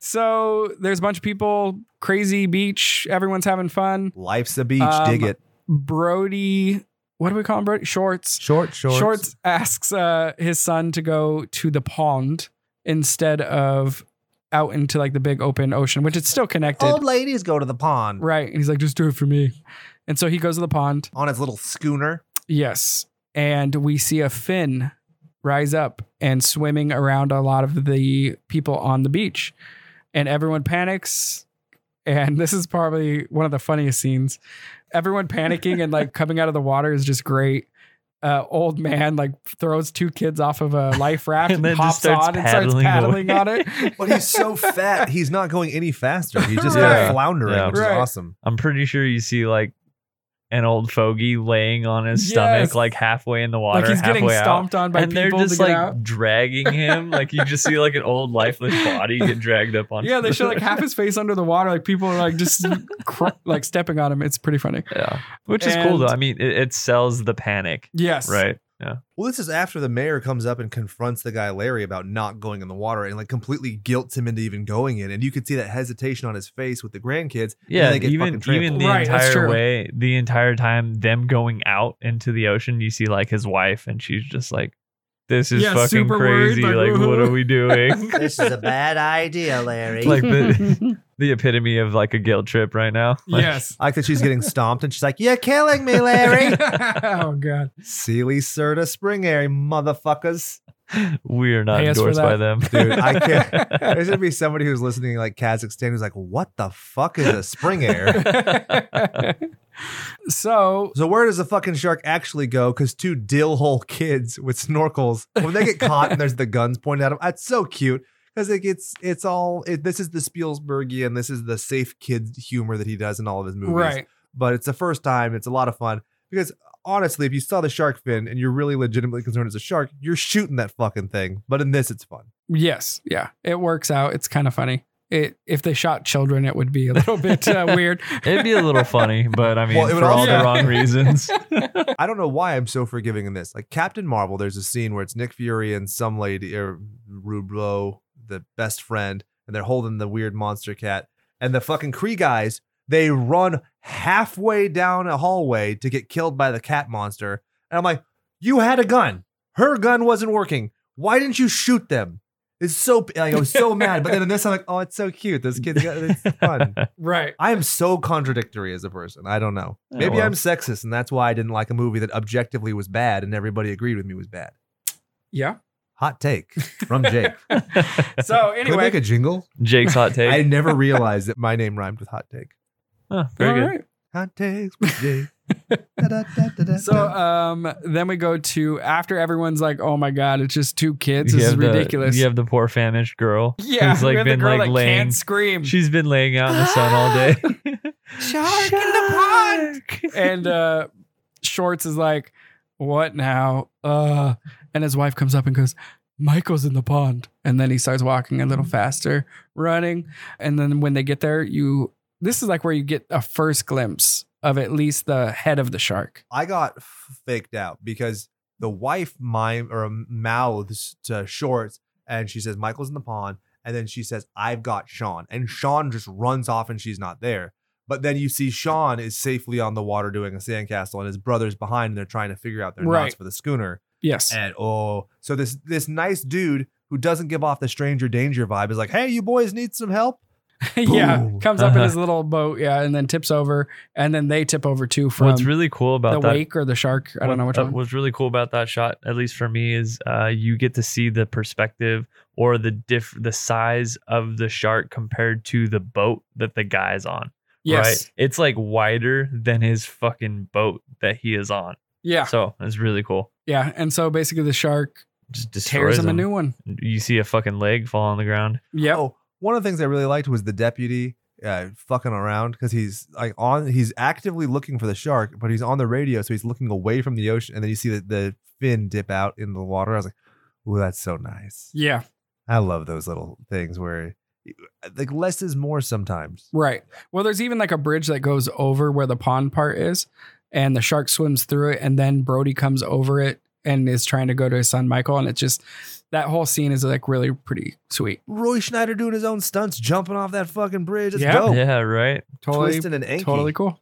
Speaker 3: so there's a bunch of people, crazy beach, everyone's having fun.
Speaker 1: Life's a beach.
Speaker 3: Um,
Speaker 1: Dig it.
Speaker 3: Brody, what do we call him? Brody? Shorts.
Speaker 1: Short, shorts.
Speaker 3: Shorts asks uh, his son to go to the pond instead of out into like the big open ocean, which it's still connected.
Speaker 1: Old ladies go to the pond
Speaker 3: Right. And he's like, just do it for me. And so he goes to the pond.
Speaker 1: on his little schooner.
Speaker 3: Yes. And we see a fin rise up and swimming around a lot of the people on the beach. And everyone panics. And this is probably one of the funniest scenes. Everyone panicking and like coming out of the water is just great. Uh, old man like throws two kids off of a life raft and,
Speaker 2: And then just
Speaker 3: hops
Speaker 2: starts
Speaker 3: on and starts
Speaker 2: paddling
Speaker 3: paddling
Speaker 2: away.
Speaker 3: on it.
Speaker 1: But he's so fat, he's not going any faster. He's just
Speaker 3: Right.
Speaker 1: kind of floundering,
Speaker 2: Yeah.
Speaker 1: which
Speaker 3: Right.
Speaker 1: is awesome.
Speaker 2: I'm pretty sure you see like an old fogey laying on his
Speaker 3: Yes.
Speaker 2: stomach, like halfway in the water,
Speaker 3: like he's
Speaker 2: halfway
Speaker 3: getting
Speaker 2: out.
Speaker 3: stomped on by
Speaker 2: and they're
Speaker 3: people
Speaker 2: just
Speaker 3: to get
Speaker 2: like
Speaker 3: out.
Speaker 2: dragging him. Like you just see like an old lifeless body get dragged up on.
Speaker 3: Yeah, they show like half his face under the water. Like people are like just cr- like stepping on him. It's pretty funny.
Speaker 2: Yeah, which is cool
Speaker 3: And-
Speaker 2: though. I mean, it, it sells the panic,
Speaker 3: Yes.
Speaker 2: right? Yeah,
Speaker 1: Well, this is after the mayor comes up and confronts the guy Larry about not going in the water and like completely guilts him into even going in. And you could see that hesitation on his face with the grandkids.
Speaker 2: yeah.
Speaker 1: they get fucking
Speaker 2: even
Speaker 1: trampled.
Speaker 2: even the
Speaker 3: Right, that's
Speaker 2: entire
Speaker 3: true.
Speaker 2: way, the entire time, them going out into the ocean, you see like his wife, and she's just like, "This is
Speaker 3: Yeah,
Speaker 2: fucking
Speaker 3: super worried,
Speaker 2: crazy.
Speaker 3: like,
Speaker 2: Like, what are we doing?"
Speaker 4: This is a bad idea, Larry.
Speaker 2: like the the epitome of like a guilt trip right now. Like,
Speaker 3: yes.
Speaker 1: I like that she's getting stomped and she's like, You're killing me, Larry.
Speaker 3: oh god.
Speaker 1: Sealy Serta Spring Airy, motherfuckers.
Speaker 2: we are not
Speaker 3: Pay us for
Speaker 2: endorsed by them,
Speaker 1: Dude, I can't- There's gonna be somebody who's listening like Kazakhstan who's like, What the fuck is a spring air?
Speaker 3: so
Speaker 1: So where does the fucking shark actually go? Because two dill hole kids with snorkels, when they get caught and there's the guns pointed at them, that's so cute. Because it gets, it's all. It, this is the Spielbergian, this is the safe kid humor that he does in all of his movies.
Speaker 3: right.
Speaker 1: But it's the first time. It's a lot of fun because honestly, if you saw the shark fin and you're really legitimately concerned it's a shark, you're shooting that fucking thing. But in this, it's fun.
Speaker 3: Yes. Yeah. It works out. It's kind of funny. It if they shot children, it would be a little bit uh, weird.
Speaker 2: it'd be a little funny, but I mean,
Speaker 1: Well, it would
Speaker 2: for all
Speaker 3: also-
Speaker 2: the wrong reasons.
Speaker 1: I don't know why I'm so forgiving in this. Like Captain Marvel, there's a scene where it's Nick Fury and some lady or Rublo, the best friend, and they're holding the weird monster cat. And the fucking Kree guys, they run halfway down a hallway to get killed by the cat monster. And I'm like, you had a gun. Her gun wasn't working. Why didn't you shoot them? It's so like I was so mad. But then in this, I'm like, oh, it's so cute. Those kids, got, it's fun.
Speaker 3: Right.
Speaker 1: I am so contradictory as a person. I don't know.
Speaker 2: Oh,
Speaker 1: Maybe
Speaker 2: well.
Speaker 1: I'm sexist, and that's why I didn't like a movie that objectively was bad and everybody agreed with me was bad.
Speaker 3: Yeah.
Speaker 1: Hot take from Jake.
Speaker 3: So
Speaker 1: Can we make
Speaker 3: anyway.
Speaker 1: a jingle?
Speaker 2: Jake's hot take.
Speaker 1: I never realized that my name rhymed with hot take.
Speaker 2: Huh, very
Speaker 3: All
Speaker 2: good.
Speaker 3: right.
Speaker 1: Context with Jay. Da-da-da-da-da-da.
Speaker 3: So um, then we go to after everyone's like, oh my god, it's just two kids. This
Speaker 2: You
Speaker 3: is
Speaker 2: have the-
Speaker 3: ridiculous.
Speaker 2: You have the poor famished girl.
Speaker 3: yeah,
Speaker 2: who's
Speaker 3: we
Speaker 2: like
Speaker 3: have the
Speaker 2: been
Speaker 3: girl
Speaker 2: like
Speaker 3: that
Speaker 2: laying.
Speaker 3: can't scream.
Speaker 2: She's been laying out in the sun all day.
Speaker 3: Shark and uh, Shorts is like, what now? Uh, and his wife comes up and goes, Michael's in the pond. And then he starts walking a
Speaker 2: Mm.
Speaker 3: little faster, running. And then when they get there, you this is like where you get a first glimpse of at least the head of the shark.
Speaker 1: I got f- faked out because the wife mime or mouths to shorts and she says Michael's in the pond and then she says I've got Sean and Sean just runs off and she's not there. But then you see Sean is safely on the water doing a sandcastle and his brother's behind and they're trying to figure out their knots
Speaker 3: Right.
Speaker 1: for the schooner.
Speaker 3: Yes.
Speaker 2: Eh.
Speaker 1: And oh, so this this nice dude who doesn't give off the stranger danger vibe is like, "Hey, you boys need some help?"
Speaker 3: yeah.
Speaker 1: Boom.
Speaker 3: Comes up in
Speaker 2: Uh-huh.
Speaker 3: his little boat, yeah, and then tips over. And then they tip over too from
Speaker 2: What's really cool
Speaker 3: the
Speaker 2: about that?
Speaker 3: wake or the shark. I don't
Speaker 2: what-
Speaker 3: know which
Speaker 2: uh,
Speaker 3: one.
Speaker 2: What's really cool about that shot, at least for me, is uh, you get to see the perspective or the diff the size of the shark compared to the boat that the guy's on.
Speaker 3: yes.
Speaker 2: Right? It's like wider than his fucking boat that he is on.
Speaker 3: Yeah.
Speaker 2: So it's really cool.
Speaker 3: Yeah. And so basically the shark
Speaker 2: Just
Speaker 3: tears
Speaker 2: destroys
Speaker 3: him a
Speaker 2: him.
Speaker 3: new one.
Speaker 2: You see a fucking leg fall on the ground.
Speaker 3: Yep.
Speaker 1: Oh, one of the things I really liked was the deputy uh, fucking around because he's like on, he's actively looking for the shark, but he's on the radio, so he's looking away from the ocean, and then you see the, the fin dip out in the water. I was like, "Ooh, that's so nice."
Speaker 3: Yeah.
Speaker 1: I love those little things where, uh, like, less is more sometimes.
Speaker 3: Right. Well, there's even like a bridge that goes over where the pond part is, and the shark swims through it, and then Brody comes over it and is trying to go to his son Michael, and it's just that whole scene is like really pretty sweet.
Speaker 1: Roy Schneider doing his own stunts, jumping off that fucking bridge. It's
Speaker 3: Yeah.
Speaker 1: dope.
Speaker 2: Yeah, right.
Speaker 3: Totally,
Speaker 1: Twisting an ankle.
Speaker 3: totally cool.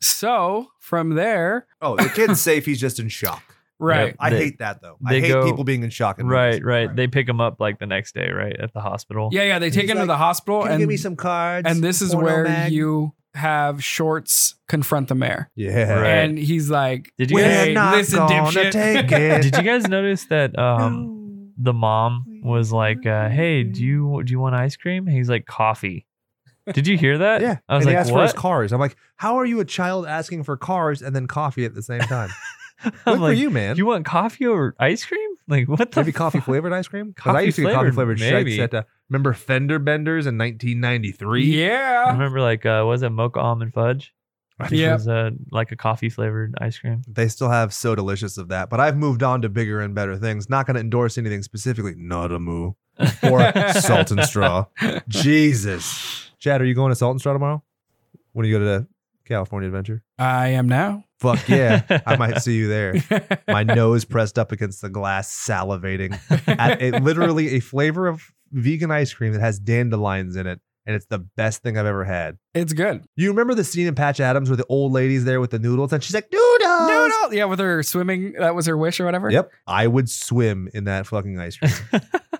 Speaker 3: So from there,
Speaker 1: Oh, the kid's safe. He's just in shock.
Speaker 3: right?
Speaker 1: I
Speaker 2: They-
Speaker 1: hate that though. I
Speaker 2: they
Speaker 1: hate
Speaker 2: go-
Speaker 1: people being in shock. in
Speaker 2: Right,
Speaker 1: movies.
Speaker 2: right. They pick him up like the next day, right? At the hospital.
Speaker 3: Yeah, yeah. They take
Speaker 1: He's
Speaker 3: him to
Speaker 1: like,
Speaker 3: the hospital,
Speaker 1: Can
Speaker 3: and
Speaker 1: you give me some cards?
Speaker 3: and this is
Speaker 1: Porno
Speaker 3: where
Speaker 1: mag?
Speaker 3: you have Shorts confront the mayor,
Speaker 1: Yeah.
Speaker 2: Right.
Speaker 3: and he's like,
Speaker 2: Did you
Speaker 3: "Wait,
Speaker 2: guys-
Speaker 1: We're not
Speaker 3: listen,
Speaker 1: gonna
Speaker 3: dipshit."
Speaker 1: take it.
Speaker 2: Did you guys notice that um the mom was like, uh, "Hey, do you do you want ice cream?" He's like, "Coffee." Did you hear that?
Speaker 1: Yeah.
Speaker 2: I was
Speaker 1: and he
Speaker 2: like,
Speaker 1: asked for his
Speaker 2: "What?"
Speaker 1: cars. I'm like, how are you a child asking for cars and then coffee at the same time? Good
Speaker 2: I'm
Speaker 1: for
Speaker 2: like,
Speaker 1: you,
Speaker 2: "Do
Speaker 1: man.
Speaker 2: you want coffee over ice cream? Like, what the?
Speaker 1: Maybe coffee
Speaker 2: fuck?"
Speaker 1: flavored ice cream? Because I
Speaker 2: Coffee
Speaker 1: used to get coffee flavored
Speaker 2: flavored,
Speaker 1: shakes
Speaker 2: maybe.
Speaker 1: at uh, remember Fender Benders in 1993.
Speaker 2: I
Speaker 3: Yeah,
Speaker 2: remember, like, uh, was it mocha almond fudge?
Speaker 3: Yeah.
Speaker 2: It was uh, like a coffee flavored ice cream.
Speaker 1: They still have so delicious of that, but I've moved on to bigger and better things. Not going to endorse anything specifically. Not a moo or salt and straw. Jesus, Chad, are you going to Salt and Straw tomorrow? When you go to the California Adventure?
Speaker 3: I am now.
Speaker 1: Fuck yeah, I might see you there. my nose pressed up against the glass, salivating at a, literally a flavor of vegan ice cream that has dandelions in it, and it's the best thing I've ever had.
Speaker 3: It's good.
Speaker 1: You remember the scene in Patch Adams where the old lady's there with the noodles, and she's like, "Noodles."
Speaker 3: Noodle. Yeah, with her swimming. That was her wish or whatever.
Speaker 1: Yep, I would swim in that fucking ice cream.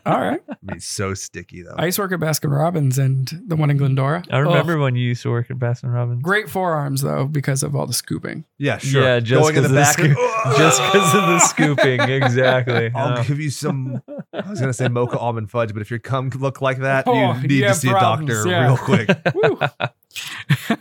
Speaker 3: All right.
Speaker 1: It'd be so sticky though.
Speaker 3: I used to work at Baskin Robbins and the one in Glendora.
Speaker 2: I remember
Speaker 1: Oh.
Speaker 3: Ugh.
Speaker 2: when you used to work at Baskin Robbins.
Speaker 3: Great forearms though, because of all the scooping.
Speaker 1: yeah, sure.
Speaker 2: Yeah, just
Speaker 1: going in the
Speaker 2: 'cause of the
Speaker 1: back,
Speaker 2: scoop-
Speaker 1: Ugh.
Speaker 2: Just because of the scooping, exactly. Uh,
Speaker 1: I'll
Speaker 2: Yeah.
Speaker 1: give you some. I was gonna say mocha almond fudge, but if your cum look like that,
Speaker 3: Oh,
Speaker 1: you need
Speaker 3: you
Speaker 1: to
Speaker 3: have
Speaker 1: see
Speaker 3: problems,
Speaker 1: a doctor
Speaker 3: yeah.
Speaker 1: real quick.
Speaker 3: Woo.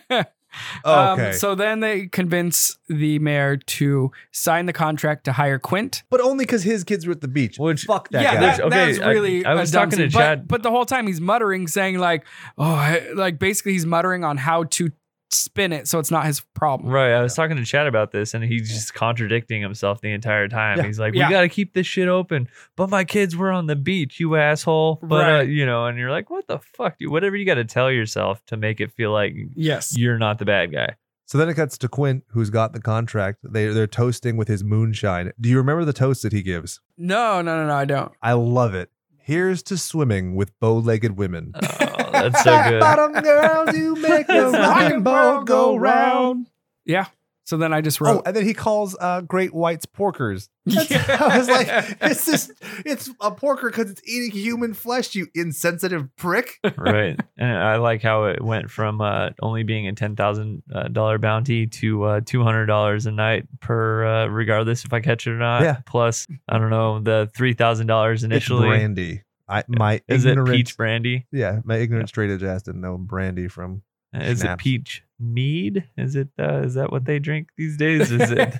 Speaker 1: Okay,
Speaker 3: Um, so then they convince the mayor to sign the contract to hire Quint.
Speaker 1: but only because his kids were at the beach.
Speaker 2: Which-
Speaker 1: fuck that
Speaker 3: yeah,
Speaker 1: guy.
Speaker 3: that,
Speaker 2: Okay,
Speaker 3: that's
Speaker 2: I-
Speaker 3: really.
Speaker 2: I
Speaker 3: a
Speaker 2: was
Speaker 3: dumb
Speaker 2: talking to
Speaker 3: scene.
Speaker 2: Chad-
Speaker 3: but, but the whole time he's muttering, saying like, "Oh, I- like basically he's muttering on how to spin it, so it's not his problem."
Speaker 2: Right. I was talking to Chad about this and he's just contradicting himself the entire time.
Speaker 1: Yeah.
Speaker 2: He's like, We
Speaker 3: Yeah.
Speaker 2: gotta keep this shit open. But my kids were on the beach, you asshole. But uh,
Speaker 3: Right.
Speaker 2: you know, and you're like, What the fuck, dude? Whatever you gotta tell yourself to make it feel like
Speaker 3: Yes.
Speaker 2: you're not the bad guy.
Speaker 1: So then it cuts to Quint, who's got the contract. They they're toasting with his moonshine. Do you remember the toast that he gives?
Speaker 3: No, no, no, no. I don't.
Speaker 1: I love it. Here's to swimming with bow-legged women.
Speaker 2: Oh, that's so good.
Speaker 1: Bottom girls, you make the rocking boat go round.
Speaker 3: Yeah. So then I just
Speaker 1: Oh,
Speaker 3: wrote.
Speaker 1: and then he calls uh, great whites porkers. That's-
Speaker 3: Yeah.
Speaker 1: I was like, it's just it's a porker because it's eating human flesh, you insensitive prick.
Speaker 2: right. And I like how it went from uh, only being a ten thousand uh, dollar bounty to uh, two hundred dollars a night per, uh, regardless if I catch it or not.
Speaker 1: Yeah.
Speaker 2: Plus, I don't know the three thousand dollars initially.
Speaker 1: It's brandy. I my
Speaker 2: Is it
Speaker 1: ignorant
Speaker 2: peach brandy?
Speaker 1: Yeah, my ignorant straight edge ass didn't know brandy from
Speaker 2: Is
Speaker 1: Schnapps.
Speaker 2: it peach mead? Is it? Uh, is that what they drink these days? Is it?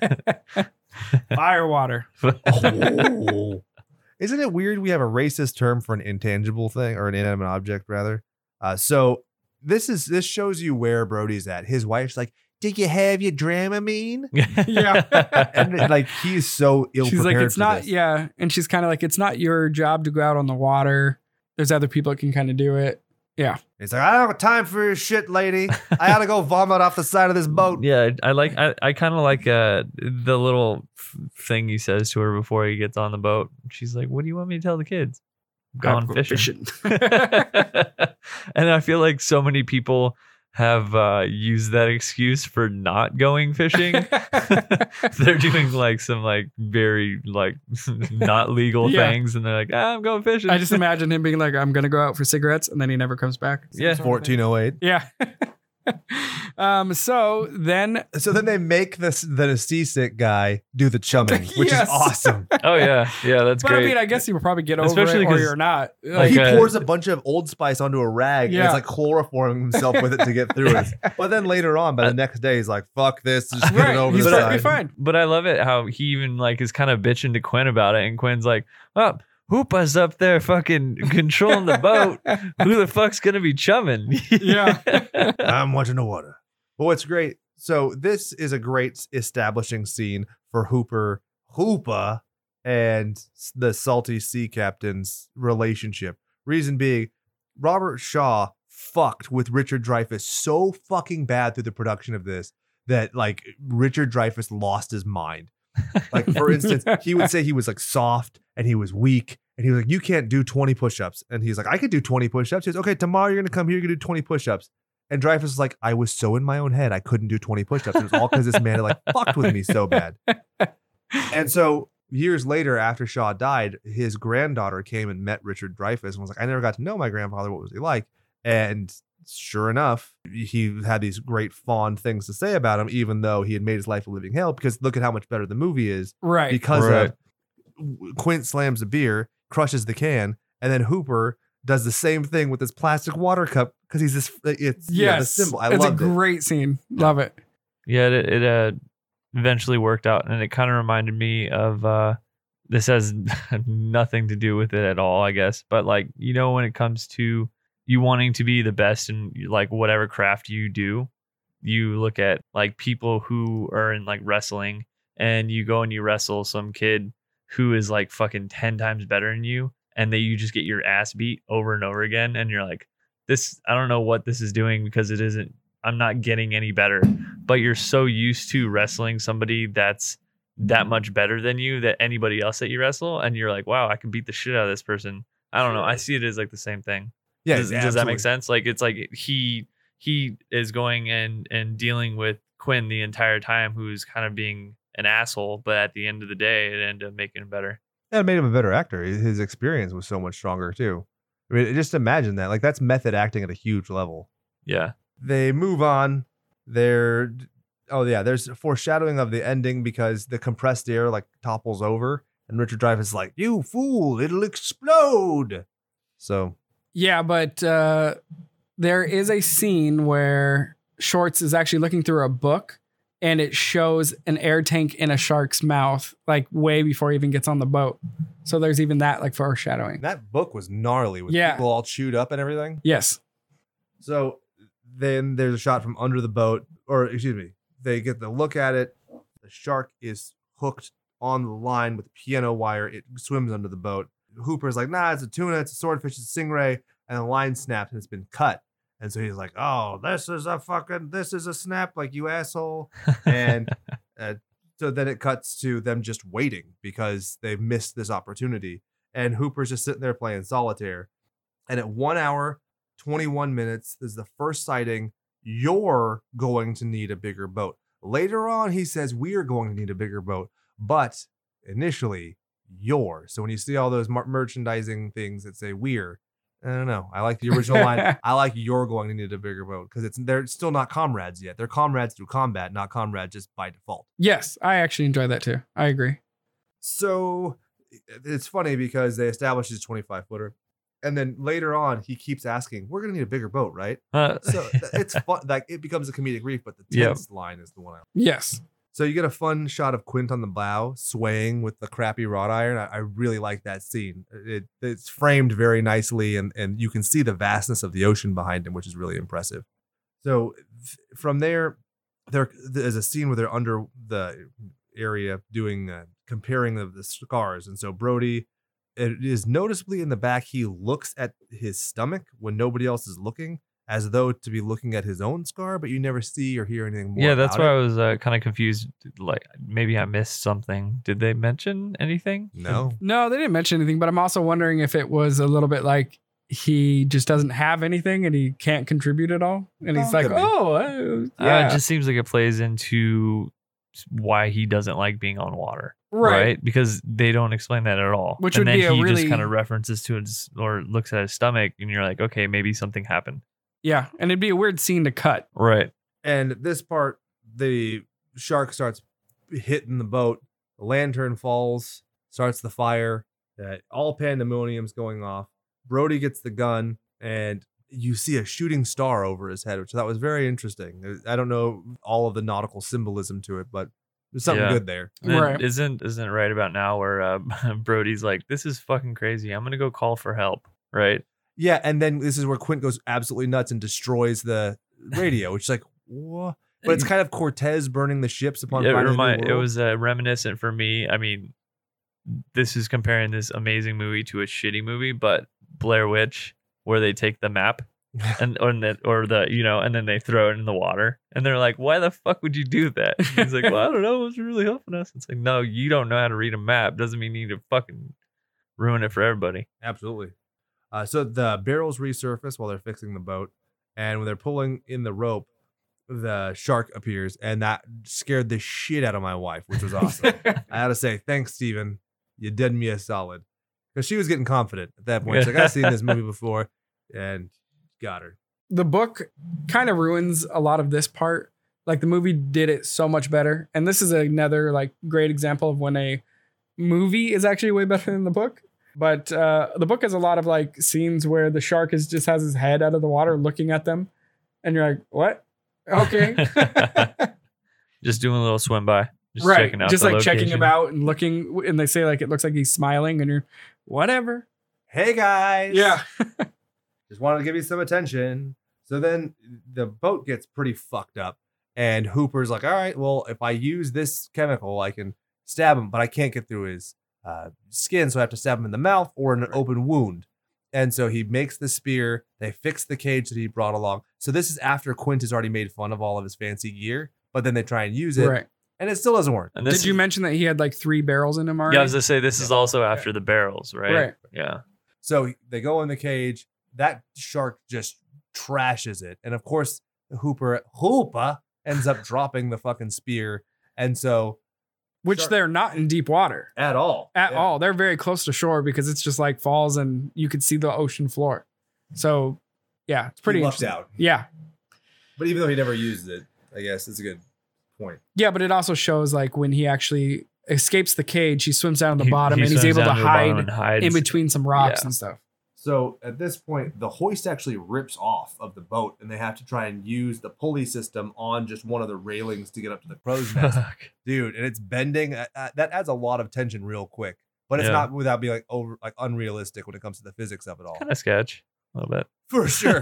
Speaker 3: Fire water. Oh.
Speaker 1: Isn't it weird we have a racist term for an intangible thing or an inanimate object rather? Uh, so this is this shows you where Brody's at. His wife's like, "Did you have your Dramamine?"
Speaker 3: Yeah.
Speaker 1: And like he's so ill.
Speaker 3: she's like, it's not, yeah. And she's kind of like, it's not your job to go out on the water. There's other people that can kind of do it.
Speaker 1: He's like, I don't have time for your shit, lady. I gotta go vomit off the side of this boat.
Speaker 2: Yeah, I like. I, I kind of like uh, the little f- thing he says to her before he gets on the boat. She's like, "What do you want me to tell the kids? Gone fishing." and I feel like so many people have uh, used that excuse for not going fishing. they're doing like some like very like not legal
Speaker 3: Yeah.
Speaker 2: things, and they're like, ah, "I'm going fishing."
Speaker 3: I just imagine him being like, I'm going to go out for cigarettes. And then he never comes back.
Speaker 2: Yeah.
Speaker 3: Sort of thing.
Speaker 1: 1408.
Speaker 3: Yeah. um, so then
Speaker 1: So then they make this the seasick guy do the chumming, which
Speaker 3: Yes.
Speaker 1: is awesome.
Speaker 2: oh yeah, yeah, that's
Speaker 3: but I
Speaker 2: great.
Speaker 3: mean, I guess you will probably get over
Speaker 2: Especially
Speaker 3: it or
Speaker 2: 'cause,
Speaker 3: you're not.
Speaker 2: like,
Speaker 1: he
Speaker 2: uh,
Speaker 1: pours a bunch of old spice onto a rag
Speaker 3: Yeah.
Speaker 1: and it's like chloroforming himself with it to get through it. But then later on, by the next day, he's like, fuck this, just put
Speaker 3: Uh, right.
Speaker 1: it over
Speaker 3: He's
Speaker 1: the
Speaker 3: perfectly
Speaker 1: side.
Speaker 3: fine.
Speaker 2: but I love it how he even like is kind of bitching to Quinn about it, and Quinn's like, "Oh, Hoopa's up there fucking controlling the boat. Who the fuck's gonna be chumming?"
Speaker 3: Yeah.
Speaker 4: I'm watching the water.
Speaker 1: But what's great, so this is a great establishing scene for Hooper, Hoopa, and the salty sea captain's relationship. Reason being, Robert Shaw fucked with Richard Dreyfuss so fucking bad through the production of this that like Richard Dreyfuss lost his mind. Like for instance, he would say he was like soft and he was weak. And he was like, You can't do 20 push-ups. And he's like, I could do 20 push-ups. He's okay, tomorrow you're gonna come here, you're gonna do 20 push-ups. And Dreyfus is like, I was so in my own head, I couldn't do 20 push ups. It was all because this man had like fucked with me so bad. And so years later, after Shaw died, his granddaughter came and met Richard Dreyfus and was like, I never got to know my grandfather. What was he like? And sure enough, he had these great fond things to say about him, even though he had made his life a living hell. Because look at how much better the movie is
Speaker 3: right.
Speaker 1: because
Speaker 2: Right.
Speaker 1: of Quint slams a beer, crushes the can, and then Hooper does the same thing with this plastic water cup because he's this. It's yeah, the
Speaker 3: Yes.
Speaker 1: symbol. I
Speaker 3: it's a
Speaker 1: love it.
Speaker 3: great scene. Love it.
Speaker 2: yeah, it, it uh, eventually worked out, and it kind of reminded me of uh, this has nothing to do with it at all, I guess. But like you know, when it comes to you wanting to be the best in like whatever craft you do, you look at like people who are in like wrestling, and you go and you wrestle some kid who is like fucking ten times better than you, and then you just get your ass beat over and over again, and you're like. This I don't know what this is doing because it isn't I'm not getting any better. But you're so used to wrestling somebody that's that much better than you that anybody else that you wrestle, and you're like, wow, I can beat the shit out of this person. I don't know. I see it as like the same thing.
Speaker 1: Yeah,
Speaker 2: does, does that make
Speaker 1: absolutely.
Speaker 2: sense? Like it's like he he is going and and dealing with Quinn the entire time, who's kind of being an asshole, but at the end of the day, it ended up making him better.
Speaker 1: That made him a better actor. His- His experience was so much stronger too. I mean, just imagine that. Like that's method acting at a huge level.
Speaker 2: Yeah.
Speaker 1: They move on. They're oh yeah, there's foreshadowing of the ending because the compressed air like topples over, and Richard Dreyfuss is like, "You fool! It'll explode." So
Speaker 3: Yeah, but uh, there is a scene where Shorts is actually looking through a book and it shows an air tank in a shark's mouth, like way before he even gets on the boat. So there's even that like foreshadowing.
Speaker 1: That book was gnarly with
Speaker 3: Yeah.
Speaker 1: people all chewed up and everything.
Speaker 3: Yes.
Speaker 1: So then there's a shot from under the boat, or excuse me, they get to look at it. The shark is hooked on the line with piano wire. It swims under the boat. Hooper's like, nah, it's a tuna, it's a swordfish, it's a stingray. And the line snaps and it's been cut. And so he's like, oh, this is a fucking, this is a snap, like you asshole. And uh, so then it cuts to them just waiting because they've missed this opportunity. And Hooper's just sitting there playing solitaire. And at one hour, 21 minutes is the first sighting. You're going to need a bigger boat. Later on, he says, We are going to need a bigger boat, but initially, you're. So when you see all those mar- merchandising things that say we're, I don't know. I like the original line. I like you're going to need a bigger boat because it's they're still not comrades yet. They're comrades through combat, not comrades just by default.
Speaker 3: Yes. I actually enjoy that too. I agree.
Speaker 1: So it's funny because they established his 25 footer. And then later on, he keeps asking, "We're gonna need a bigger boat, right?"
Speaker 2: Uh,
Speaker 1: So th- it's fun. Like it becomes a comedic relief, but the
Speaker 2: Yep.
Speaker 1: tense line is the one I.
Speaker 3: Yes.
Speaker 1: So you get a fun shot of Quint on the bow swaying with the crappy wrought iron. I, I really like that scene. It, it's framed very nicely, and and you can see the vastness of the ocean behind him, which is really impressive. So f- from there, there there's a scene where they're under the area doing uh, comparing the, the scars, and so Brody. It is noticeably in the back. He looks at his stomach when nobody else is looking, as though to be looking at his own scar, but you never see or hear anything more.
Speaker 2: yeah, that's
Speaker 1: about
Speaker 2: why
Speaker 1: it.
Speaker 2: I was uh, kind of confused. Like maybe I missed something. Did they mention anything?
Speaker 1: No,
Speaker 3: No, they didn't mention anything, but I'm also wondering if it was a little bit like he just doesn't have anything and he can't contribute at all. And
Speaker 1: Well,
Speaker 3: he's like,
Speaker 1: could be.
Speaker 3: oh, uh,
Speaker 2: Uh,
Speaker 3: yeah,
Speaker 2: it just seems like it plays into why he doesn't like being on water, right?
Speaker 3: right.
Speaker 2: Because they don't explain that at all.
Speaker 3: Which
Speaker 2: and
Speaker 3: would
Speaker 2: then
Speaker 3: be a
Speaker 2: he
Speaker 3: really-
Speaker 2: just kind of references to his or looks at his stomach, and you're like, okay, maybe something happened,
Speaker 3: Yeah. And it'd be a weird scene to cut.
Speaker 2: right?
Speaker 1: And this part, the shark starts hitting the boat. The lantern falls, starts the fire. That all pandemonium's going off. Brody gets the gun, and you see a shooting star over his head, which that was very interesting. I don't know all of the nautical symbolism to it, but there's something
Speaker 2: Yeah.
Speaker 1: good there.
Speaker 2: And then
Speaker 3: Right.
Speaker 2: Isn't isn't it right about now where uh, Brody's like, this is fucking crazy. I'm gonna go call for help, right?
Speaker 1: Yeah, and then this is where Quint goes absolutely nuts and destroys the radio, which is like, what? But it's kind of Cortez burning the ships upon.
Speaker 2: it,
Speaker 1: finding a new
Speaker 2: remind, it
Speaker 1: world.
Speaker 2: was uh, reminiscent for me. I mean, this is comparing this amazing movie to a shitty movie, but Blair Witch, where they take the map and or the, or the you know, and then they throw it in the water, and they're like, "Why the fuck would you do that?" And he's like, "Well, I don't know. It was really helping us." It's like, no, you don't know how to read a map. Doesn't mean you need to fucking ruin it for everybody.
Speaker 1: Absolutely. Uh, so the barrels resurface while they're fixing the boat, and when they're pulling in the rope, the shark appears, and that scared the shit out of my wife, which was awesome. I had to say, thanks, Steven. You did me a solid. Because she was getting confident at that point. She's like, I've seen this movie before, and got her.
Speaker 3: the book kind of ruins a lot of this part. Like the movie did it so much better. And this is another like great example of when a movie is actually way better than the book. But uh, the book has a lot of like scenes where the shark is just has his head out of the water looking at them, and you're like, "What? Okay,
Speaker 2: Just doing a little swim by, just
Speaker 3: right?
Speaker 2: checking out,
Speaker 3: just
Speaker 2: the
Speaker 3: like checking
Speaker 2: location.
Speaker 3: him out and looking." And they say like it looks like he's smiling, and you're, "Whatever."
Speaker 1: Hey, guys.
Speaker 3: Yeah,
Speaker 1: Just wanted to give you some attention. So then the boat gets pretty fucked up, and Hooper's like, "All right, well, if I use this chemical, I can stab him, but I can't get through his uh, skin, so I have to stab him in the mouth or in an open wound." And so he makes the spear. They fix the cage that he brought along. So this is after Quint has already made fun of all of his fancy gear, but then they try and use it,
Speaker 3: right.
Speaker 1: and it still doesn't work.
Speaker 2: And
Speaker 3: Did you mention that he had like three barrels in him already?
Speaker 2: Yeah, I was gonna say this is also after the barrels, right?
Speaker 3: Right.
Speaker 2: Yeah.
Speaker 1: So they go in the cage. That shark just trashes it. And of course, Hooper Hoopa ends up dropping the fucking spear. And so
Speaker 3: Which
Speaker 1: Shark.
Speaker 3: they're not in deep water.
Speaker 1: at all.
Speaker 3: at
Speaker 1: Yeah.
Speaker 3: all. They're very close to shore because it's just like falls and you could see the ocean floor. So yeah, it's pretty
Speaker 1: he lucked
Speaker 3: interesting.
Speaker 1: out.
Speaker 3: Yeah.
Speaker 1: But even though he never used it, I guess it's a good point.
Speaker 3: Yeah, but it also shows like when he actually escapes the cage, he swims down to the
Speaker 2: He-
Speaker 3: bottom
Speaker 2: he
Speaker 3: and he's
Speaker 2: swims
Speaker 3: able to
Speaker 2: down the bottom
Speaker 3: hide
Speaker 2: and hides.
Speaker 3: in between some rocks
Speaker 2: Yeah.
Speaker 3: and stuff.
Speaker 1: So at this point, the hoist actually rips off of the boat, and they have to try and use the pulley system on just one of the railings to get up to the crow's nest.
Speaker 2: Fuck.
Speaker 1: dude and it's bending uh, uh, that adds a lot of tension real quick but it's
Speaker 2: Yeah.
Speaker 1: not without being like over like unrealistic when it comes to the physics of it all
Speaker 2: Kind of sketch a little bit.
Speaker 1: for sure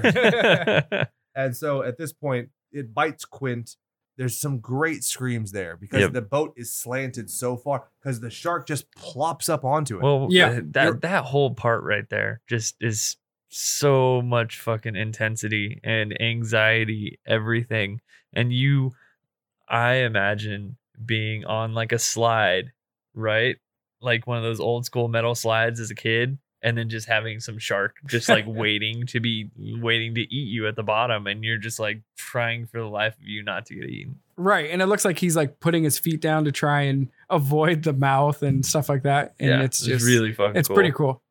Speaker 1: and so at this point it bites quint there's some great screams there because
Speaker 2: Yep.
Speaker 1: the boat is slanted so far because the shark just plops up onto it
Speaker 2: well,
Speaker 3: Yeah.
Speaker 2: yeah.
Speaker 1: You're-
Speaker 2: That that whole part right there just is so much fucking intensity and anxiety, everything, and you. I imagine being on like a slide, right? Like one of those old school metal slides as a kid, and then just having some shark just like waiting to be waiting to eat you at the bottom, and you're just like trying for the life of you not to get eaten.
Speaker 3: Right. And it looks like he's like putting his feet down to try and avoid the mouth and stuff like that. And it's just
Speaker 2: really fucking.
Speaker 3: it's pretty cool.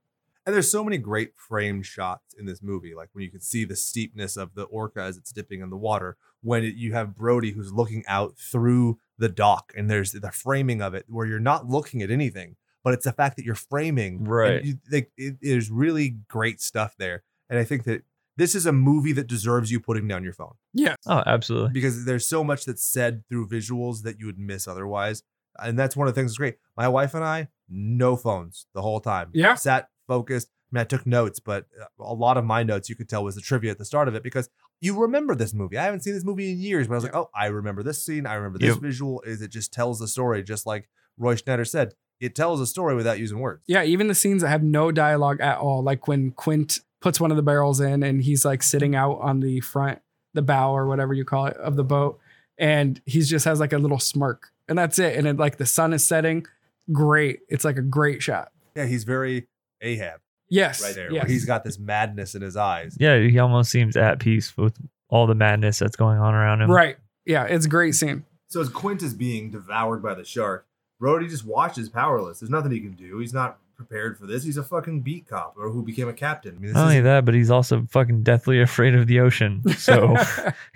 Speaker 1: and there's so many great framed shots in this movie like when you can see the steepness of the orca as it's dipping in the water when it, you have brody who's looking out through the dock and there's the framing of it where you're not looking at anything but it's the fact that you're framing. and
Speaker 2: Right.
Speaker 1: you- like, it it is really great stuff there. And I think that this is a movie that deserves you putting down your phone
Speaker 3: Yes.
Speaker 2: Oh, absolutely.
Speaker 1: because there's so much that's said through visuals that you would miss otherwise. And that's one of the things that's great. My wife and I, no phones the whole time.
Speaker 3: Yeah.
Speaker 1: Sat focused. I mean, I took notes, but uh, a lot of my notes you could tell was the trivia at the start of it because you remember this movie. I haven't seen this movie in years, but I was like, oh, I remember this scene. I remember this
Speaker 2: Yep.
Speaker 1: visual. Is it just tells the story, just like Roy Schneider said, it tells a story without using words.
Speaker 3: Yeah, even the scenes that have no dialogue at all, like when Quint puts one of the barrels in and he's like sitting out on the front, the bow or whatever you call it of the boat, and he just has like a little smirk, and that's it. And it, like the sun is setting, great. It's like a great shot.
Speaker 1: Yeah, he's very Ahab
Speaker 3: Yes,
Speaker 1: right there.
Speaker 3: Yes.
Speaker 1: Where he's got this madness in his eyes.
Speaker 2: Yeah, he almost seems at peace with all the madness that's going on around him.
Speaker 3: right. Yeah, it's a great scene.
Speaker 1: So as Quint is being devoured by the shark, Brody just watches powerless. There's nothing he can do. He's not prepared for this. He's a fucking beat cop or who became a captain. I mean, this
Speaker 2: Not
Speaker 1: is
Speaker 2: only that, but he's also fucking deathly afraid of the ocean. So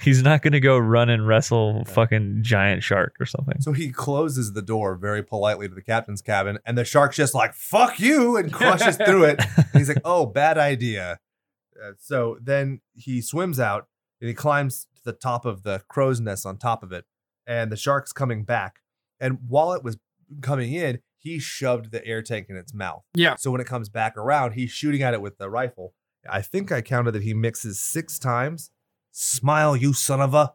Speaker 2: he's not going to go run and wrestle fucking giant shark or something.
Speaker 1: so he closes the door very politely to the captain's cabin, and the shark's just like "fuck you" and crushes through it. And he's like, "Oh, bad idea." Uh, so then he swims out and he climbs to the top of the crow's nest on top of it, and the shark's coming back. And while it was coming in, he shoved the air tank in its mouth.
Speaker 3: Yeah.
Speaker 1: So when it comes back around, he's shooting at it with the rifle. I think I counted that he mixes six times. Smile, you son of a.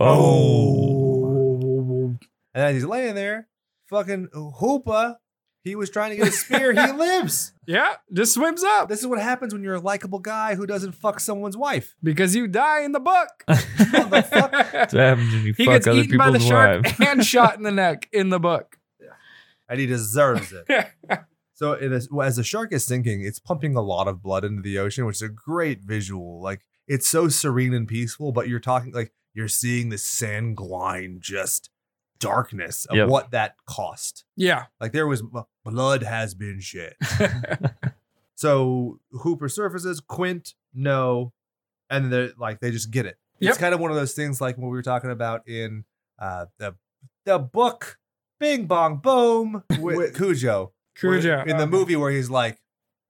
Speaker 1: Oh.
Speaker 2: oh.
Speaker 1: And then he's laying there, fucking hoopa. He was trying to get a spear. he lives.
Speaker 3: yeah, just swims up
Speaker 1: This is what happens when you're a likable guy who doesn't fuck someone's wife.
Speaker 3: because you die in the book.
Speaker 1: the fuck?
Speaker 2: That's what happens when you
Speaker 3: he
Speaker 2: fuck
Speaker 3: gets
Speaker 2: other
Speaker 3: eaten by the
Speaker 2: people's
Speaker 3: shark
Speaker 2: wives.
Speaker 3: and shot in the neck in the book.
Speaker 1: and he deserves it. so it is, well, as the shark is sinking, it's pumping a lot of blood into the ocean, which is a great visual. Like it's so serene and peaceful, but you're talking like you're seeing the sanguine just darkness of
Speaker 2: Yep.
Speaker 1: what that cost.
Speaker 3: Yeah.
Speaker 1: Like there was blood has been shed. so Hooper surfaces, Quint, no, and they're like they just get it. It's
Speaker 3: Yep.
Speaker 1: kind of one of those things like what we were talking about in uh, the the book Bing Bong Boom with Cujo.
Speaker 3: Cujo.
Speaker 1: Where-
Speaker 2: uh-huh.
Speaker 1: in the movie where he's like,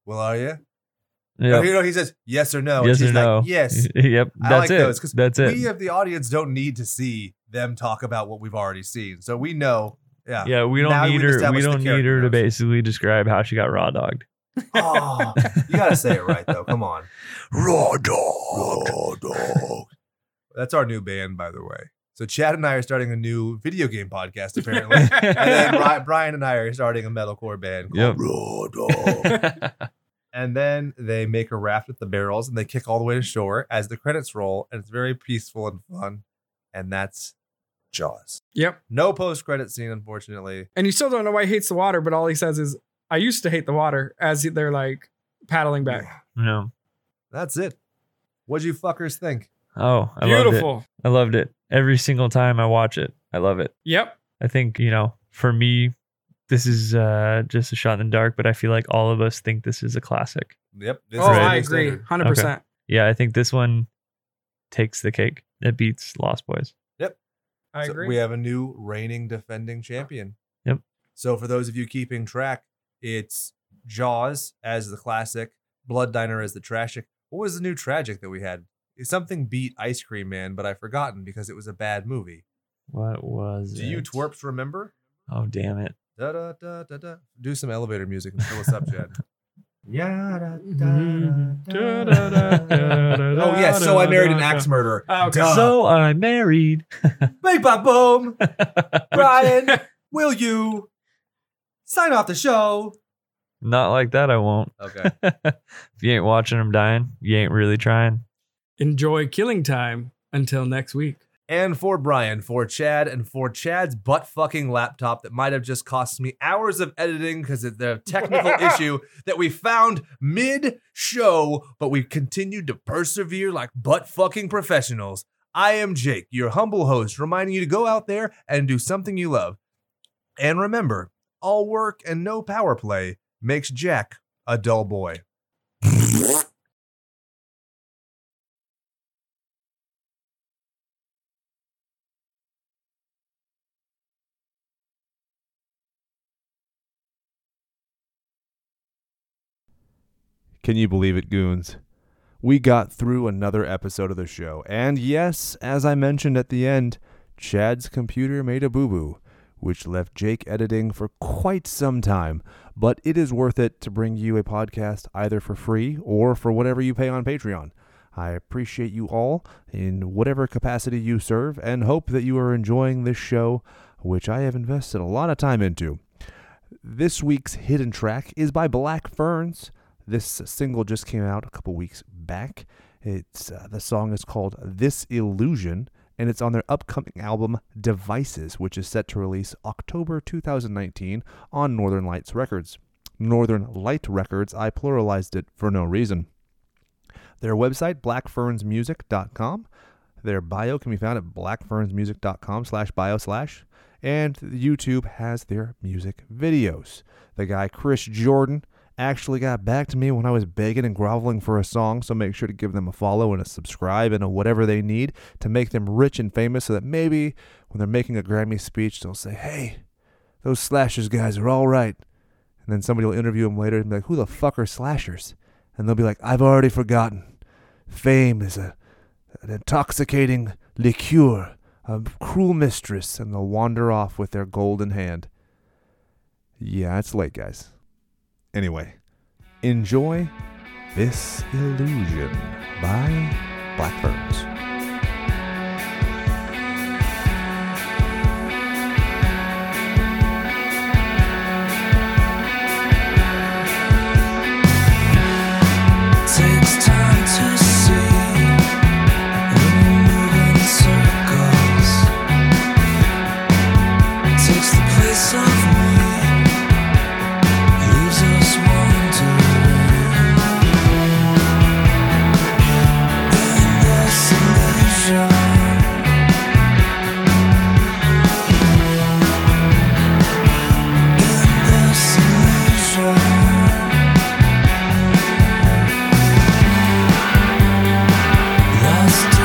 Speaker 1: "Well, are you?"
Speaker 2: Yep.
Speaker 1: You know, he says yes or no. and
Speaker 2: Yes
Speaker 1: she's
Speaker 2: or no?
Speaker 1: like, "Yes."
Speaker 2: yep.
Speaker 1: I
Speaker 2: That's
Speaker 1: like
Speaker 2: it.
Speaker 1: those 'cause
Speaker 2: that's it.
Speaker 1: We uh, of the audience don't need to see them talk about what we've already seen, so we know. Yeah.
Speaker 2: yeah, we
Speaker 1: Now
Speaker 2: don't
Speaker 1: we've
Speaker 2: need her. We
Speaker 1: established the
Speaker 2: don't need
Speaker 1: character
Speaker 2: her to
Speaker 1: knows.
Speaker 2: basically describe how she got raw dogged.
Speaker 1: Oh, you gotta say it right though. Come on. Raw dog. Raw dog. That's our new band, by the way. So Chad and I are starting a new video game podcast, apparently. and then Bri- Brian and I are starting a metalcore band
Speaker 2: Yep.
Speaker 1: called Raw Dog. and then they make a raft with the barrels and they kick all the way to shore as the credits roll, and it's very peaceful and fun. And that's Jaws.
Speaker 3: Yep.
Speaker 1: No post credit scene, unfortunately.
Speaker 3: And you still don't know why he hates the water, but all he says is, I used to hate the water as they're like paddling back.
Speaker 2: no.
Speaker 1: That's it. What'd you fuckers think?
Speaker 2: Oh, I loved it.
Speaker 3: Beautiful.
Speaker 2: I loved it. Every single time I watch it, I love it.
Speaker 3: Yep.
Speaker 2: I think, you know, for me, this is uh, just a shot in the dark, but I feel like all of us think this is a classic.
Speaker 1: Yep. this is
Speaker 3: Oh,
Speaker 1: the
Speaker 3: I
Speaker 1: new
Speaker 3: agree.
Speaker 1: standard.
Speaker 3: 100%.
Speaker 2: Yeah, I think this one takes the cake. It beats Lost Boys.
Speaker 3: I
Speaker 1: So
Speaker 3: agree.
Speaker 1: we have a new reigning defending champion.
Speaker 2: Yep.
Speaker 1: So for those of you keeping track, it's Jaws as the classic, Blood Diner as the tragic. What was the new tragic that we had? Something beat Ice Cream Man, but I've forgotten because it was a bad movie.
Speaker 2: What was
Speaker 1: Do you
Speaker 2: it?
Speaker 1: twerps remember?
Speaker 2: Oh, damn it.
Speaker 1: Da, da, da, da, da. Do some elevator music and fill us up, Chad.
Speaker 3: Mm-hmm.
Speaker 1: oh yeah, so I married an axe murderer.
Speaker 3: Oh, okay.
Speaker 1: Duh.
Speaker 2: So I married.
Speaker 1: Big Bob Boom, Brian, will you sign off the show?
Speaker 2: Not like that, I won't.
Speaker 1: Okay.
Speaker 2: if you ain't watching them dying, you ain't really trying.
Speaker 3: Enjoy killing time until next week.
Speaker 1: and for Brian, for Chad, and for Chad's butt fucking laptop that might have just cost me hours of editing because of the technical issue that we found mid show, but we continued to persevere like butt fucking professionals. I am Jake, your humble host, reminding you to go out there and do something you love. And remember, all work and no power play makes Jack a dull boy. Can you believe it, goons? We got through another episode of the show. And yes, as I mentioned at the end, Chad's computer made a boo boo, which left Jake editing for quite some time. But it is worth it to bring you a podcast either for free or for whatever you pay on Patreon. I appreciate you all in whatever capacity you serve and hope that you are enjoying this show, which I have invested a lot of time into. This week's hidden track is by Black Ferns. This single just came out a couple weeks back. It's uh, the song is called This Illusion and it's on their upcoming album Devices, which is set to release October 2019 on Northern Lights Records. Northern Light Records, I pluralized it for no reason. Their website, blackfernsmusic.com. Their bio can be found at blackfernsmusic.com slash bio slash. And YouTube has their music videos. The guy, Chris Jordan, actually got back to me when I was begging and groveling for a song, so make sure to give them a follow and a subscribe and a whatever they need to make them rich and famous so that maybe when they're making a Grammy speech, they'll say, hey, those slashers guys are all right. And then somebody will interview them later and be like, who the fuck are slashers? And they'll be like, I've already forgotten. Fame is a, an intoxicating liqueur, a cruel mistress, and they'll wander off with their golden hand. Yeah, it's late, guys. Anyway, enjoy This Illusion by Blackbirds.
Speaker 5: Takes time to see when you move in circles. Takes the place of me, leaves us wondering. In this illusion, in this illusion. Lost